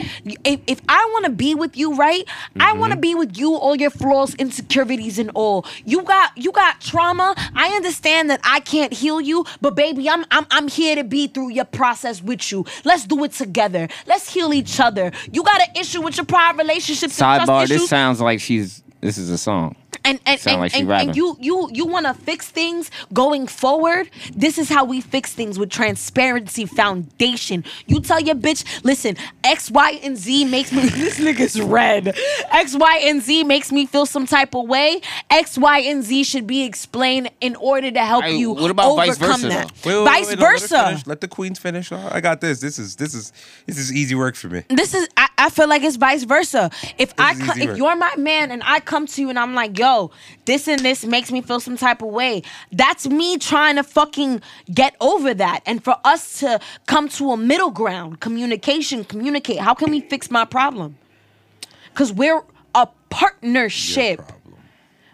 S3: If, if I want to be with you, right? I
S4: Mm-hmm.
S3: want to be with you, all your flaws, insecurities, and all. You got you got trauma. I understand that I can't heal you, but baby, I'm I'm I'm here to be through your process with you. Let's do it together. Let's heal each other. You got an issue with your prior relationships. and
S4: Sidebar.
S3: trust
S4: This
S3: issues
S4: sounds like she's. This is a song.
S3: and and,
S4: Sound
S3: and,
S4: like she
S3: and,
S4: rapping.
S3: and you you you want to fix things going forward this is how we fix things with transparency foundation you tell your bitch listen x y and z makes me this nigga's red x y and z makes me feel some type of way x y and z should be explained in order to help
S4: Hey,
S3: you
S4: what about vice
S3: overcome
S4: versa,
S3: that
S2: Wait,
S4: though?
S2: wait, wait, wait,
S3: vice
S2: no, let her
S3: versa
S2: finish. Let the queens finish. I I got this. This is this is this is easy work for me.
S3: this is I, I feel like it's vice versa. If I
S2: is
S3: co-
S2: easy
S3: if
S2: work.
S3: you're my man and I come to you and I'm like, yo, this and this makes me feel some type of way. That's me trying to fucking get over that. And for us to come to a middle ground, communication, communicate. How can we fix my problem? Cause we're a partnership.
S2: problem.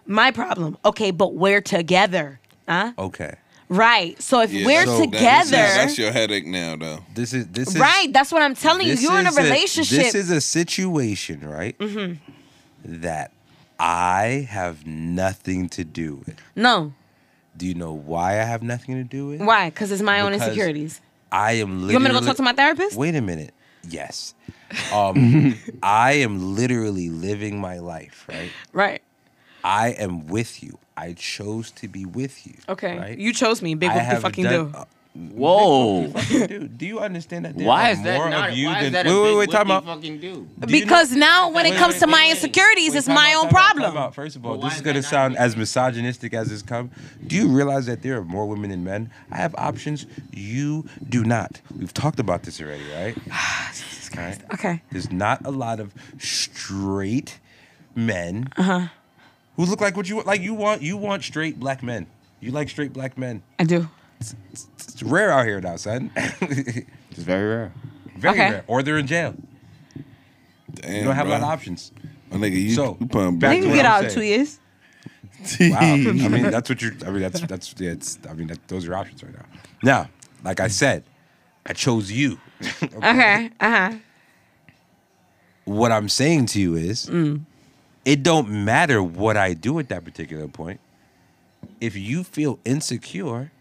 S3: My problem. Okay, but we're together. Huh?
S2: Okay.
S3: Right. So if
S1: Yeah,
S3: we're
S1: that's-
S2: so
S3: together,
S1: That's, that's your headache now, though.
S2: This is this is
S3: right, that's what I'm telling you.
S2: this
S3: You're in a
S2: is
S3: relationship.
S2: this is a situation, right? Mm-hmm. That I have nothing to do with.
S3: no.
S2: Do you know why I have nothing to do with?
S3: Why? Because it's my own
S2: Because
S3: insecurities.
S2: I am literally.
S3: You want me to go talk to my therapist?
S2: Wait a minute. Yes. Um, I am literally living my life, right?
S6: Right.
S2: I am with you. I chose to be with you.
S6: Okay.
S2: Right?
S6: You chose me. Big
S2: I
S6: whoop the
S2: have
S6: fucking
S2: done-
S6: do.
S2: uh,
S4: Whoa.
S2: Dude, do you understand that? there
S4: Why
S2: are
S4: is that
S2: more
S4: not?
S2: of you
S4: why
S2: than
S4: is that a
S2: wait, wait,
S4: big
S2: wait, time
S4: what
S2: out.
S4: they fucking do?
S2: Do you
S3: Because now, when
S2: Wait,
S3: it comes
S2: wait,
S3: to my
S4: wait.
S3: insecurities,
S2: Wait,
S3: it's
S2: time
S3: my
S2: out,
S3: own
S2: time out, time
S3: problem.
S2: out. First of all,
S4: But why
S2: this is
S4: is
S2: going to
S4: that not
S2: sound
S4: big?
S2: as misogynistic as it's come. Do you realize that there are more women than men? I have options. You do not. We've talked about this already, right?
S3: Ah,
S2: Right?
S3: Okay.
S2: There's not a lot of straight men
S3: Uh-huh.
S2: who look like what you like. You want you want straight black men. You like straight black men.
S3: I do.
S2: It's rare out here now, son.
S4: It's very rare.
S2: Very
S3: Okay.
S2: rare. Or they're in jail.
S1: Damn,
S2: You don't have a lot of
S1: bruh.
S2: options.
S1: My nigga, you,
S2: So,
S1: you putting
S2: back
S1: back
S2: to
S1: to
S2: what
S3: get
S2: I'm
S3: out in
S2: saying.
S3: two years.
S2: Wow. I mean, that's what you're. I mean, that's that's. Yeah, it's, I mean, that, those are your options right now. Now, like I said, I chose you.
S3: Okay. Uh
S6: Uh-huh.
S3: huh.
S2: what I'm saying to you is, it don't matter what I do at that particular point. If you feel insecure,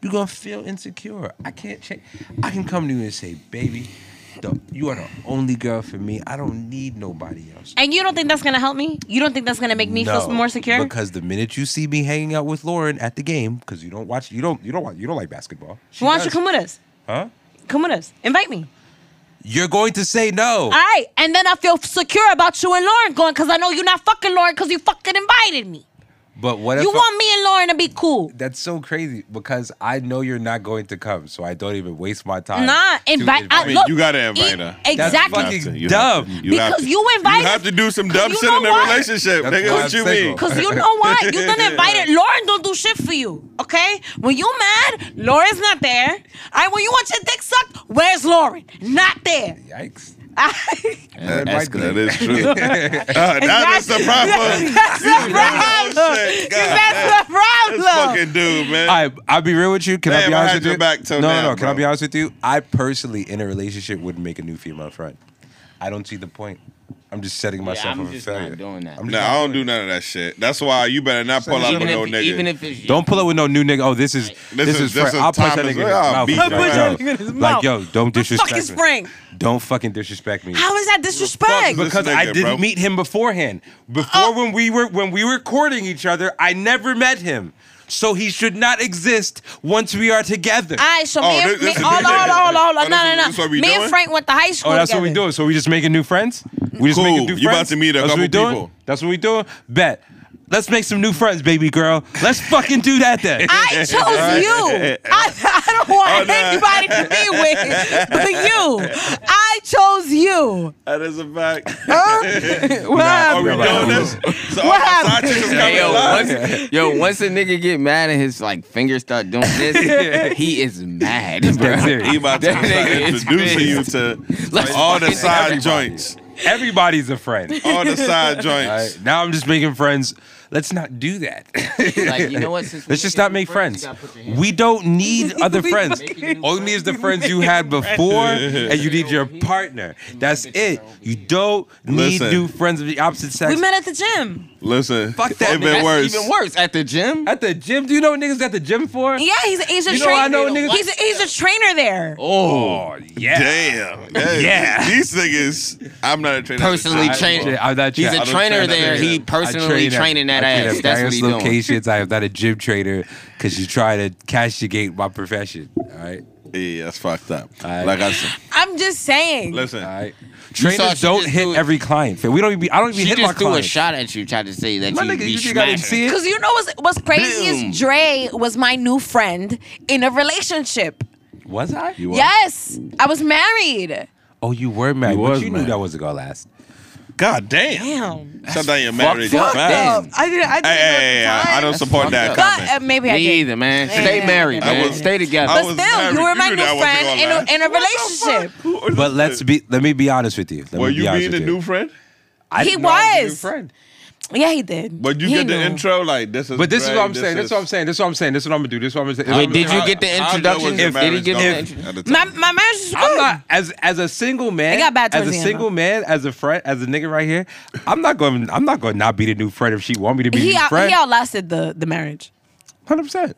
S2: you're gonna feel insecure. I can't change. I can come to you and say, baby, the, you are the only girl for me. I don't need nobody else.
S3: And you don't think that's gonna help me? You don't think that's gonna make me feel
S2: No,
S3: more secure?
S2: because the minute you see me hanging out with Lauren at the game, because you don't watch, you don't, you don't, wa- you don't like basketball. She
S3: Why don't you
S2: does.
S3: come with us?
S2: Huh?
S3: Come with us. Invite me.
S2: You're going to say no.
S3: All right. And then I feel secure about you and Lauren going because I know you're not fucking Lauren because you fucking invited me.
S2: but what if
S3: you
S2: I-
S3: want me and Lauren to be cool.
S2: That's so crazy because I know you're not going to come, so I don't even waste my time.
S3: Nah,
S2: to
S3: invite. I,
S1: I mean,
S3: look,
S1: you gotta invite
S3: e-
S1: her.
S2: That's
S3: Exactly.
S2: fucking
S1: You
S2: dumb.
S1: have to-
S3: Because
S1: have to-
S3: you invited-
S1: You have to do some
S3: Because
S1: dumb
S3: you
S1: shit
S3: know
S1: in a
S3: why?
S1: relationship,
S2: That's
S1: nigga.
S2: why I'm
S1: What you
S2: single.
S1: mean?
S3: Cause you know what? You done invited Lauren. Don't do shit for you, okay? When you mad, Lauren's not there. I when you want your dick sucked, where's Lauren? Not there.
S2: Yikes!
S1: That,
S7: That's
S1: that
S7: good.
S1: is true. uh, that is the proper.
S3: That's the
S1: Oh,
S3: problem.
S1: shit. God,
S3: That's the
S1: damn. This
S3: problem.
S1: fucking dude, man.
S2: I I'll be real with you. Can I
S1: Damn,
S2: be
S1: I
S2: honest
S1: had
S2: with
S1: your
S2: you?
S1: back till
S2: no,
S1: now,
S2: no, no. Can I
S1: bro.
S2: be honest with you? I personally, in a relationship, wouldn't make a new female friend. I don't see the point. I'm just setting myself
S4: I'm
S2: up for
S4: just not
S2: failure.
S4: doing that.
S2: I'm just
S1: No,
S2: not
S1: I don't
S2: doing
S1: do none of that shit. That's why you better not pull out with
S4: even
S1: no
S4: if,
S1: nigga.
S4: even if it's
S2: it. Don't pull up with no new nigga. Oh, this is
S1: This
S2: this,
S1: is-
S2: is,
S1: this
S2: friend.
S1: is
S2: I'll punch
S1: Tom
S2: that nigga in
S1: is
S2: his
S1: right. I'll
S2: mouth.
S1: beat
S2: right
S1: that
S2: now.
S1: nigga
S6: in his mouth.
S2: Like yo, don't
S3: The
S2: disrespect
S3: fuck is
S2: me.
S3: spring?
S2: Don't fucking disrespect me.
S3: How is that
S1: fuck
S3: disrespect?
S1: is-
S2: because
S1: This
S2: I
S1: nigga,
S2: didn't
S1: bro.
S2: meet him beforehand. Before when we were when we were courting each other, I never met him. So he should not exist once we are together.
S3: All right, so
S1: Oh,
S3: me
S1: this-
S3: and me,
S1: this is-
S3: hold on, hold on, hold on, hold
S1: Oh,
S3: on.
S1: this is-
S3: No,
S1: this
S3: no,
S1: what
S3: no.
S1: we
S3: Me
S1: doing?
S3: and Frank went to high school.
S2: Oh, that's what we
S3: together.
S2: doing. So we just making new friends. We just making new
S1: Cool.
S2: friends.
S1: You about to meet a
S2: That's
S1: couple
S2: what we doing?
S1: people.
S2: That's what we doing. Bet. Let's make some new friends, baby girl. Let's fucking do that then.
S3: I chose you. I, I don't want
S1: Oh, nah.
S3: anybody to be with but you. I chose you.
S1: that is a fact.
S3: Huh? what
S1: Are
S3: happened?
S1: Oh, we
S2: Right.
S1: doing this? So all
S3: What
S1: my side
S3: happened?
S1: chicks is coming
S4: Hey, yo,
S1: alive.
S4: once, yo, once a nigga get mad and his like fingers start doing this, he is mad, bro.
S2: That's it.
S1: He about to
S4: That
S1: start
S4: nigga is
S1: introducing you
S4: pissed.
S1: to
S4: Let's
S1: all the
S4: fucking
S1: side
S4: everybody.
S1: joints.
S2: Everybody's a friend.
S1: All the side
S2: All
S1: joints.
S2: right, now I'm just making friends. Let's not do that.
S4: Like, you know what? Since we
S2: Let's just
S4: making
S2: not
S4: new
S2: make friends.
S4: friends, you gotta put your hand
S2: We don't need other
S6: We
S2: friends.
S6: fucking-
S4: Making new
S2: All you need is the friends you had before, and you need your partner. That's it. You don't need
S1: Listen.
S2: new friends of the opposite sex.
S3: We met at the gym.
S1: Listen,
S2: Fuck that,
S1: even
S4: That's
S1: worse.
S4: Even worse at the gym.
S2: at the gym. Do you know what niggas at the gym for?
S3: Yeah, he's a, he's a
S2: You know
S3: trainer.
S2: I know niggas-
S3: he's, a, he's a trainer there.
S2: Oh yeah.
S1: Damn. That is-
S2: Yeah.
S1: These niggas, I'm not a trainer.
S4: Personally
S1: I-
S4: trained.
S2: I- I'm not
S4: He's
S2: tra-
S4: a
S2: I don't
S4: trainer
S1: train that nigga.
S4: there.
S1: I
S4: He
S1: train
S4: personally training that
S2: I train
S4: ass.
S2: at
S4: That's what
S2: various
S4: he doing.
S2: locations. I am not a gym trainer because you try to castigate my profession. All right.
S1: Yeah, that's fucked up.
S2: Alright.
S1: Like I said,
S3: I'm just saying.
S1: listen.
S2: All right.
S4: saw
S2: Trainers
S4: she
S2: don't
S4: just
S2: hit
S4: threw-
S2: every client. We don't even. I don't even
S4: She
S2: hit my
S4: just threw a
S2: clients.
S4: shot at you, tried to say that
S2: My
S4: you
S2: nigga,
S4: be
S2: you think I didn't
S4: smashing.
S2: see it?
S3: Cause you know what's, what's crazy
S4: Boom.
S3: is Dre was my new friend in a relationship.
S2: Was I? You
S3: Yes, I was married.
S2: Oh, you were married.
S7: You
S2: but
S7: was
S2: you knew
S7: married.
S2: that wasn't gonna last.
S1: God damn.
S3: Damn.
S1: Shut down your marriage.
S4: fucked
S1: man.
S4: up.
S3: Oh, I didn't. I didn't
S1: Hey, hey, hey, hey,
S3: know at the
S1: I
S3: time.
S1: don't support
S4: fucked
S1: that
S4: up.
S1: comment.
S3: But uh, maybe I
S4: Me
S3: did.
S4: either, man.
S3: Yeah.
S4: Stay married,
S1: I
S4: man.
S1: was-
S4: Stay together.
S1: I
S3: But
S1: was
S3: still,
S1: married.
S3: you were my
S1: knew
S3: new
S1: that I wasn't
S3: friend
S1: gonna
S3: in
S1: lie.
S3: a, in a relationship.
S2: But let's be. Let me be honest with you. Let
S1: Were
S2: me be
S1: you
S2: honest
S1: being a
S2: with
S1: new
S2: you.
S1: friend?
S2: I
S3: He
S2: didn't know I a new
S3: was.
S2: friend.
S3: Yeah, he did.
S1: But you
S3: He
S1: get the
S3: knew.
S1: intro like this is.
S2: But this is
S1: Greg,
S2: what I'm saying. This is what I'm saying. This is what I'm saying. This is what I'm gonna do. This is what I'm gonna say.
S4: Wait, did you get the
S1: How- how good was
S4: introduction?
S1: your
S4: If- Did he
S1: marriage
S4: get
S1: going
S4: the
S1: at
S4: introduction?
S1: the time?
S3: My my marriage was good.
S2: I'm not as as a single man.
S3: It got bad
S2: as
S3: towards
S2: a
S3: the end,
S2: single
S3: though.
S2: man, as a friend, as a nigga right here. I'm not going. I'm not going to not be the new friend if she want me to be
S3: he
S2: the new
S3: out,
S2: friend.
S3: he outlasted the the marriage.
S2: Hundred percent.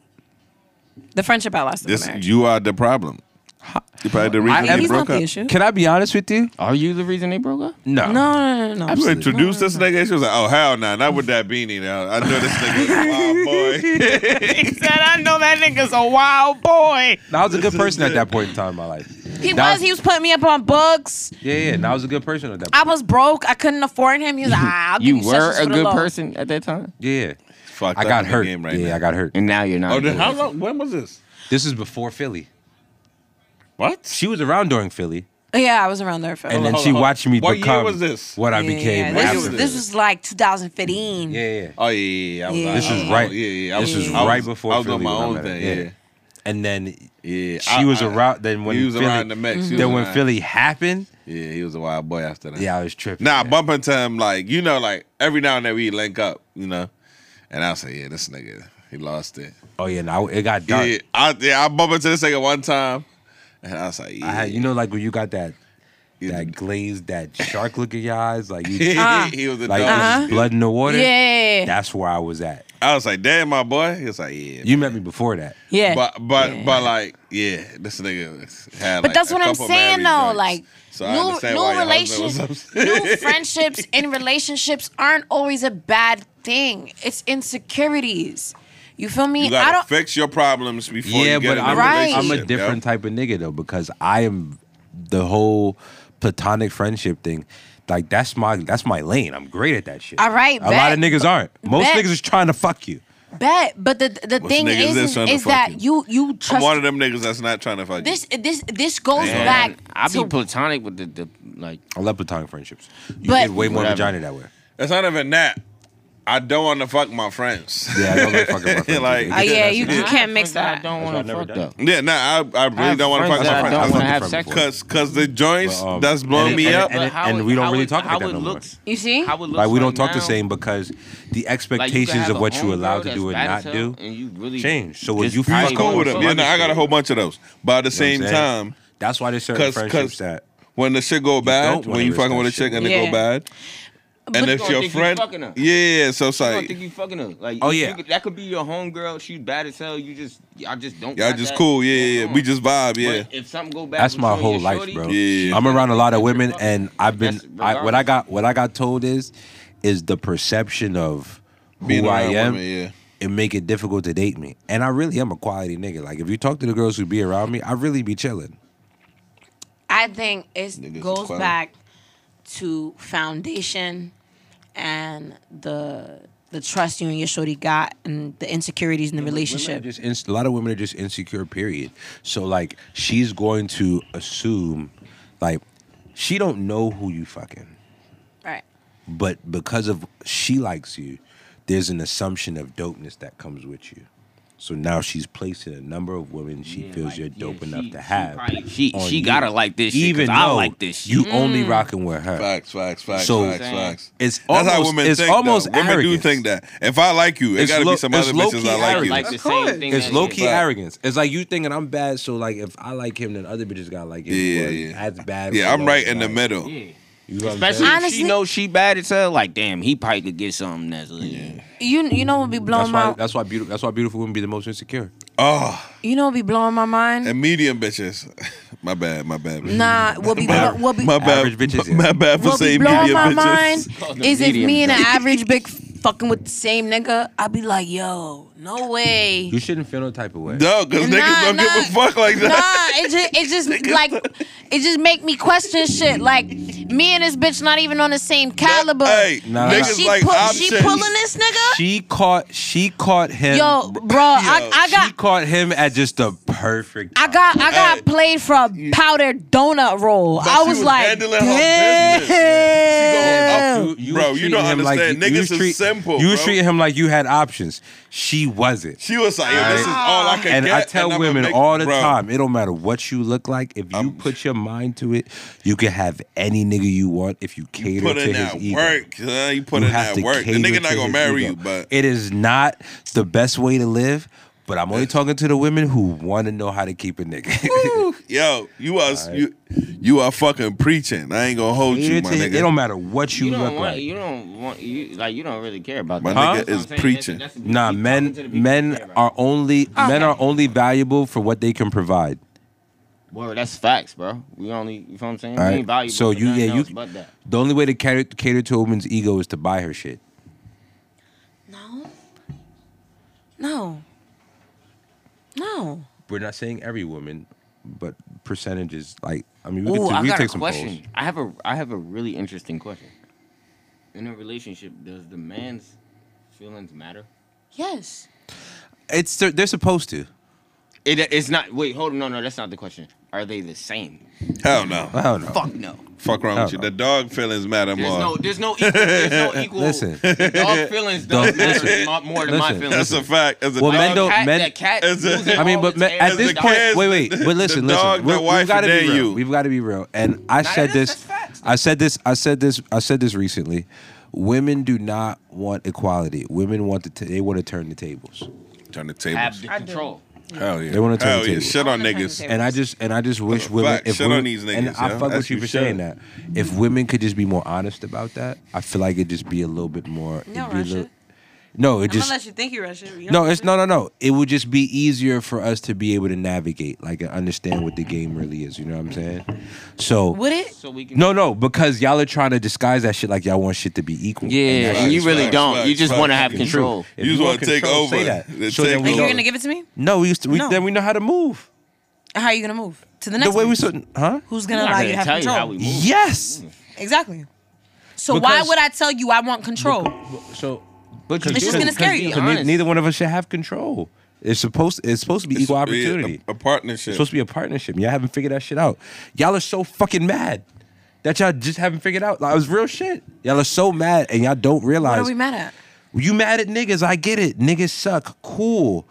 S3: The friendship outlasted the
S1: This
S3: marriage.
S1: you are the problem. You probably the reason
S2: I-
S1: we
S3: He's
S1: broke
S3: not the
S1: up.
S3: issue.
S2: Can I be honest with you?
S4: Are you the reason they broke up?
S2: No.
S3: no, no, no, no,
S1: You
S3: no.
S1: introduced this nigga. She was like, "Oh hell no, not with that beanie now. I know this nigga. is a wild boy.
S4: He said, I know that nigga's a wild boy.
S2: No, I was a good
S1: is
S2: person
S1: it.
S2: at that point in time in my life.
S3: He
S2: That-
S3: was he was putting me up on books.
S2: Yeah, yeah. Now I was a good person at that. point.
S3: I was broke. I couldn't afford him. He was like, ah, I'll give
S4: You
S3: you,
S4: were
S3: sessions
S4: a
S3: for the
S4: good
S3: low.
S4: person at that time,
S2: Yeah.
S1: Fucked
S2: I
S1: up
S2: got
S1: in the
S2: hurt.
S1: game right
S2: yeah,
S1: now.
S2: I got hurt.
S4: and now you're not.
S1: Oh,
S4: good.
S1: then how long? When was this?
S2: This is before Philly.
S1: What?
S2: She was around during Philly,
S3: Yeah, I was around there for.
S2: and
S1: on,
S2: then
S1: hold
S2: she
S1: on, hold on.
S2: watched me
S1: What year
S2: become
S1: was this?
S2: what I
S3: Yeah,
S2: became.
S3: yeah,
S1: after
S3: This, was,
S2: afterwards.
S1: this.
S3: this was like 2015.
S2: yeah, yeah.
S1: Oh yeah, yeah, yeah. I was,
S3: Yeah.
S1: I-
S2: This
S1: I-
S2: is
S1: I-
S2: right-
S1: Yeah, yeah. I
S2: this is
S1: I
S2: right before
S1: I was doing
S2: Philly
S1: my
S2: when I
S1: own
S2: met her.
S1: thing.
S2: Yeah.
S1: Yeah,
S2: And then
S1: yeah.
S2: she
S1: I-
S2: was
S1: I-
S2: around. Then when
S1: he was
S2: Philly,
S1: around the mix. He was
S2: then when
S1: around-
S2: Philly happened,
S1: Yeah, he was a wild boy after that.
S2: yeah, I was tripping.
S1: Nah, I bump into him like you know, like every now and then we link up, you know, and I say, yeah, this nigga, he lost it.
S2: Oh yeah, no, it got dark.
S1: Yeah, I yeah, I bump into this nigga one time, and I was like, yeah,
S2: I had, you know, like when you got that
S1: he,
S2: that glazed, that shark look in your eyes, like you,
S1: he,
S2: like
S1: he was a
S2: it was
S1: dog.
S2: blood in the water.
S3: Uh-huh. Yeah.
S2: that's where I was at.
S1: I was like, damn, my boy. He was like, yeah,
S2: You met me before that.
S3: yeah.
S1: but but but like, yeah, this nigga had.
S3: But
S1: like,
S3: that's
S1: a
S3: what I'm
S1: couple
S3: saying
S1: married
S3: though.
S1: joints.
S3: Like
S1: so I
S3: new
S1: understand why
S3: new
S1: your husband was
S3: relationships,
S1: upset.
S3: new friendships and relationships aren't always a bad thing. It's insecurities. You feel me?
S1: You
S3: I
S1: gotta
S3: don't.
S1: fix your problems before
S2: yeah,
S1: you get
S2: but
S1: in
S2: I'm,
S3: Right.
S2: I'm a
S1: relationship, yo.
S2: different type of nigga though because I am the whole platonic friendship thing. Like that's my that's my lane. I'm great at that shit.
S3: All right,
S2: a lot of
S3: bet.
S2: niggas aren't. Most
S3: Bet.
S2: niggas is trying to fuck you.
S3: bet, but the the
S1: Most
S3: thing
S1: niggas is
S3: is is,
S1: trying to fuck
S3: that you you
S1: I'm
S3: trust
S1: one of them niggas that's not trying to fuck you.
S3: this this this goes
S1: Man.
S3: back.
S4: I be
S3: to,
S4: platonic with the, the like.
S2: I love platonic friendships. You
S3: But-
S2: get way more
S4: Whatever.
S2: vagina that way.
S1: It's not even that. I don't want to fuck my friends.
S2: Yeah, I don't give a fuck about that.
S1: Like-
S3: Oh, yeah, you, you
S1: I
S3: can't mix
S4: I
S3: that.
S4: don't
S7: That's what
S4: want to
S7: I
S4: fuck
S7: never
S4: though.
S1: Yeah, nah, I, I really
S4: I have
S1: don't want to fuck
S4: friends
S1: my
S4: that I
S1: friends.
S4: don't
S1: I
S4: wanna
S1: fuck
S4: have
S1: my
S4: sex with.
S1: Cause, cause the joints
S2: But, um,
S1: that's blowing
S2: and-
S1: me
S2: and-
S1: up.
S2: and-
S4: how
S2: and
S4: it-
S2: we don't
S4: how
S2: really
S4: it-
S2: talk like
S4: how
S2: that
S4: it
S2: no more.
S4: looks-
S3: You see?
S4: How it looks
S2: Like we don't
S4: right
S2: talk the
S4: now,
S2: same because the
S4: like, you could
S2: expectations
S4: have
S2: of
S4: a
S2: what you're
S4: homegirl
S2: allowed to
S4: that's
S2: do and
S4: bad
S2: not
S4: as hell,
S2: do
S4: and you really
S2: change. So when
S4: just
S2: you
S4: do
S1: I
S2: fuck
S1: was cool with
S2: with
S1: them. Yeah,
S2: somebody,
S1: nah, I got a whole bunch of those. But at the
S2: you
S1: same
S2: know what I'm saying?
S1: time,
S2: That's why there's certain
S1: 'Cause-
S2: friendships
S1: 'cause-
S2: that
S1: when the shit go bad,
S2: don't wanna
S1: when you
S2: risk
S1: fucking
S2: that
S1: with a
S2: shit.
S1: chick and it
S3: Yeah.
S1: go bad, and
S4: you
S1: if
S4: gonna
S1: your
S4: think you
S1: friend,
S4: fucking her.
S1: yeah, so it's
S4: I don't
S1: like
S4: think you fucking her. Like,
S2: Oh,
S4: you-
S2: yeah.
S4: you could- that could be your homegirl. She's bad as hell. You just, I just don't.
S1: y'all
S4: got
S1: just
S4: that
S1: cool, yeah,
S4: going
S1: yeah, yeah.
S4: on.
S1: we just vibe, yeah.
S4: But if something go bad,
S2: that's my
S4: with you and
S2: whole
S4: your
S2: life,
S4: shorty,
S2: bro.
S1: Yeah.
S2: I'm around a lot of women, and I've been
S4: That's
S2: I, what I
S4: regardless.
S2: got. What I got told is, is the perception of who
S1: Being
S2: I
S1: around
S2: am.
S1: women, yeah.
S2: And make it difficult to date me. And I really am a quality nigga. Like if you talk to the girls who be around me, I really be chilling.
S3: I think it
S1: Niggas
S3: goes
S1: require-
S3: back to foundation and the the trust you and your shorty got and the insecurities in the
S2: Women are
S3: relationship.
S2: just ins- a lot of women are just insecure. Period. So like she's going to assume, like she don't know who you fucking,
S3: Right.
S2: but because of she likes you, there's an assumption of dopeness that comes with you. So now she's placing a number of women she feels
S4: like,
S2: you're
S4: yeah,
S2: dope
S4: she-
S2: enough
S4: she
S2: to have.
S4: probably- she-
S2: on
S4: she
S2: you.
S4: gotta like this shit, 'cause
S2: even
S4: I
S2: though
S4: like this
S2: You
S4: shit.
S2: only rocking with her.
S1: Facts, facts, facts,
S2: So-
S1: facts, facts.
S2: It's
S1: Mm. That's how
S2: almost-
S1: women
S2: it's
S1: think. though.
S2: almost
S1: women do
S2: arrogance.
S1: think that. If I like you, it
S2: It's
S1: gotta
S2: low-
S1: be some other
S2: it's low-key
S1: bitches I like you.
S4: like the same thing.
S2: It's
S4: that
S2: low
S4: she-
S2: key arrogance. It's like you thinking I'm bad, so like if I like him, then other bitches gotta like him.
S1: Yeah,
S2: Well,
S1: yeah.
S2: That's bad.
S1: yeah,
S2: for
S1: I'm
S2: those
S1: right in the
S2: guys.
S1: middle.
S4: Yeah.
S2: You know what I'm
S4: Especially
S2: saying?
S4: if
S3: Honestly-
S4: she knows she bad as hell. Like, damn, he probably could get something that's.
S3: You you know what be
S2: That's
S3: blowing
S2: why.
S3: my
S2: Mm, That's why beautiful. That's why beautiful women be the most insecure.
S1: Oh,
S3: you know what be blowing my mind?
S1: and medium bitches. my bad, my bad.
S3: Nah, what be blow, what be
S1: my bad,
S2: Average bitches, yeah.
S1: My bad for
S3: what be
S1: saying
S3: blowing
S1: medium
S3: my
S1: bitches.
S4: Call
S3: mind
S4: them
S3: is if
S4: medium
S3: me and an
S4: bitches.
S3: average big fucking with the same nigga, I'd be like, yo, no way.
S2: You shouldn't feel no type of way.
S1: No, because
S3: Nah,
S1: niggas don't give a
S3: nah.
S1: fuck like
S3: Nah,
S1: that.
S3: it just it just like it just make me question shit. Like me and this bitch not even on the same caliber.
S1: Hey,
S2: Nah,
S3: And
S2: nah.
S1: niggas
S3: she,
S1: like
S3: pu-
S1: options.
S3: she pulling this nigga.
S2: She caught. She caught him.
S3: Yo, bro, I,
S1: Yo,
S3: I
S2: she
S3: got
S2: caught him at just the perfect.
S3: I got I got
S1: Hey.
S3: played for a powdered donut roll.
S1: But
S3: I
S1: she
S3: was,
S1: was
S3: like,
S1: handling her business.
S3: damn.
S2: time. You-
S1: Bro,
S2: was
S1: you don't
S2: treating him
S1: understand.
S2: you- you
S1: Niggas is simple,
S2: You was
S1: bro.
S2: treating him like you had options. She wasn't.
S1: She was like, yo, this is all I can
S2: And
S1: get.
S2: I tell
S1: I'ma
S2: women
S1: make-
S2: all the
S1: Bro,
S2: time, it don't matter what you look like. If you put your mind to it, you can have any nigga you want if you
S1: You
S2: cater
S1: put
S2: to
S1: in
S2: his
S1: that
S2: ego.
S1: work. huh? You put
S2: You
S1: in
S2: have
S1: that
S2: to
S1: work. The
S2: cater
S1: nigga not
S2: to
S1: gonna
S2: his
S1: marry
S2: ego.
S1: you, but
S2: it is not the best way to live. But I'm only talking to the women who want to know how to keep a nigga.
S1: yo, you are you you are fucking preaching. I ain't gonna hold you,
S2: Cater
S1: my
S2: to-
S1: nigga.
S2: it don't matter what you,
S4: You
S2: look
S4: don't want.
S2: like.
S4: You don't want. You like. You don't really care about
S1: My
S4: that.
S1: nigga
S4: That's what
S1: is
S4: I'm saying. That's-
S1: preaching.
S4: that's-
S2: Nah,
S4: he's talking
S2: men
S4: to the people
S2: men
S4: he care about.
S2: are only men are only valuable for what they can provide.
S4: Well, that's facts, bro. We only. You know what I'm saying?
S2: All
S4: We
S2: right.
S4: ain't valuable.
S2: So
S4: for
S2: you-
S4: nothing
S2: yeah, you-
S4: else But that.
S2: The only way to cater, cater to a woman's ego is to buy her shit.
S3: No. No. No.
S2: We're not saying every woman, but percentages. Like I mean, we
S4: Ooh,
S2: can,
S4: I
S2: we can
S4: got a
S2: take some
S4: question.
S2: polls.
S4: I have a I have a really interesting question. In a relationship, does the man's feelings matter?
S3: Yes.
S2: It's they're, they're supposed to.
S4: It, it's not. Wait, hold on. No, no, that's not the question. Are they the same?
S1: Hell no.
S2: I don't know.
S4: Fuck no.
S1: Fuck wrong with you. The dog feelings matter
S4: There's
S1: more.
S4: no. There's no equal. There's no equal.
S2: Listen.
S4: the dog feelings
S2: Don't-
S4: don't matter
S2: listen.
S4: mo- more than my
S2: Listen.
S4: feelings.
S1: That's a fact. That's a
S2: Well,
S1: dog.
S2: men don't-
S4: cat,
S2: men-
S4: that cat
S1: It's a-
S4: losing
S1: I
S2: I mean,
S4: all
S2: but
S4: its
S2: man,
S4: hairs
S2: at this
S4: is
S1: the
S2: point,
S1: kids,
S2: wait, wait,
S1: the
S2: but listen,
S1: dog,
S2: listen.
S1: the
S2: We're,
S1: wife,
S2: we've got to
S1: and
S2: be real.
S1: then you.
S2: We've got to be real. And I
S4: Nah,
S2: said
S4: that's-
S2: this.
S4: that's facts,
S2: I said this. I said this. I said this recently. Women do not want equality. Women want to. T- they want to turn the tables.
S1: Turn the
S4: have
S1: tables.
S4: the control.
S1: Hell yeah.
S2: They wanna turn
S1: Hell
S2: the
S1: yeah.
S2: tables.
S1: Shit on
S3: Wanna turn the
S1: niggas.
S3: tables.
S2: And I just and I just wish women
S1: Fuck,
S2: if
S1: shit on
S2: women,
S1: these niggas,
S2: and I
S1: yo.
S2: fuck
S1: That's
S2: with you
S1: for
S2: for saying
S1: sure.
S2: that. If women could just be more honest about that, I feel like it'd just be a little bit more. it'd
S3: No,
S2: be a
S3: Russia.
S2: little- no, it just
S3: you think you're Russian.
S2: no, it's no, no, no. It would just be easier for us to be able to navigate, like and understand what the game really is. You know what I'm saying? So
S3: Would it?
S4: So we can.
S2: no, no, because y'all are trying to disguise that shit like y'all want shit to be equal.
S4: Yeah,
S2: and
S1: Facts,
S4: and you really
S1: facts,
S4: don't. you
S1: facts,
S4: just
S1: facts.
S4: want to have
S1: Fucking
S2: that's true.
S4: control.
S2: If
S1: You just
S2: want
S1: wanna take
S2: control, say
S1: over.
S2: that.
S1: Just
S2: So
S1: take
S2: then we
S1: over.
S3: Like
S2: know-
S3: you're gonna give it to me?
S2: No, we used to. We,
S3: No.
S2: Then we know how to move.
S3: How are you gonna move to the next?
S2: The way
S3: one?
S2: we said, huh?
S3: Who's
S4: I'm
S3: gonna
S4: not
S3: allow
S4: gonna
S3: you to have
S4: tell
S3: control?
S4: you how we move.
S2: Yes.
S3: Exactly. So why
S2: Because-
S3: would I tell you I want control?
S2: So, but you
S3: It's just
S2: do.
S3: gonna scare you.
S2: So ne- neither one of us should have control. It's supposed. It's supposed to be equal
S1: Yeah,
S2: opportunity.
S1: A, a
S2: It's
S1: partnership.
S2: supposed to be a partnership. Y'all haven't figured that shit out. Y'all are so fucking mad that y'all just haven't figured out. Like, it was real shit. Y'all are so mad and y'all don't
S3: What are
S2: realize
S3: we mad at?
S2: You mad at niggas? I get it. Niggas suck. Cool.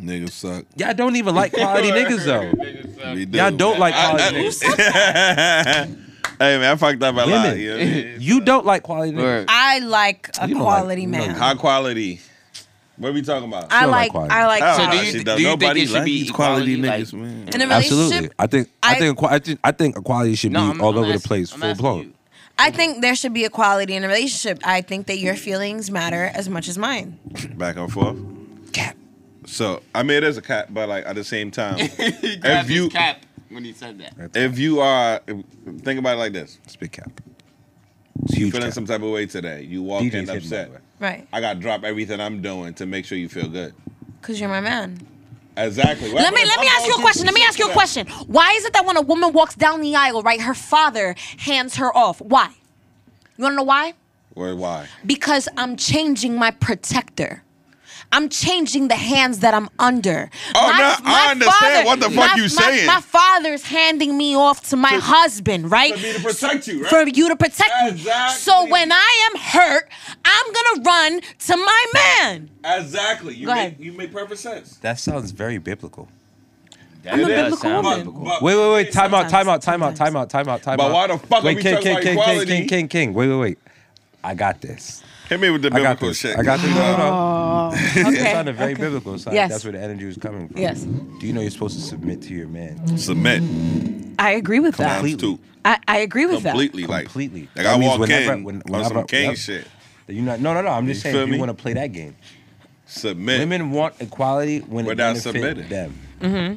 S1: Niggas suck.
S2: Y'all don't even like quality niggas though. Y'all don't like quality niggas.
S1: Hey man, I fucked up a lot.
S2: Women.
S1: You know what I mean?
S2: You don't like quality niggas.
S4: Word.
S3: I like a
S2: You don't like-
S3: quality
S2: you don't
S3: man.
S1: High quality. What are we talking about?
S3: I
S2: don't like
S3: like,
S2: quality.
S3: I like
S1: Oh,
S3: quality.
S4: do you-
S1: she
S4: do
S1: does.
S4: you think
S1: Nobody
S4: it should
S1: like
S4: be
S1: these quality,
S4: equality,
S1: niggas,
S4: like-
S1: man.
S3: in a relationship.
S2: Absolutely. I think I,
S3: I-
S2: think a, I think I think equality should be
S4: I'm-
S2: all
S4: I'm
S2: over the
S4: asking-
S2: place,
S4: I'm
S2: full
S4: asking
S2: blown.
S4: you.
S3: I think there should be equality in a relationship. I think that your feelings matter as much as mine.
S1: Back and forth.
S2: Cap.
S1: So I mean, it is a cap, but like at the same time,
S4: He
S1: if
S4: grabbed his
S1: you
S4: cap when he said that.
S1: if you are think about it like this,
S2: It's a big cap.
S1: you
S2: huge
S1: feeling
S2: cap.
S1: some type of way today, you walk
S2: DJ's
S1: in
S2: hitting, by
S1: upset.
S2: the way.
S3: Right.
S1: I got to drop everything I'm doing to make sure you feel good.
S3: Cause you're my man.
S1: Exactly. What
S3: Let me
S1: if
S3: let me
S1: I'm
S3: ask you a
S1: going
S3: question. Let me
S1: through
S3: ask you a
S1: shit
S3: question. Why is it that when a woman walks down the aisle, right, her father hands her off? Why? You wanna know why?
S1: today? Or why?
S3: Because I'm changing my protector. I'm changing the hands that I'm under.
S1: Oh, no, I understand what the fuck
S3: my-
S1: you
S3: my-
S1: saying.
S3: My father's handing me off to my husband, right?
S1: For me to protect you, right?
S3: for you to protect me. So
S1: Exactly.
S3: when I am hurt, I'm gonna run to my man.
S1: exactly. You
S3: Go
S1: make
S3: ahead.
S1: you make perfect sense.
S2: That sounds very biblical.
S4: That
S3: I'm a
S4: does
S3: biblical
S4: sound
S3: woman.
S4: biblical.
S2: Wait, wait, wait. Time out, time out,
S3: Sometimes,
S2: time out, time
S3: sometimes.
S2: out, time out, time
S1: But
S2: out.
S1: why the fuck are
S2: wait,
S1: we
S2: King,
S1: talking
S2: King,
S1: about
S2: King, King,
S1: equality?
S2: King, King, King. Wait, wait, wait. I got this.
S1: Hit me with the
S2: I got
S1: biblical
S2: this.
S1: shit.
S2: I got this. No, no. It
S3: Oh, Okay.
S2: sounded very biblical. So
S3: Yes.
S2: that's where the energy was coming from.
S3: Yes.
S2: Do you know you're supposed to submit to your man?
S1: Submit
S3: I agree with that.
S1: times two.
S3: I, I agree with
S1: Completely, like
S2: Completely.
S1: Like
S2: That
S1: I
S2: means
S1: walk
S2: whenever-
S1: in
S2: when-
S1: on
S2: whenever-
S1: some king
S2: yep.
S1: shit.
S2: That you're not. No, no, no. I'm just
S1: You
S2: saying.
S1: feel
S2: If
S1: me?
S2: you want to play that game,
S1: Submit.
S2: women want equality when it
S1: Without
S2: benefits
S1: submitting.
S2: them.
S3: Mm-hmm.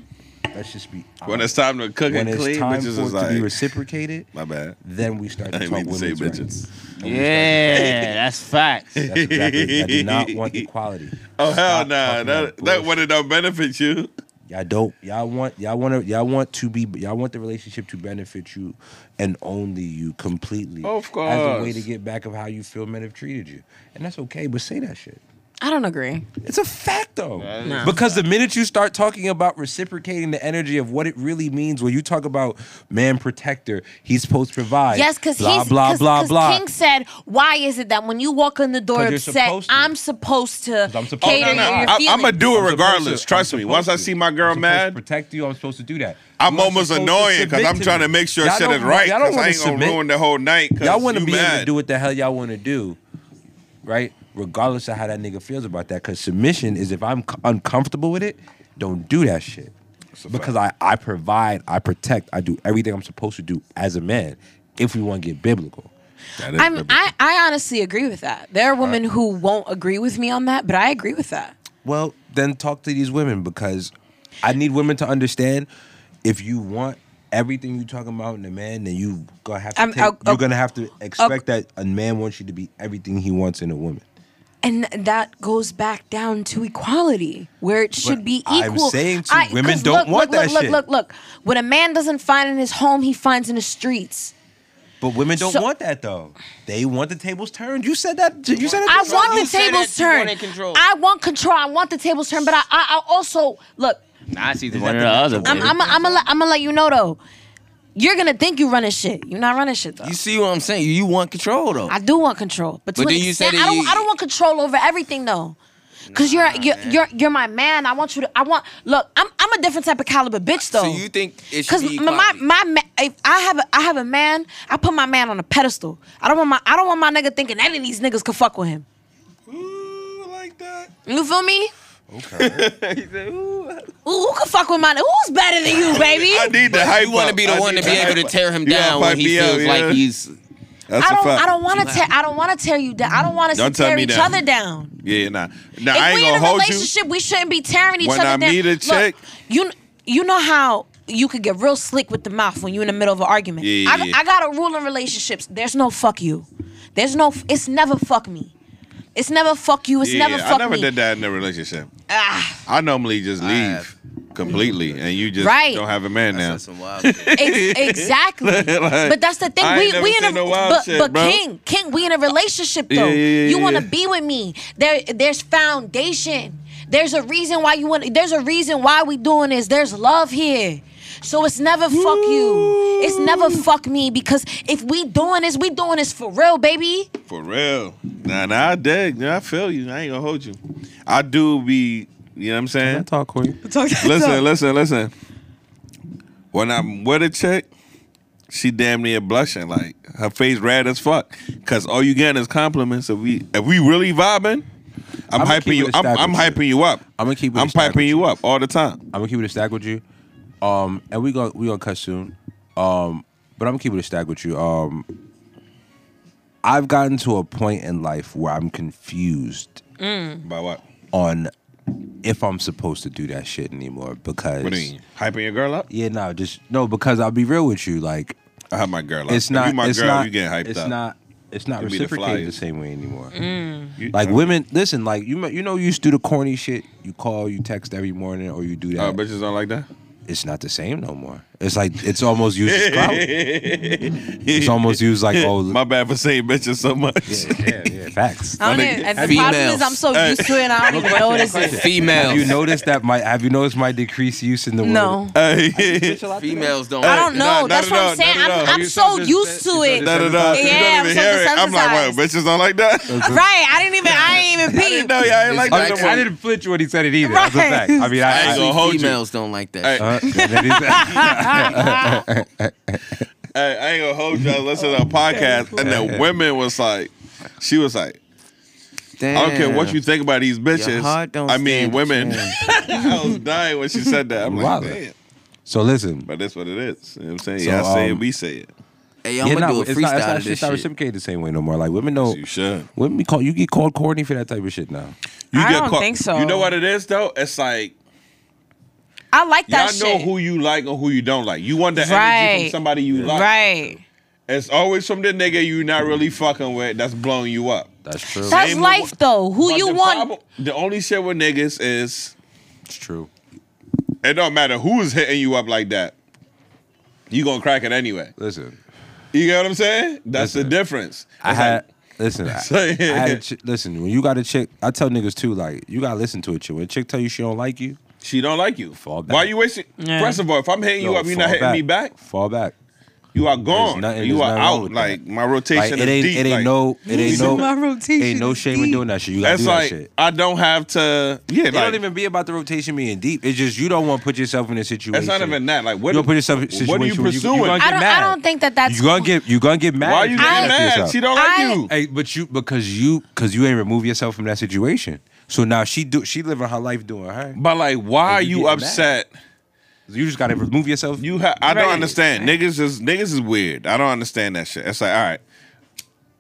S2: Let's just be.
S1: when
S2: honest.
S1: it's time to cook
S2: When
S1: and
S2: it's
S1: clean,
S2: time
S1: bitches
S2: for it
S1: is
S2: to be
S1: like,
S2: reciprocated,
S1: my bad.
S2: then we start
S1: I
S2: to
S1: didn't
S2: talk
S1: mean to say
S2: women's rights.
S1: bitches.
S4: Yeah, that's facts.
S2: That's exactly. I do not want equality.
S1: Oh hell
S2: Stop
S1: nah,
S2: talking about
S1: that that
S2: bullshit.
S1: when it don't benefit you.
S2: Y'all don't. Y'all want. Y'all want to. Y'all want to be. Y'all want the relationship to benefit you, and only you completely.
S1: Of
S2: As a way
S1: course.
S2: to get back of how you feel men have treated you, and that's okay. But say that shit.
S3: I don't agree.
S2: It's a fact though.
S4: is No.
S2: Because the minute you start talking about reciprocating the energy of what it really means, when you talk about man protector, he's supposed to provide.
S3: Yes, because
S2: blah,
S3: he's
S2: blah
S3: cause,
S2: blah
S3: 'cause
S2: blah.
S3: King said, "Why is it that when you walk in the door
S2: 'Cause you're
S3: upset,
S2: supposed to.
S3: I'm supposed to
S2: I'm supposed
S3: cater
S2: to. Oh,
S3: to
S2: No, no,
S3: your
S1: I,
S3: feelings?"
S1: I'm gonna do
S2: I'm
S1: it
S2: supposed
S1: regardless.
S2: to-
S1: Trust
S2: I'm
S1: me. Once I
S2: supposed to.
S1: see my
S2: I'm
S1: girl
S2: supposed to
S1: mad,
S2: protect you. I'm supposed to do that.
S1: I'm
S2: You are
S1: almost
S2: supposed to
S1: annoying because
S2: submit
S1: I'm trying
S2: me.
S1: to make sure
S2: Y'all
S1: shit
S2: don't
S1: is
S2: want-
S1: right.
S2: y'all don't
S1: Because I
S2: wanna
S1: ain't gonna
S2: submit.
S1: ruin the whole night.
S2: Y'all want to
S1: you
S2: be
S1: mad.
S2: able to do what the hell y'all want to do, right? Regardless of how that nigga feels about that, because submission is if I'm c- uncomfortable with it, don't do that shit. Because I, I provide, I protect, I do everything I'm supposed to do as a man. If we want to get biblical,
S3: I'm, I I honestly agree with that. There are women who won't agree with me on that, but I agree with that.
S2: well, then talk to these women because I need women to understand. If you want everything you talking about in a man, then you gonna have to.
S3: I'm-
S2: take-
S3: I'll-
S2: you're
S3: I'll-
S2: gonna have to expect that a man wants you to be everything he wants in a woman.
S3: And that goes back down to equality, where it should be
S2: I'm
S3: equal.
S2: saying to women
S3: 'cause
S2: don't
S3: look,
S2: want
S3: look,
S2: that
S3: look,
S2: shit.
S3: Look, look, look. What a man doesn't find in his home, he finds in the streets.
S2: But women don't
S3: So-
S2: want that though. They want the tables turned. You said that. You said that.
S3: I
S2: yourself.
S3: want
S4: You
S3: the
S4: said
S3: tables
S4: that you
S3: turned.
S4: wanted control.
S3: I want control. I want the tables turned. But I, I, I also look.
S4: Nah, it's either one or the other.
S3: I'm,
S4: baby.
S3: I'm, I'm, gonna, I'm gonna let you know though. You're gonna think you running shit. You're not running shit though.
S4: You see what I'm saying? You want control though.
S3: I do want control, but to
S4: But
S3: an
S4: then you said
S3: extent,
S4: that
S3: I don't.
S4: you-
S3: I don't want control over everything though. Cause you're you're, you're you're my man. I want you to. I want look. I'm I'm a different type of caliber bitch though.
S4: so you think it should
S3: Cause
S4: be
S3: my my,
S4: equality?
S3: my ma- if I have a, I have a man, I put my man on a pedestal. I don't want my I don't want my nigga thinking any of these niggas could fuck with him.
S1: Ooh, like that.
S3: You feel me? Okay. Ooh, who could fuck with my nigga? Who's better than you, baby?
S1: I need the hype.
S4: you want to be the
S1: up. I
S4: one to
S1: need
S4: be
S1: the
S4: able
S1: hype
S4: to
S1: up.
S4: tear him
S1: You gonna
S4: down
S1: fuck
S4: when he
S1: me up,
S4: feels
S1: yeah.
S4: like he's.
S1: That's
S3: I
S1: a
S3: don't
S1: fact.
S3: I don't want to tear I don't want to tear you down. I don't want us to
S1: Don't tear
S3: tear
S1: me
S3: each
S1: down.
S3: other down.
S1: Yeah, nah. Nah,
S3: if
S1: I ain't
S3: we
S1: gonna
S3: in a
S1: hold you.
S3: relationship, we shouldn't be tearing each
S1: When
S3: other
S1: I
S3: down.
S1: meet a chick-
S3: Look, you you know how you could get real slick with the mouth when you're in the middle of an argument.
S1: Yeah,
S3: I,
S1: yeah, yeah.
S3: I got a rule in relationships. There's no fuck you. There's no. It's never fuck me. It's never fuck you. It's
S1: Yeah,
S3: never fuck
S1: I never
S3: me. Ah.
S1: did that in a relationship. I normally just leave completely, and you just
S3: Right.
S1: don't have a man now.
S7: Some wild shit.
S3: Ex- exactly. but that's the thing.
S1: I ain't
S3: We
S1: never
S3: we in a
S1: seen no wild
S3: but,
S1: shit,
S3: but
S1: bro.
S3: King King we in a relationship though.
S1: Yeah, yeah, yeah,
S3: you want to
S1: yeah.
S3: be with me. There there's foundation. There's a reason why you want. There's a reason why we doing this. There's love here. So it's never fuck you. It's never fuck me because if we doing this, we doing this for real, baby.
S1: For real. Nah, nah, I dig. Nah, I feel you. I ain't gonna hold you. I do be, you know what I'm saying?
S2: talk, Corey.
S6: Talk that
S1: listen,
S6: talk.
S1: listen, listen. When I'm with a chick, she damn near blushing, like her face red as fuck. Cause all you getting is compliments. If we if we really vibing, I'm,
S2: I'ma keep
S1: hyping you.
S2: it a
S1: I'm,
S2: stack
S1: I'm
S2: with you.
S1: hyping you up.
S2: I'ma keep it
S1: I'm
S2: a stack
S1: piping
S2: with
S1: you up all the time.
S2: I'm gonna keep it a stack with you. Um, and we gonna we gonna cut soon. Um, but I'm gonna keep it a stack with you. Um, I've gotten to a point in life where I'm confused
S1: By what?
S2: on if I'm supposed to do that shit anymore because
S1: What do you mean? Hyping your girl up?
S2: yeah, no, just no because I'll be real with you. Like
S1: I have my girl up.
S2: it's
S1: If
S2: not
S1: you my
S2: it's
S1: girl,
S2: not
S1: you getting hyped
S2: it's
S1: up.
S2: not it's not
S1: Give me the
S2: reciprocated the,
S1: flyers.
S2: same way anymore.
S3: Mm.
S1: You-
S2: Like women, listen, like you mo- you know you used to do the corny shit. You call, you text every morning, or you do that.
S1: Oh, bitches don't like that.
S2: it's not the same no more. It's like it's almost used as clout.
S1: it's
S2: It's almost used like oh
S1: My bad for saying bitches so much.
S2: yeah, yeah, facts.
S3: I don't
S1: nigga-
S3: know. And the problem is I'm so
S1: Hey.
S3: used to it and I don't even notice it.
S2: Have you
S4: Females.
S2: noticed that my have you noticed my decreased use in the word?
S3: No.
S1: Hey.
S4: Females don't.
S3: I don't
S1: Nah,
S3: know.
S1: not
S3: That's
S1: at
S3: what
S1: all,
S3: I'm saying.
S1: not at all.
S3: I'm, I'm
S2: You
S3: so
S2: sound just-
S3: used to
S1: Da,
S3: it.
S2: you sound
S1: da, da. You
S3: Yeah,
S1: don't
S3: I'm
S1: even
S3: so
S1: hear it. I'm like,
S3: desensitized.
S1: what? Bitches don't like that.
S3: Right. I didn't even I ain't even
S1: I didn't
S3: peep.
S1: know y'all ain't like
S2: I,
S1: that.
S4: It's
S1: no more.
S2: I didn't flinch when he said it either. That's a
S3: Right.
S2: fact. I mean,
S1: I
S2: I.
S1: ain't
S2: I
S1: gonna hold you.
S4: females don't like that.
S1: Hey,
S2: uh, that is-
S1: Hey, I ain't gonna hold y'all. Listen
S3: Oh,
S1: to a podcast, and the women was like, she was like,
S4: Damn.
S1: I don't care what you think about these bitches.
S4: heart don't
S1: I mean,
S4: stand a
S1: women. I was dying when she said that. I'm like,
S2: Wow.
S1: damn.
S2: so listen.
S1: But that's what it is. You know what I'm saying?
S2: So,
S1: y'all say it,
S2: um,
S1: we say it.
S4: Hey,
S2: yeah,
S4: I'm gonna
S2: nah,
S4: do a
S2: it's not, it's
S4: freestyle
S2: not,
S4: of
S2: it's
S4: this
S2: not
S4: shit.
S2: reciprocated the same way no more. Like women don't.
S1: You should.
S2: Women be call you get called corny for that type of shit now.
S1: You
S3: I don't think so.
S1: You know what it is though? It's like
S3: I like
S1: y'all
S3: that
S1: know
S3: shit.
S1: who you like and who you don't like. You want the energy from
S3: Right.
S1: somebody you like.
S3: right.
S1: It's always from the nigga you not really fucking with that's blowing you up.
S2: That's true.
S3: That's
S1: Name
S3: life
S1: one-
S3: though. Who
S1: But
S3: you
S1: the
S3: want?
S1: problem- the only shit with niggas is
S2: That's true.
S1: It don't matter who's hitting you up like that. You gonna crack it anyway.
S2: Listen,
S1: You get what I'm saying? That's the
S2: Listen.
S1: difference.
S2: I
S1: It's
S2: had
S1: like,
S2: listen. I,
S1: So-
S2: I had a chick, listen. When you got a chick, I tell niggas too. Like you gotta listen to a chick. When a chick tell you she don't like you,
S1: she don't like you.
S2: Fall back.
S1: Why you wasting?
S6: Yeah.
S1: First of all, if I'm hitting you
S2: yo,
S1: up, you're not
S2: fall
S1: hitting me back.
S2: Fall back.
S1: You are gone.
S2: nothing-
S1: you
S2: there's
S1: are
S2: nothing wrong
S1: out.
S2: with
S1: Like
S2: that.
S1: my
S2: Like,
S1: rotation
S2: it
S1: is
S2: ain't.
S1: deep.
S2: It ain't
S1: like,
S2: no. It ain't no.
S6: My rotation
S2: Ain't no
S6: is
S2: shame in
S6: deep.
S2: doing that shit. You gotta
S1: That's
S2: do that
S1: like
S2: shit.
S1: I don't have to. Yeah,
S2: It
S1: like,
S2: don't even be about the rotation being deep. It's just you don't want to put yourself in a situation.
S1: That's not even that. Like what?
S2: You don't put yourself in a situation.
S1: what are you
S2: where
S1: pursuing?
S2: You, you gonna
S3: I
S2: get
S3: don't.
S2: mad.
S3: I don't think that that's.
S2: you gonna get. You gonna get mad.
S1: Why
S2: if
S1: you
S2: don't
S1: getting
S2: like
S1: mad?
S2: yourself.
S1: She don't like
S3: I-
S1: you.
S2: Hey, but you because you because you ain't remove yourself from that situation. So now she do she living her life doing her.
S1: But like, why are
S2: And you
S1: you
S2: getting
S1: upset?
S2: You just gotta remove yourself.
S1: You ha- I don't
S6: Right.
S1: understand. Niggas is niggas is weird. I don't understand that shit. It's like, all right,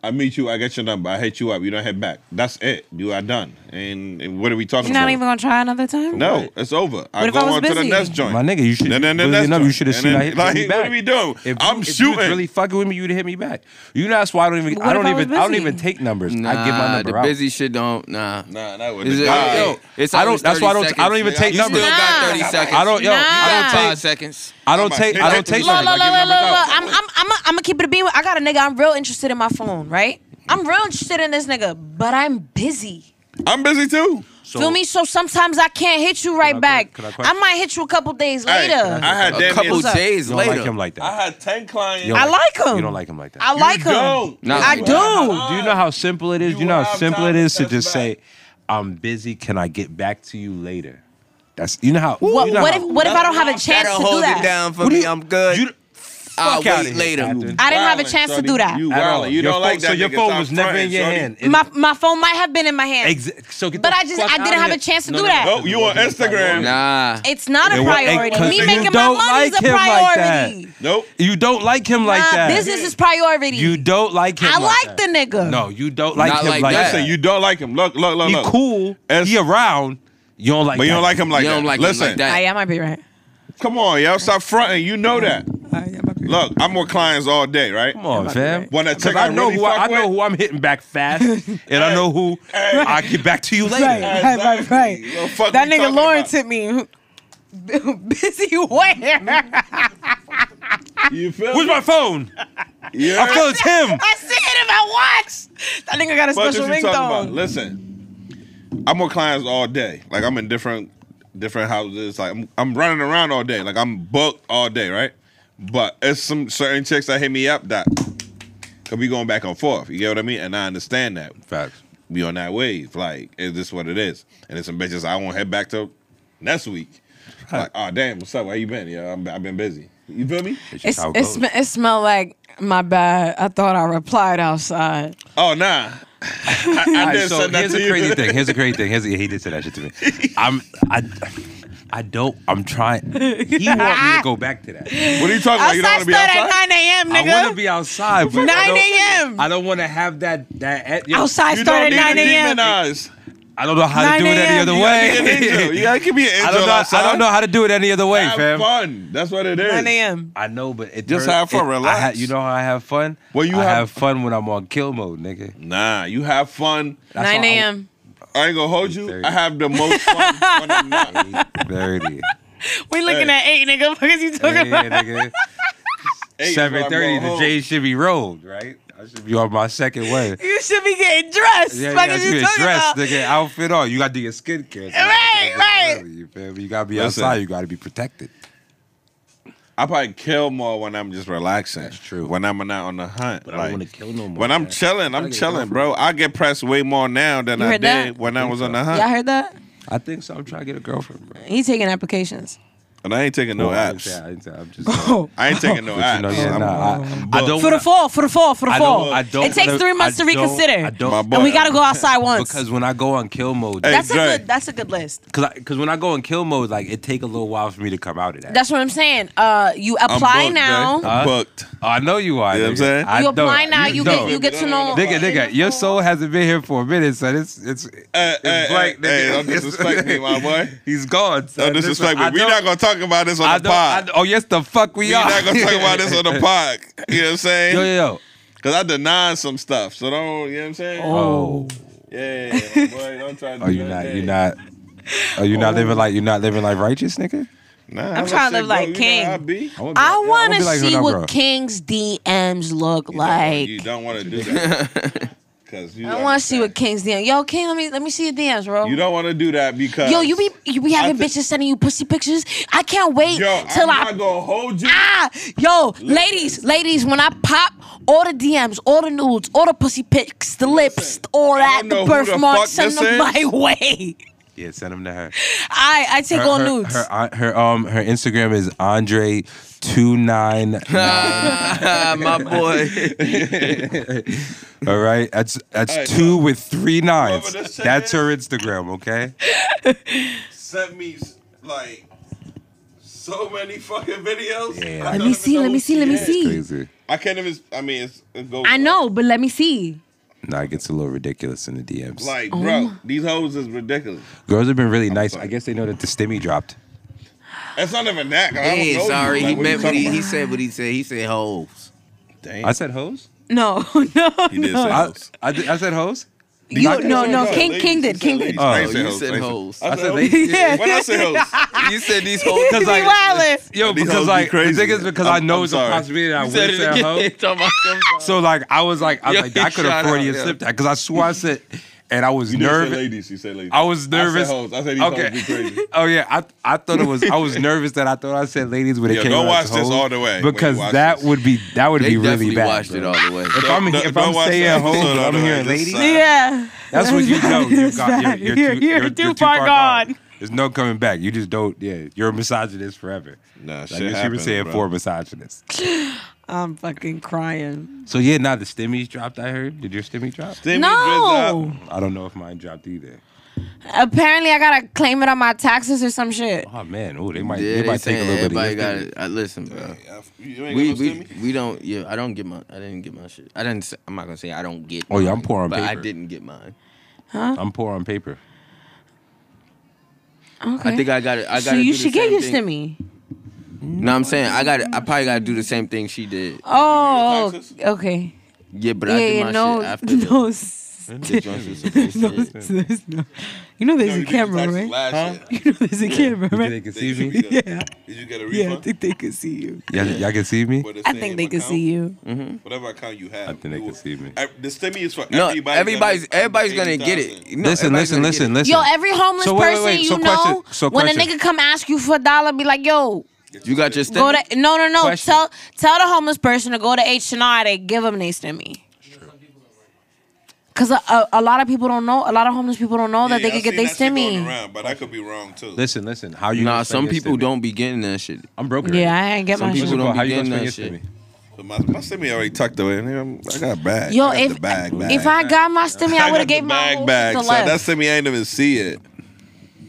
S1: I meet you, I get your number, I hit you up, you don't hit back. That's it. You are done. And, and what are we talking
S3: You're
S1: about?
S3: not even gonna try another time.
S1: no, it's over. I
S3: if
S1: go
S3: I was
S1: on to the
S3: busy?
S1: next joint.
S2: my nigga, you should.
S1: Then- then the
S2: really
S1: next
S2: enough, you
S1: joint.
S2: should have
S1: And
S2: seen.
S1: then,
S2: I hit
S1: like,
S2: me
S1: what
S2: back.
S1: are we doing?
S2: If
S1: I'm
S2: you, if you was
S1: shooting.
S2: really fucking with me, you'd hit me back. You know that's why I don't even.
S3: What
S2: I
S3: if
S2: don't
S3: I was
S2: even. I don't
S3: busy?
S2: even take numbers.
S4: Nah,
S2: I give my number
S4: the
S2: out.
S4: busy shit don't. Nah.
S1: nah, that was
S4: Is
S1: the
S4: it-
S1: guy.
S4: yo, it's
S2: I don't.
S4: always
S2: That's why I
S4: 30
S2: don't. I don't even
S4: seconds.
S2: take
S4: You
S2: numbers.
S4: still got
S3: Nah.
S4: 30 seconds.
S2: I don't. Yo, I
S3: Nah.
S2: don't
S4: Five
S2: take.
S4: seconds.
S2: I don't take. I don't take.
S1: Look, Like,
S3: Look, look, look,
S1: I give numbers
S3: look, look,
S1: out.
S3: look. I'm, I'm, I'm, I'm gonna keep it a beam. I got a nigga. I'm real interested in my phone, right? I'm real interested in this nigga, but I'm busy.
S1: I'm busy too.
S3: Feel me? So sometimes I can't hit you right
S2: I que-
S3: back.
S2: can I
S3: I,
S2: question-
S3: might hit you a couple days
S1: Hey,
S3: later.
S1: I had
S4: A
S1: damn
S4: couple
S1: near,
S4: days
S2: You don't like
S4: later.
S2: him like that.
S1: I had ten clients.
S2: You
S3: I
S2: don't
S3: like him.
S2: You don't like him like that.
S3: I like him.
S1: don't.
S4: Nah,
S3: I
S4: you
S3: do.
S2: Do you know how simple it is?
S1: You
S2: You, know how
S1: have
S2: simple
S1: time
S2: it
S1: to
S2: is to
S1: touch
S2: just
S1: back.
S2: say, "I'm busy. Can I get back to you later?" That's you know how.
S3: What,
S2: you know
S3: what
S2: how-
S3: if what if I don't have a chance to do that?
S4: for me. I'm good.
S2: you-
S4: I'll
S2: fuck outta
S4: wait
S2: here,
S4: later.
S2: Captain.
S3: I didn't have a chance to do that.
S1: You
S2: At all.
S1: wildin'. You
S2: Your
S1: don't like
S2: phone-
S1: that.
S2: So your
S1: nigga.
S2: phone
S1: Stop
S2: was never in
S1: fronting,
S2: your
S1: shorty.
S2: hand. It-
S3: My my phone might have been in my hand.
S2: Exa- so get
S3: But
S2: the
S3: I just-
S2: fuck
S3: I
S2: outta
S3: didn't have
S2: here.
S3: a chance to do that.
S1: Oh, you on Instagram?
S4: Nah.
S3: It's not a
S2: It wa- it-
S3: priority.
S2: cause
S3: Me
S2: you
S3: making my
S2: don't
S3: money
S2: like
S3: is a
S2: him like that.
S3: priority.
S1: Nope.
S2: You don't like him like
S3: nah,
S2: that.
S3: business is priority.
S2: You don't like him.
S3: I
S2: that.
S3: like, the nigga.
S2: No, you don't like
S4: Not
S2: him
S4: like
S2: like
S4: that.
S2: that.
S1: Listen, you don't like him. Look, look, look,
S2: he
S1: look.
S2: cool.
S1: As-
S2: he around. You don't like.
S1: But you
S2: that.
S1: don't like him like
S4: You
S1: that.
S4: don't like him
S1: Listen,
S4: like that.
S3: I, I might be right.
S1: come on, y'all. Stop fronting. You know that. Look, I'm with clients all day, right?
S2: Come on, fam.
S1: When a
S2: Because
S1: chick
S2: I
S1: I
S2: know
S1: really
S2: who I,
S1: fuck
S2: I know
S1: with-
S2: who I'm hitting back fast, and I know who I get back to you later.
S6: Right, right, right, right.
S1: Exactly. Well, fuck
S6: That
S1: we
S6: nigga
S1: talking
S6: Lawrence
S1: about?
S6: hit me. Busy where?
S1: You feel
S2: Where's
S1: me?
S2: my phone?
S1: Yeah.
S2: I feel it's him.
S6: I see it in my watch. That nigga got a
S1: Fuck is
S6: special
S1: you talking about?
S6: ringtone.
S1: Listen, I'm with clients all day. Like I'm in different different houses. Like I'm, I'm running around all day. Like I'm booked all day, right? But it's some certain chicks that hit me up that could be going back and forth. You get what I mean? And I understand that.
S2: Facts.
S1: Be on that wave. Like, is this what it is? And it's some bitches I won't head back to next week. Like, oh damn, what's up? Where you been? Yeah, I'm, I've been busy. You feel me?
S2: It's
S6: It's,
S2: just how it
S6: it,
S2: goes.
S6: sm- it smelled like my bad. I thought I replied outside.
S1: Oh nah. I,
S2: All
S1: I
S2: right,
S1: didn't
S2: so
S1: send that
S2: here's
S1: to
S2: the
S1: you.
S2: crazy thing. Here's the crazy thing. Here's the, he did say that shit to me. I'm I, I don't. I'm trying. He want me to go back to that.
S1: What are you talking about? You don't want to be outside?
S6: at 9
S2: I
S6: a.m.,
S2: want to be outside. But
S6: 9
S2: I don't-
S6: a.m..
S2: I don't want to have that. That eh, yo,
S6: Outside
S1: You
S6: started
S1: don't
S6: at 9
S1: need
S6: a.m.
S1: to demonize.
S2: I don't know how to
S6: 9
S2: do it any
S6: a.m.
S2: other
S6: You
S1: Be an angel.
S2: way.
S1: You gotta be an angel
S2: I don't know.
S1: outside.
S2: I don't know how to do it any other way,
S1: Have
S2: fam.
S1: fun. That's what it is.
S6: 9 a.m.
S2: I know, but it
S1: Just
S2: hurt-
S1: have fun,
S2: it- I
S1: relax.
S2: ha- you know how I have fun?
S1: Well, you
S2: I
S1: have-
S2: have, fun when I'm on kill mode, nigga.
S1: Nah, you have fun.
S6: 9
S2: why I-
S6: a.m.
S1: I ain't gonna hold you. I have the most fun when I'm not.
S2: Thirty.
S6: We looking
S1: Hey.
S6: at 8, nigga. What is you talking about?
S2: yeah, nigga.
S1: Hey, if I'm
S2: Seven thirty.
S1: going
S2: The
S1: home.
S2: J should be rolled, right? I should be on my second way.
S6: You should be getting dressed.
S2: Yeah,
S6: Fuck
S2: yeah,
S6: is
S2: you
S6: you
S2: get
S6: talking
S2: dressed,
S6: about?
S2: nigga. Outfit on. You gotta do your skincare.
S6: Right, right.
S2: You, feel me? You gotta be
S1: Listen.
S2: outside. You gotta be protected.
S1: I probably kill more when I'm just relaxing. That's
S2: true.
S1: When I'm not on the hunt.
S4: I don't want to kill no more.
S1: when I'm
S4: man.
S1: chilling,
S2: Gotta
S1: I'm
S2: get a
S1: chilling, bro. I get pressed way more now than
S6: You
S1: I
S6: heard
S1: did
S6: that?
S1: when I was on the hunt.
S6: Y'all heard that?
S2: I think so. I'm trying to get a girlfriend, bro.
S6: He taking applications.
S1: And I ain't taking no
S2: I didn't
S1: apps.
S2: say- I didn't say- I'm just.
S1: I ain't taking no
S2: But
S1: apps.
S2: you know, yeah,
S1: I'm-
S2: nah, I, I don't.
S6: For the fall, for the fall, for the
S2: I
S6: fall.
S2: don't. I don't
S6: it takes
S2: wanna-
S6: three months
S2: I
S6: to
S2: don't-
S6: reconsider.
S2: I don't.
S1: My boy.
S6: and we gotta go outside once.
S2: because when I go on kill mode,
S1: Hey,
S6: that's a
S1: Dre.
S6: good that's a good list.
S2: because because when I go on kill mode, like it take a little while for me to come out of that.
S6: That's what I'm saying. Uh, you
S1: I'm
S6: apply
S1: booked,
S6: now.
S1: Jay. I'm
S2: Huh?
S1: booked.
S2: Oh, I know you are.
S1: You know what I'm
S2: nigga.
S1: saying?
S2: I
S6: You
S2: know.
S6: apply now. You
S2: know.
S6: get you get to know.
S2: Nigga, nigga, your soul hasn't been here for a minute, son. It's it's
S1: Hey,
S2: it's
S1: hey,
S2: blank,
S1: hey, hey,
S2: nigga.
S1: don't disrespect me, my boy.
S2: He's gone. Son.
S1: Don't disrespect me. We're not gonna talk about this on
S2: I
S1: the
S2: don't- I
S1: pod.
S2: don't- oh yes, the fuck we
S1: We're
S2: are.
S1: not gonna talk about this on the pod. You
S2: Yo
S1: know what I'm
S2: yo
S1: saying?
S2: yo.
S1: Because I denied some stuff. So don't, you know what I'm saying?
S2: Oh,
S1: Yeah, my boy, don't try to
S2: are
S1: do
S2: you
S1: that
S2: not?
S1: thing.
S2: You not? Are you not
S6: Oh.
S2: living like you're not living like righteous, nigga?
S1: Nah,
S6: I'm trying to live like king.
S1: I be.
S2: wanna be
S6: I
S2: like- yeah,
S6: want
S2: wanna
S6: to
S2: be like
S6: see
S2: Renee
S6: what
S2: Girl.
S6: King's DMs look like.
S1: you don't want to do that. Cause you
S6: I want to
S1: understand.
S6: see what King's DM. Yo, King, let me let me see your DMs, bro.
S1: You don't want to do that because
S6: Yo, you be you be having
S1: think-
S6: bitches sending you pussy pictures. I can't wait
S1: Yo,
S6: till
S1: I'm
S6: I
S1: not gonna hold you.
S6: ah yo ladies ladies when I pop all the DMs, all the nudes, all the pussy pics, the lips, all that,
S1: don't
S6: the
S1: know who the fuck
S6: birthmarks, send
S1: this is.
S6: them my way.
S2: Yeah, send him to her.
S6: I I take
S2: Her,
S6: on
S2: her,
S6: nudes.
S2: Her, her, um her Instagram is Andre two nine.
S4: my boy.
S2: All right, that's that's
S1: Hey,
S2: two with three nines.
S1: Whoever this chick
S2: That's
S1: is-
S2: her Instagram, okay?
S1: Sent me like so many fucking videos.
S2: Yeah. Let
S1: I don't
S6: me
S1: even
S6: see,
S1: know
S6: let me
S1: who
S6: see,
S1: she
S6: let me
S1: is.
S6: see.
S2: Crazy.
S1: I can't even. I mean, it's, it goes
S6: I know, but let me see.
S2: Nah, it gets a little ridiculous in the DMs.
S1: Like,
S6: Oh.
S1: bro, these hoes is ridiculous.
S2: Girls have been really nice.
S1: sorry.
S2: I guess they know that the stimmy dropped.
S1: It's not even that. 'cause I don't know
S4: Hey,
S1: you.
S4: sorry.
S1: Like,
S4: He
S1: what you
S4: meant what
S1: talking
S4: he,
S1: about?
S4: he said. What he said. He said hoes.
S1: Damn.
S2: I said hoes.
S6: No, no,
S1: He did
S6: no.
S1: say
S2: I,
S1: hoes.
S2: I, did- I said hoes.
S6: You
S2: I-
S6: no no King
S1: Ladies,
S6: King
S1: he
S6: did
S1: said
S6: King did.
S1: ladies.
S2: Oh,
S1: I
S4: Oh,
S1: ain't say
S4: you
S1: hoes. I ain't say- I
S4: said hoes.
S2: I
S1: said
S2: said
S1: hoes.
S2: ladies.
S6: Yeah.
S1: When I say hoes,
S4: You said these hoes.
S2: Because like,
S6: wildin'.
S2: yo,
S1: These
S2: because
S1: hoes be
S2: like, the
S1: crazy.
S2: thing is because i
S1: I'm-
S2: know
S1: I'm
S2: it's a
S1: sorry.
S2: possibility that I
S4: You
S2: would
S4: said it
S2: say
S4: again.
S2: hoe.
S4: Talking about them.
S2: So like, I was like, I was
S4: Yo,
S2: like, I could
S4: shout
S2: have
S4: out,
S2: Freudian
S4: yo.
S2: slipped that because I swore I said, and I was
S1: you didn't say
S2: nervous.
S1: ladies. You said ladies.
S2: I was
S1: I
S2: nervous.
S1: said hoes. I said these
S2: Okay.
S1: hoes be crazy.
S2: Oh yeah, I I thought it was. I was nervous that I thought I said ladies with a
S1: Yeah,
S2: K.
S1: don't
S2: around
S1: watch
S2: the
S1: this
S2: hoes,
S1: all the way when you
S2: because
S1: watch
S2: that
S1: this.
S2: would be that would
S4: They
S2: be
S4: definitely
S2: really bad.
S4: watched it
S2: bro.
S4: all the way.
S2: If I'm
S1: Don't-
S2: if
S1: don't
S2: I'm
S1: watch
S2: saying
S1: that episode
S2: hoes,
S1: all
S2: I'm
S1: the way.
S2: hearing
S1: Just
S2: ladies.
S1: sigh.
S6: Yeah.
S2: That's what you know. You
S6: It's
S2: got,
S6: bad.
S2: you're, you're, too, you're, too far, gone. There's no coming back. You just don't. Yeah, you're a misogynist forever.
S1: Nah,
S2: like
S1: shit
S2: you
S1: happened,
S2: saying
S1: bro.
S2: for a misogynist.
S6: I'm fucking crying.
S2: So yeah, now the stimmies dropped. I heard. Did your stimmy drop?
S1: Stimmy
S6: No.
S1: drizzle.
S2: I don't know if mine dropped either.
S6: Apparently, I gotta claim it on my taxes or some shit.
S2: Oh man, oh they might
S4: Yeah,
S2: they,
S4: they
S2: might take a
S4: saying
S2: little bit.
S4: everybody
S2: Of
S4: got
S2: got
S4: it. I listen, bro.
S1: You ain't
S4: We,
S1: got no
S4: we,
S1: stimmy?
S4: we don't yeah I don't get my I didn't get my shit I didn't s- I'm not gonna say I don't get
S2: Oh, yeah, I'm
S4: mine,
S2: poor on
S4: but I
S2: paper.
S4: didn't get mine
S2: I'm poor on paper.
S6: Okay.
S4: I think I got it I got
S6: so you should get your stimmy.
S4: No, I'm saying I got I probably gotta do the same thing she did
S6: Oh,
S1: taxes?
S6: okay.
S4: yeah but I
S6: Yeah,
S4: did
S6: yeah,
S4: my
S6: no,
S4: shit after
S6: no you know there's
S1: You
S6: a camera,
S1: text
S6: right?
S1: Last year.
S6: You know there's a camera,
S2: You think
S6: right?
S2: they can
S1: Did you
S2: see me?
S1: get a-
S6: Yeah,
S1: Did you get a
S6: yeah. I
S1: refund?
S6: think they could see you.
S2: Y'all, y'all can see me?
S1: For the
S6: I
S1: same
S6: think they could
S1: account?
S6: see you.
S1: Mm-hmm. Whatever account you have,
S2: I think they
S1: you
S2: could
S1: will-
S2: see me.
S1: ev- The stimmy is for
S4: No,
S1: everybody.
S4: everybody's everybody's gonna get it. No,
S2: listen, listen,
S4: everybody's gonna get
S2: listen,
S4: it.
S2: listen.
S3: Yo, every homeless
S2: So wait, wait,
S3: person
S2: wait. So
S3: you
S2: question-
S3: know,
S2: so
S3: when a
S2: question.
S3: nigga come ask you for a dollar, be like, yo,
S4: You got your step.
S6: uh,
S3: go to no, no, no.
S4: Question.
S3: Tell tell the homeless person to go to H and R. They give them they stimmy. Cause a, a, a lot of people don't know. A lot of homeless people don't know that they could get their stimmy.
S1: Around, but I could be wrong too.
S2: Listen, listen. How you?
S4: Nah,
S2: gonna spend
S4: some
S2: your
S4: people
S2: stimmy?
S4: don't be getting that shit.
S2: I'm broke. already.
S3: Yeah, I ain't get
S4: Some
S3: my
S4: people
S3: shit.
S4: don't
S2: How
S4: be
S2: you gonna
S4: getting
S2: spend your
S4: that shit.
S2: stimmy?
S1: But my, my stimmy already tucked away. Nigga, I'm- I got a bag.
S3: Yo,
S1: I got
S3: if
S1: the bag, bag.
S3: if I got my stimmy, I would have gave my
S1: bag
S3: whole
S1: bag.
S3: to
S1: So
S3: left.
S1: that stimmy I ain't even see it.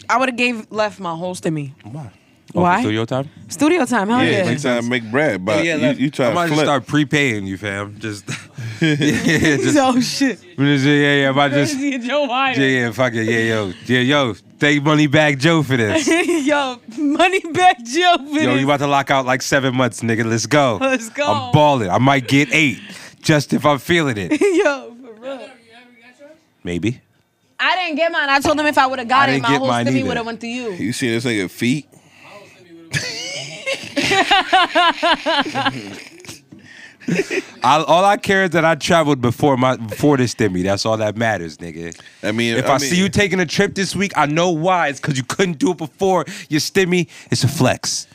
S3: I would have gave left my whole stimmy.
S2: Why?
S3: Why?
S2: Oh, for your time?
S3: Studio time, hell yeah.
S1: Yeah, you trying to make bread, but
S2: Yeah,
S1: you,
S2: like,
S1: you trying
S2: I might
S1: to
S2: just
S1: flip.
S2: start prepaying you, fam. Just, yeah, just,
S6: Oh shit!
S2: yeah, yeah. If I just, yeah,
S6: Joe Biden.
S2: yeah, fuck it, yeah, yo, yeah, yo, take money back, Joe, for this.
S6: Yo, money back Joe.
S2: Yo, you about to lock out like seven months, nigga. Let's go.
S6: Let's go.
S2: I'm balling. I might get eight, just if I'm feeling it.
S6: Yo, for real.
S2: Maybe.
S3: I didn't get mine. I told them if I would have got
S2: I
S3: it,
S2: didn't
S3: my
S2: get
S3: whole
S2: mine
S3: stimmy
S2: either.
S3: would have went to you.
S1: You see this nigga feet?
S2: I, all I care is that I traveled before my before this stimmy. That's all that matters, nigga.
S1: I mean,
S2: If I, see
S1: mean,
S2: you taking a trip this week, I know why. It's because you couldn't do it before your stimmy. It's a flex.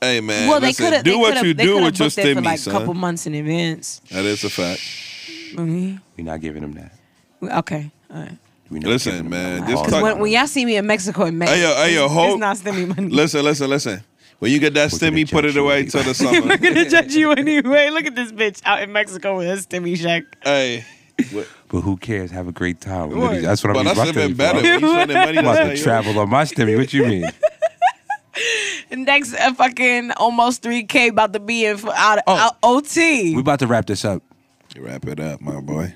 S1: hey man,
S3: Well, they
S1: listen,
S3: could have.
S1: do what you
S3: they
S1: do
S3: coulda
S1: with your
S3: booked it for
S1: stimmy,
S3: like a
S1: son.
S3: couple months in advance.
S1: that is a fact.
S2: We're not giving them that.
S3: Okay, all right.
S2: We not
S1: Listen,
S2: giving them
S1: man,
S2: that.
S1: just
S2: All
S1: talk-
S2: that.
S3: Because when, when y'all see me in Mexico in May,
S1: Hey, yo, hey, yo,
S3: it's-
S1: hold-
S3: it's not stimmy money.
S1: Listen, listen, listen. When you get that
S2: We're gonna
S1: stimmy, put
S2: judge
S1: it
S2: you
S1: away
S2: anyway.
S1: till the summer.
S6: I'm gonna judge you anyway. Look at this bitch out in Mexico with her stimmy check.
S1: hey,
S2: but who cares? Have a great time.
S6: Right.
S2: That's what
S1: but
S2: I'm
S1: that's
S2: about
S1: even
S2: to better.
S1: better. When you spending money,
S2: I'm
S1: that's
S2: about
S1: how
S2: to
S1: you-
S2: travel on my stimmy. What you mean?
S3: Next, uh, fucking almost three k about to be in for out,
S2: Oh.
S3: out OT.
S2: We're about to wrap this up.
S1: Wrap it up, my boy.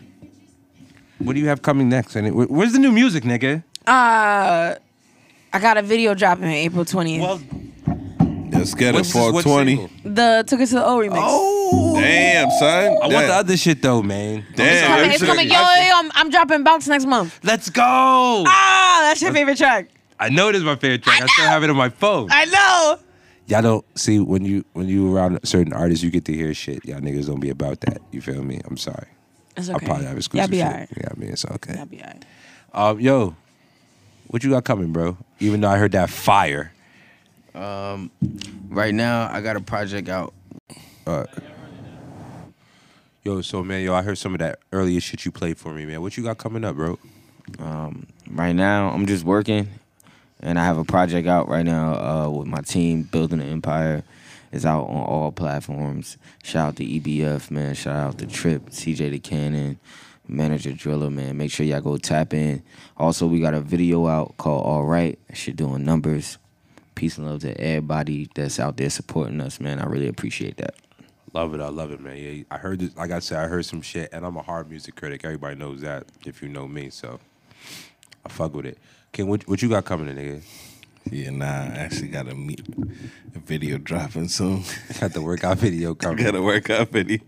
S2: What do you have coming next? And it- where- where's the new music, nigga?
S3: Uh, I got a video dropping April twentieth.
S1: Let's get it
S2: what's this- what
S1: 420.
S2: single?
S3: the took it to the O remix.
S2: Oh,
S1: Damn, son.
S2: I want
S1: Damn.
S2: the other shit though, man.
S3: it's
S1: Damn,
S3: coming,
S1: you
S3: it's
S1: should-
S3: coming. Yo, yo, yo, I'm, I'm dropping bounce next month.
S2: Let's go.
S3: Ah, that's your favorite track.
S2: I know it is my favorite track. I, still have it on my phone.
S3: I know.
S2: y'all don't see when you when you around certain artists, you get to hear shit. Y'all niggas don't be about that. You feel me? I'm sorry.
S3: It's
S2: I probably have exclusive
S3: Y'all be
S2: shit.
S3: alright.
S2: Yeah, I mean it's okay.
S3: Y'all be alright.
S2: Um, yo, what you got coming, bro? Even though I heard that fire.
S4: Right now, I got a project out.
S2: Uh, Yo, so man, yo, I heard some of that earlier shit you played for me, man. What you got coming up, bro?
S4: Right now, I'm just working, and I have a project out right now uh, with my team, building an empire. It's out on all platforms. Shout out to EBF, man. Shout out to Trip, CJ the Cannon, Manager Driller, man. Make sure y'all go tap in. Also, we got a video out called All Right. That Shit doing numbers. Peace and love to everybody that's out there supporting us, man. I really appreciate that.
S2: Love it, I love it, man. Yeah, I heard this. Like I said, I heard some shit, and I'm a hard music critic. Everybody knows that if you know me, so I fuck with it. King, what, what you got coming, in, nigga?
S1: Yeah, nah, I actually got a, meet, a video dropping soon.
S2: Got the workout video coming.
S1: got a workout video.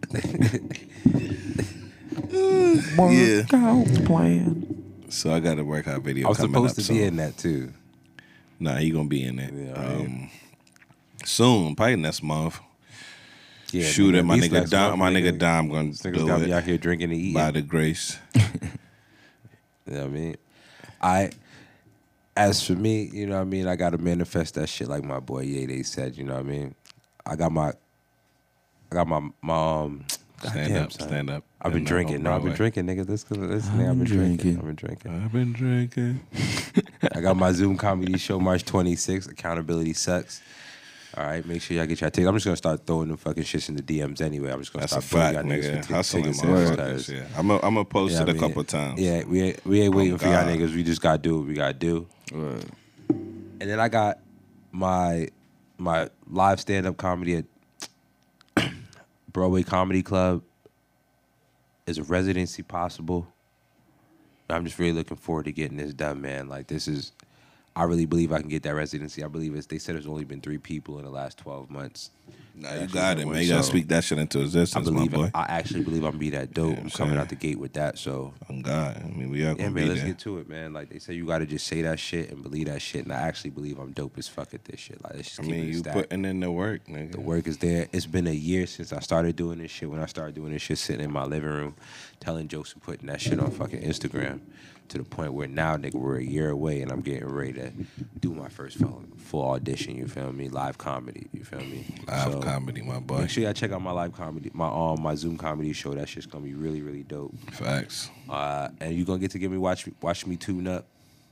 S1: yeah. So I got a workout video.
S2: I was
S1: coming
S2: supposed
S1: up
S2: to
S1: soon.
S2: be in that too.
S1: Nah, you gonna be in it.
S2: Yeah, I
S1: um, soon, probably next month.
S2: Yeah,
S1: Shoot it,
S2: at
S1: my
S2: least
S1: nigga
S2: last
S1: Dom. My
S2: month,
S1: nigga Dom gonna
S2: These Niggas got
S1: do
S2: me out
S1: it
S2: here drinking and eating.
S1: by the grace.
S2: You know what I mean? I as for me, you know what I mean, I gotta manifest that shit like my boy Ye they said, you know what I mean? I got my I got my mom
S1: Stand up, stand up.
S2: I've been
S1: Stand up
S2: drinking.
S1: on
S2: No, I've been
S1: Broadway.
S2: drinking, nigga. This, this nigga, I've been drinking. I've been drinking.
S1: I've been drinking.
S2: I got my Zoom comedy show March 26th. Accountability sucks. All right, make sure y'all get your tickets. I'm just gonna start throwing them fucking shits in the DMs anyway. I'm just gonna
S1: That's a
S2: start
S1: fact,
S2: putting y'all niggas
S1: nigga.
S2: for t-
S1: Hustling
S2: tickets and
S1: motherfuckers.
S2: stuff.
S1: Yeah, I'm a, I'm a post
S2: Yeah,
S1: it a
S2: I mean,
S1: couple times. Oh,
S2: Yeah, we ain't, we ain't waiting for y'all
S1: God.
S2: niggas. We just gotta do what we gotta do. And then I got my my live stand up comedy at Broadway Comedy Club. Is a residency possible? I'm just really looking forward to getting this done, man. Like this is, I really believe I can get that residency. I believe it's. They said it's only been three people in the last twelve months.
S1: Nah,
S2: that
S1: you
S2: actually
S1: got
S2: did
S1: it,
S2: work,
S1: man. You gotta
S2: so
S1: speak that shit into
S2: I
S1: existence, my
S2: believe.
S1: boy.
S2: I actually believe I'm gonna be that dope.
S1: I'm
S2: I'm coming
S1: saying.
S2: out the gate with that. So
S1: On God, I mean, we are
S2: yeah,
S1: gonna
S2: man,
S1: be
S2: let's
S1: there.
S2: get to it, man. Like they say, you gotta just say that shit and believe that shit. And I actually believe I'm dope as fuck at this shit. Like let's just
S1: I
S2: keep
S1: mean,
S2: it
S1: you
S2: stacked.
S1: putting in the work, nigga.
S2: The work is there. It's been a year since I started doing this shit. When I started doing this shit, sitting in my living room, telling jokes and putting that shit on fucking Instagram, to the point where now, nigga, we're a year away, and I'm getting ready to do my first full, full audition. You feel me? Live comedy. You feel me?
S1: Live
S2: So,
S1: comedy, my boy.
S2: Make sure y'all check out my live comedy, my um, my Zoom comedy show. That shit's gonna be really, really dope.
S1: Facts.
S2: Uh, and you gonna get to get me watch watch me tune up.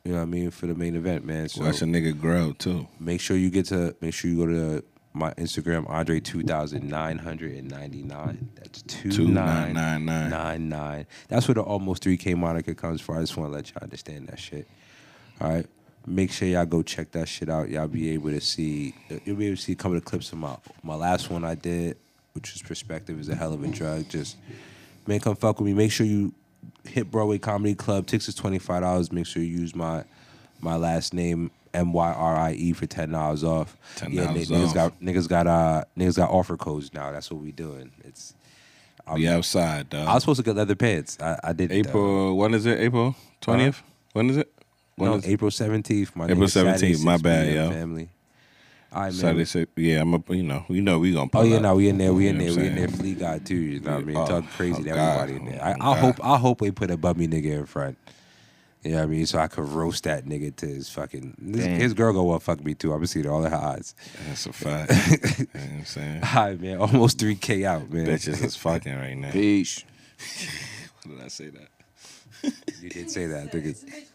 S2: You know what I mean for the main event, man. So
S1: Watch a nigga grow too.
S2: make sure you get to make sure you go to my Instagram Andre two thousand nine hundred and ninety nine. That's two nine nine nine nine. That's where the almost three K moniker comes from. I just want to let y'all understand that shit. All right. Make sure y'all go check that shit out. Y'all be able to see. You'll be able to see a couple of clips of my my last one I did, which was perspective is a hell of a drug. Just man, come fuck with me. Make sure you hit Broadway Comedy Club. Tickets is twenty five dollars. Make sure you use my my last name M Y R I E for ten dollars off. yeah,
S1: $10
S2: niggas
S1: off.
S2: got niggas got uh niggas got offer codes now. That's what we doing. It's
S1: We outside, dog.
S2: I was supposed to get leather pants. I, I didn't. though.
S1: April. When is it? April twentieth. When is it? When
S2: No,
S1: is
S2: April seventeenth. My
S1: April
S2: nigga, Saturday,
S1: 17th, my
S2: 6
S1: bad,
S2: p.m.,
S1: yo.
S2: Family. All right, man.
S1: Saturday? six- Yeah, I'm up. You know, you know, we gonna. Pull
S2: Oh yeah,
S1: up.
S2: no, we in there, we
S1: You
S2: in
S1: know
S2: there,
S1: what
S2: we
S1: I'm
S2: in there.
S1: saying?
S2: Flea God too, you know what I mean?
S1: Oh,
S2: Talk crazy
S1: oh,
S2: to
S1: God.
S2: everybody in there.
S1: Oh,
S2: I, I
S1: God.
S2: hope, I hope they put a bummy nigga in front. You know what I mean? So I could roast that nigga to his fucking. This,
S4: Damn.
S2: his girl go well, fuck me too. I'm gonna see it all in her eyes.
S1: That's a fact. you know what I'm saying?
S2: All right, man. Almost three k out, man.
S1: Bitches is fucking right now.
S4: Peace.
S1: Why did I say that?
S2: You did say that. I think it's-